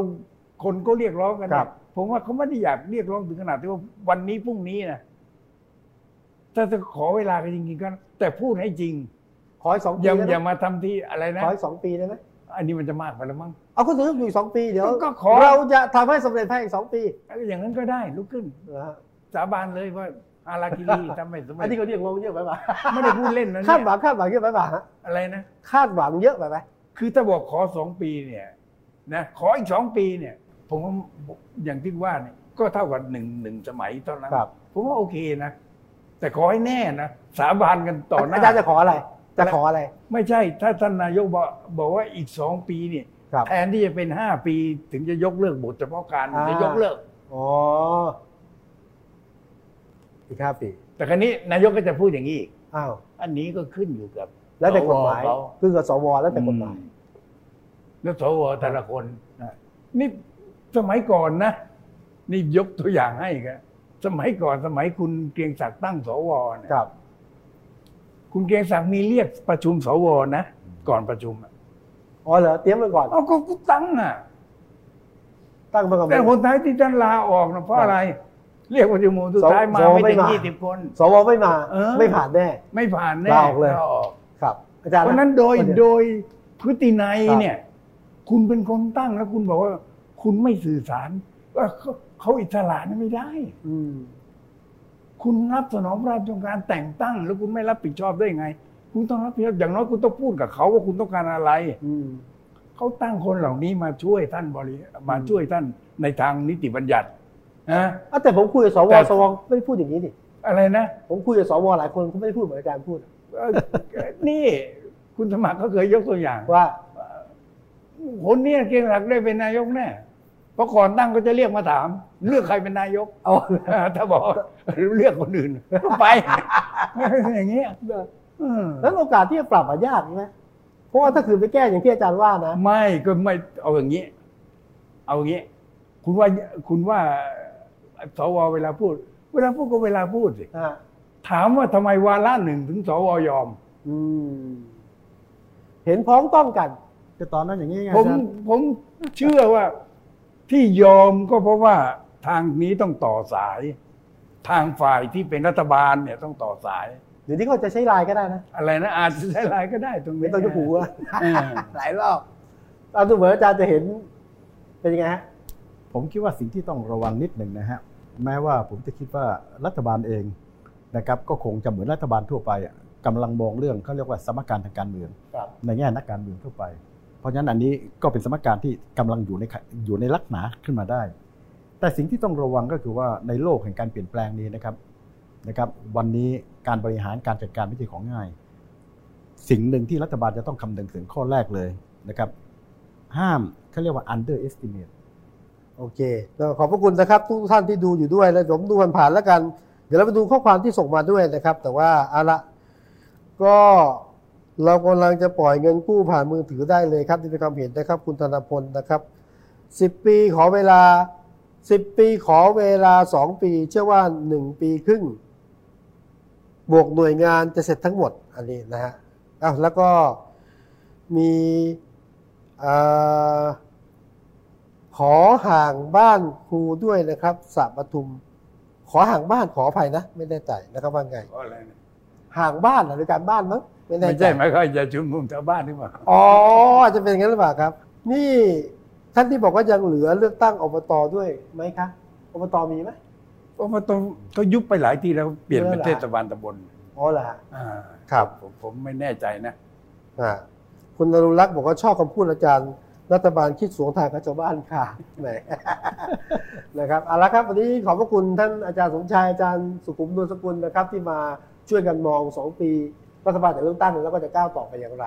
[SPEAKER 5] คนก็เรียกร้องกัน
[SPEAKER 1] ครั
[SPEAKER 5] เนี่ย
[SPEAKER 1] บ
[SPEAKER 5] ผมว่าเขาไม่ได้อยากเรียกร้องถึงขนาดที่ว่าวันนี้พรุ่งนี้นะถ้าจะขอเวลากันจริงๆก็แต่พูดให้จริง
[SPEAKER 1] ขออีกสองปี
[SPEAKER 5] อย่า
[SPEAKER 1] ได้ไหม
[SPEAKER 5] อย่ามาทำที่อะไรนะ
[SPEAKER 1] ขออีกสองปีได้ไหม
[SPEAKER 5] อันนี้มันจะมากไปแล้วมั้ง
[SPEAKER 1] เอาก็ถืออยู่อีกสองปีเดี๋ยว
[SPEAKER 5] ก็ขอ
[SPEAKER 1] เราจะทำให้สำเร็จภายในสองปี
[SPEAKER 5] อย่างนั้นก็ได้ลุกขึ้น
[SPEAKER 1] เหรอฮะ
[SPEAKER 5] สาบานเลยว่าอารา คิรีทำไมสำ
[SPEAKER 1] อัน
[SPEAKER 5] เร็
[SPEAKER 1] นี้
[SPEAKER 5] จ
[SPEAKER 1] เขาเรียกว่าเยอะไปป่ะ
[SPEAKER 5] ไม่ได้พูดเล่นนะ
[SPEAKER 1] คาดห
[SPEAKER 5] เนี่ย
[SPEAKER 1] วังคาดหวังเยอะไปป่ะฮะ
[SPEAKER 5] อะไรนะ
[SPEAKER 1] คาดหวังเยอะไปไหม
[SPEAKER 5] คือถ้าบอกขอสองปีเนี่ยนะขออีกสองปีเนี่ย ผมว่าอย่างที่ว่าเนี่ยก็เท่ากับหนึ่งหนึ่งสมัยเท่านั้น
[SPEAKER 1] ครับ
[SPEAKER 5] ผมว่าโอเคนะ แต่ขอให้แน่นะ สาบานกันต่อหน้า
[SPEAKER 1] อาจารย์จะขออะไร จะขออะไร
[SPEAKER 5] ไม่ใช่ ถ้าท่านนายกบอกบอกว่าอีกสองปีเนี่ย
[SPEAKER 1] ครับ
[SPEAKER 5] แทนที่จะเป็นห้าปีถึงจะยกเลิกบทเฉพาะการ
[SPEAKER 1] อ่า
[SPEAKER 5] จะยกเลิก
[SPEAKER 1] อ๋ออีกห้าปี
[SPEAKER 5] แต่ครั้นี้นายกก็จะพูดอย่างนี้อีก
[SPEAKER 1] อ้าว
[SPEAKER 5] อันนี้ก็ขึ้นอยู่กับ
[SPEAKER 1] แล้วแต่กฎหมาย
[SPEAKER 5] สวเข
[SPEAKER 1] คือกับสวแล้วแต่กฎหมาย
[SPEAKER 5] อืแล้วสวแต่ละคน
[SPEAKER 4] อ่ะ
[SPEAKER 5] นี่สมัยก่อนนะ นี่ยกตัวอย่างให้ครับสมัยก่อนสมัยคุณเกรียงศักดิ์ตั้งสวเนี่ย
[SPEAKER 1] ครับ
[SPEAKER 5] คุณเกรียงศักดิ์มีเรียกประชุมสวนะก่อนประชุมอะ
[SPEAKER 1] อ๋อเหรอเตรียมไว้ก่อน
[SPEAKER 5] เอาก็กูตั้งอ่ะ
[SPEAKER 1] ตั้งมาก่อน
[SPEAKER 5] แต่คนไทยที่ท่านลาออกนะเพราะอะไร เรียกประชุมวงสุดท้ายมา
[SPEAKER 1] สว
[SPEAKER 5] ไม่ถึง
[SPEAKER 1] ไม่มายี่
[SPEAKER 5] ยี่สิบคน
[SPEAKER 1] สวไม่มา
[SPEAKER 5] เออ
[SPEAKER 1] ไม่ผ่านแน่
[SPEAKER 5] ไม่ผ่านแน่
[SPEAKER 1] ลาออกเลย
[SPEAKER 5] ลาออก
[SPEAKER 1] ครับ อาจารย์
[SPEAKER 5] เพราะฉะนั้นโดย
[SPEAKER 1] ประเน
[SPEAKER 5] โดยพฤตินัย
[SPEAKER 1] ครับ
[SPEAKER 5] เนี่ย คุณเป็นคนตั้งแล้วคุณบอกว่า คุณไม่สื่อสารว่าเขาเขาอิสระนะไม่ได้
[SPEAKER 1] อืม
[SPEAKER 5] คุณรับสนองพระราชต้องการแต่งตั้ง แล้วคุณไม่รับผิดชอบได้ไง คุณต้องรับผิดชอบอย่างน้อยคุณต้องพูดกับเขาว่าคุณต้องการอะไร
[SPEAKER 1] อืม
[SPEAKER 5] เขาตั้งคนเหล่านี้มาช่วยท่านบริมาช่วยท่านในทางนิติบัญญัตินะ
[SPEAKER 1] อ่ะแต่ผมคุยกับสวสวไม่ได้พูดอย่างนี้นี่
[SPEAKER 5] อะไรนะ
[SPEAKER 1] ผมคุยกับสวหลายคนเขาไม่ได้พูดเหมือนอาจารย์พูดอะ
[SPEAKER 5] เอ่อเอ่อนี่คุณสมัครก็เคยยกตัวอย่าง
[SPEAKER 1] ว่า
[SPEAKER 5] คนเนี้เกณฑ์หลักได้เป็นนายกแน่เพราะก่อนตั้งก็จะเรียกมาถาม เลือกใครเป็นนายก
[SPEAKER 1] เอา
[SPEAKER 5] อ่าถ้าบอกเลือกคนอื่นก็ไป อย่างเงี้ยเออ
[SPEAKER 1] แล้วโอกาสที่จะปรับอะยากใช่ไหมเพราะว่าถ้าคือไปแก้อย่างที่อาจารย์ว่านะ
[SPEAKER 5] ไม่ก็ไม่เอาอย่างนี้ เอาอย่างนี้ คุณว่าคุณว่าสวเวลาพูด เวลาพูดก็เวลาพูดสิ
[SPEAKER 1] อ่า
[SPEAKER 5] ถามว่าทำไมวาระหนึ่งถึงสวยอม
[SPEAKER 1] อืม เห็นพ้องต้องกัน แต่ตอนนั้นอย่างนี้ไง
[SPEAKER 5] ผม
[SPEAKER 1] อาจารย์
[SPEAKER 5] ผมเชื่อว่าที่ยอมก็เพราะว่าทางนี้ต้องต่อสาย ทางฝ่ายที่เป็นรัฐบาลเนี่ยต้องต่อสาย
[SPEAKER 1] เดี๋ยวนี้เขาจะใช้ไลน์ก็ได้นะ
[SPEAKER 5] อะไรนะอาจจะใช้ลายก็ได้ตรงนี้
[SPEAKER 1] ไม่ต้องยกหูอะ
[SPEAKER 5] เออ
[SPEAKER 1] หลายรอบตามดูเหมือนอาจารย์จะเห็น เป็นยังไงฮะ
[SPEAKER 4] ผมคิดว่าสิ่งที่ต้องระวังนิดหนึ่งนะฮะ แม้ว่าผมจะคิดว่ารัฐบาลเองนะครับก็คงจะเหมือนรัฐบาลทั่วไปอะกำลังมองเรื่องเขาเรียกว่าสมการทางการเมือง
[SPEAKER 1] ครับ
[SPEAKER 4] ในแง่นักการเมืองทั่วไป เพราะฉะนั้นอันนี้ก็เป็นสมการที่กำลังอยู่ในขะอยู่ในลักษณะขึ้นมาได้ แต่สิ่งที่ต้องระวังก็คือว่าในโลกแห่งการเปลี่ยนแปลงนี้นะครับนะครับ วันนี้การบริหารการจัดการไม่ใช่ของง่าย สิ่งหนึ่งที่รัฐบาลจะต้องคำนึงถึงข้อแรกเลยนะครับ ห้ามเขาเรียกว่า underestimate
[SPEAKER 1] โอเคแล้วขอบพระคุณนะครับ ทุกท่านที่ดูอยู่ด้วยและผมดูผ่านๆแล้วกัน เดี๋ยวเราไปดูข้อความที่ส่งมาด้วยนะครับ แต่ว่าเอาละก็เรากำลังจะปล่อยเงินกู้ผ่านมือถือได้เลยครับนี่เป็นความเห็นนะครับ คุณธนพลนะครับ 10 ปีขอเวลา 10 ปีขอเวลา 2 ปี เชื่อว่า 1 ปีครึ่ง บวกหน่วยงานจะเสร็จทั้งหมดอันนี้นะฮะอ้าวแล้วก็มีเอ่อ ขอห่างบ้านครูด้วยนะครับสระปทุม ขอห่างบ้านขออภัยนะ ไม่แน่ใจนะครับว่าไง
[SPEAKER 5] เพราะอะไรนะ
[SPEAKER 1] ห่างบ้านหรือการบ้านมั้งไม่แน่
[SPEAKER 5] ไม่
[SPEAKER 1] ใจ
[SPEAKER 5] ใช่ไหมายเขามว่าอย่าชุมนุมชาวบ้านหรือเปล่า
[SPEAKER 1] อ๋ออาจจะเป็นอย่างนั้นหรือเปล่าครับ นี่ท่านที่บอกว่ายังเหลือเลือกตั้งอบตด้วยไหมคะอบตมีไหม
[SPEAKER 5] เพราะว่าต้องก็ยุบไปหลายที่แล้วเปลี่ยนเป็น
[SPEAKER 1] เออล่ะ
[SPEAKER 5] เทศบาลตำบล
[SPEAKER 1] อ๋อเหรอฮะ
[SPEAKER 5] อ่า
[SPEAKER 1] ครับ
[SPEAKER 5] ผมผมไม่แน่ใจนะ
[SPEAKER 1] อ่าคุณนรุรักษ์บอกว่าชอบคำพูดอาจารย์ รัฐบาลคิดสวงทางกับชาวบ้านค่ะแหม นะครับเอาละครับวันนี้ขอบพระคุณท่านอาจารย์สมชายอาจารย์สุขุมนวลสกุลนะครับ ที่มาช่วยกันมอง 2 ปีรัฐบาลจะเริ่มตั้งแล้วก็จะก้าวต่อไปอย่างไร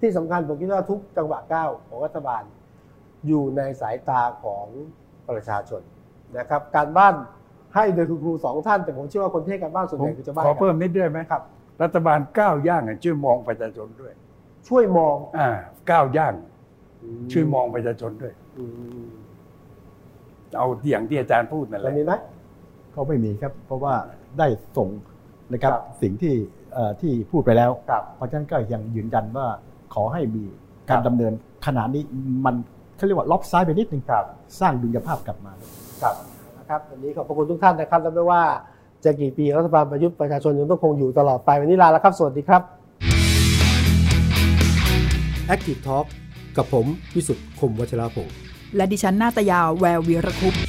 [SPEAKER 1] ที่สำคัญผมคิดว่าทุกจังหวะก้าวของรัฐบาล อยู่ในสายตาของประชาชนนะครับ การบ้านให้โดยคุณครูสองท่าน แต่ผมเชื่อว่าคนที่ให้การบ้านส่วน
[SPEAKER 5] ผ
[SPEAKER 1] ให
[SPEAKER 5] ม
[SPEAKER 1] ญ่คือชาวบ้าน
[SPEAKER 5] ข
[SPEAKER 1] ค
[SPEAKER 5] อ
[SPEAKER 1] รับ
[SPEAKER 5] เพิ่มนิดด้วยไหม
[SPEAKER 1] ครับ
[SPEAKER 5] รัฐบาลก้าวย่างอะช่วยมองประชาชนด้วย
[SPEAKER 1] ช่วยมอง
[SPEAKER 5] อ่าก้าวย่างช่วยมองประชาชนด้วย
[SPEAKER 1] อืม
[SPEAKER 5] เอาอย่างที่อาจารย์พูดนั่นแห
[SPEAKER 1] แล้
[SPEAKER 5] ละ
[SPEAKER 1] วมีไหม
[SPEAKER 4] ก็ไม่มีครับ เพราะว่าได้ส่งนะครับ
[SPEAKER 1] ครับ
[SPEAKER 4] สิ่งที่เอ่อที่พูดไปแล้ว
[SPEAKER 1] ครับ
[SPEAKER 4] เพราะฉะนั้นก็ยังยืนยันว่าขอให้มีกา
[SPEAKER 1] ครั
[SPEAKER 4] ร
[SPEAKER 1] บ
[SPEAKER 4] ดำเนินขณะนี้มันเขาเรียกว่าล็อบซ้ายไปนิดนึง
[SPEAKER 1] ครับ
[SPEAKER 4] สร้างดุลยภาพกลับมา
[SPEAKER 1] ครับนะครับวันนี้ขอบพระคุณทุกท่านนะครับและไม่ว่าจะกี่ปีรัฐบาลประยุทธ์ประชาชนยังต้องคงอยู่ตลอดไปวันนี้ลาแล้วครับ สวัสดีครับ Active Talk กับผม วิสุทธ์คมวัชราภง
[SPEAKER 2] และดิฉันนาตยาแวววีรคุปต์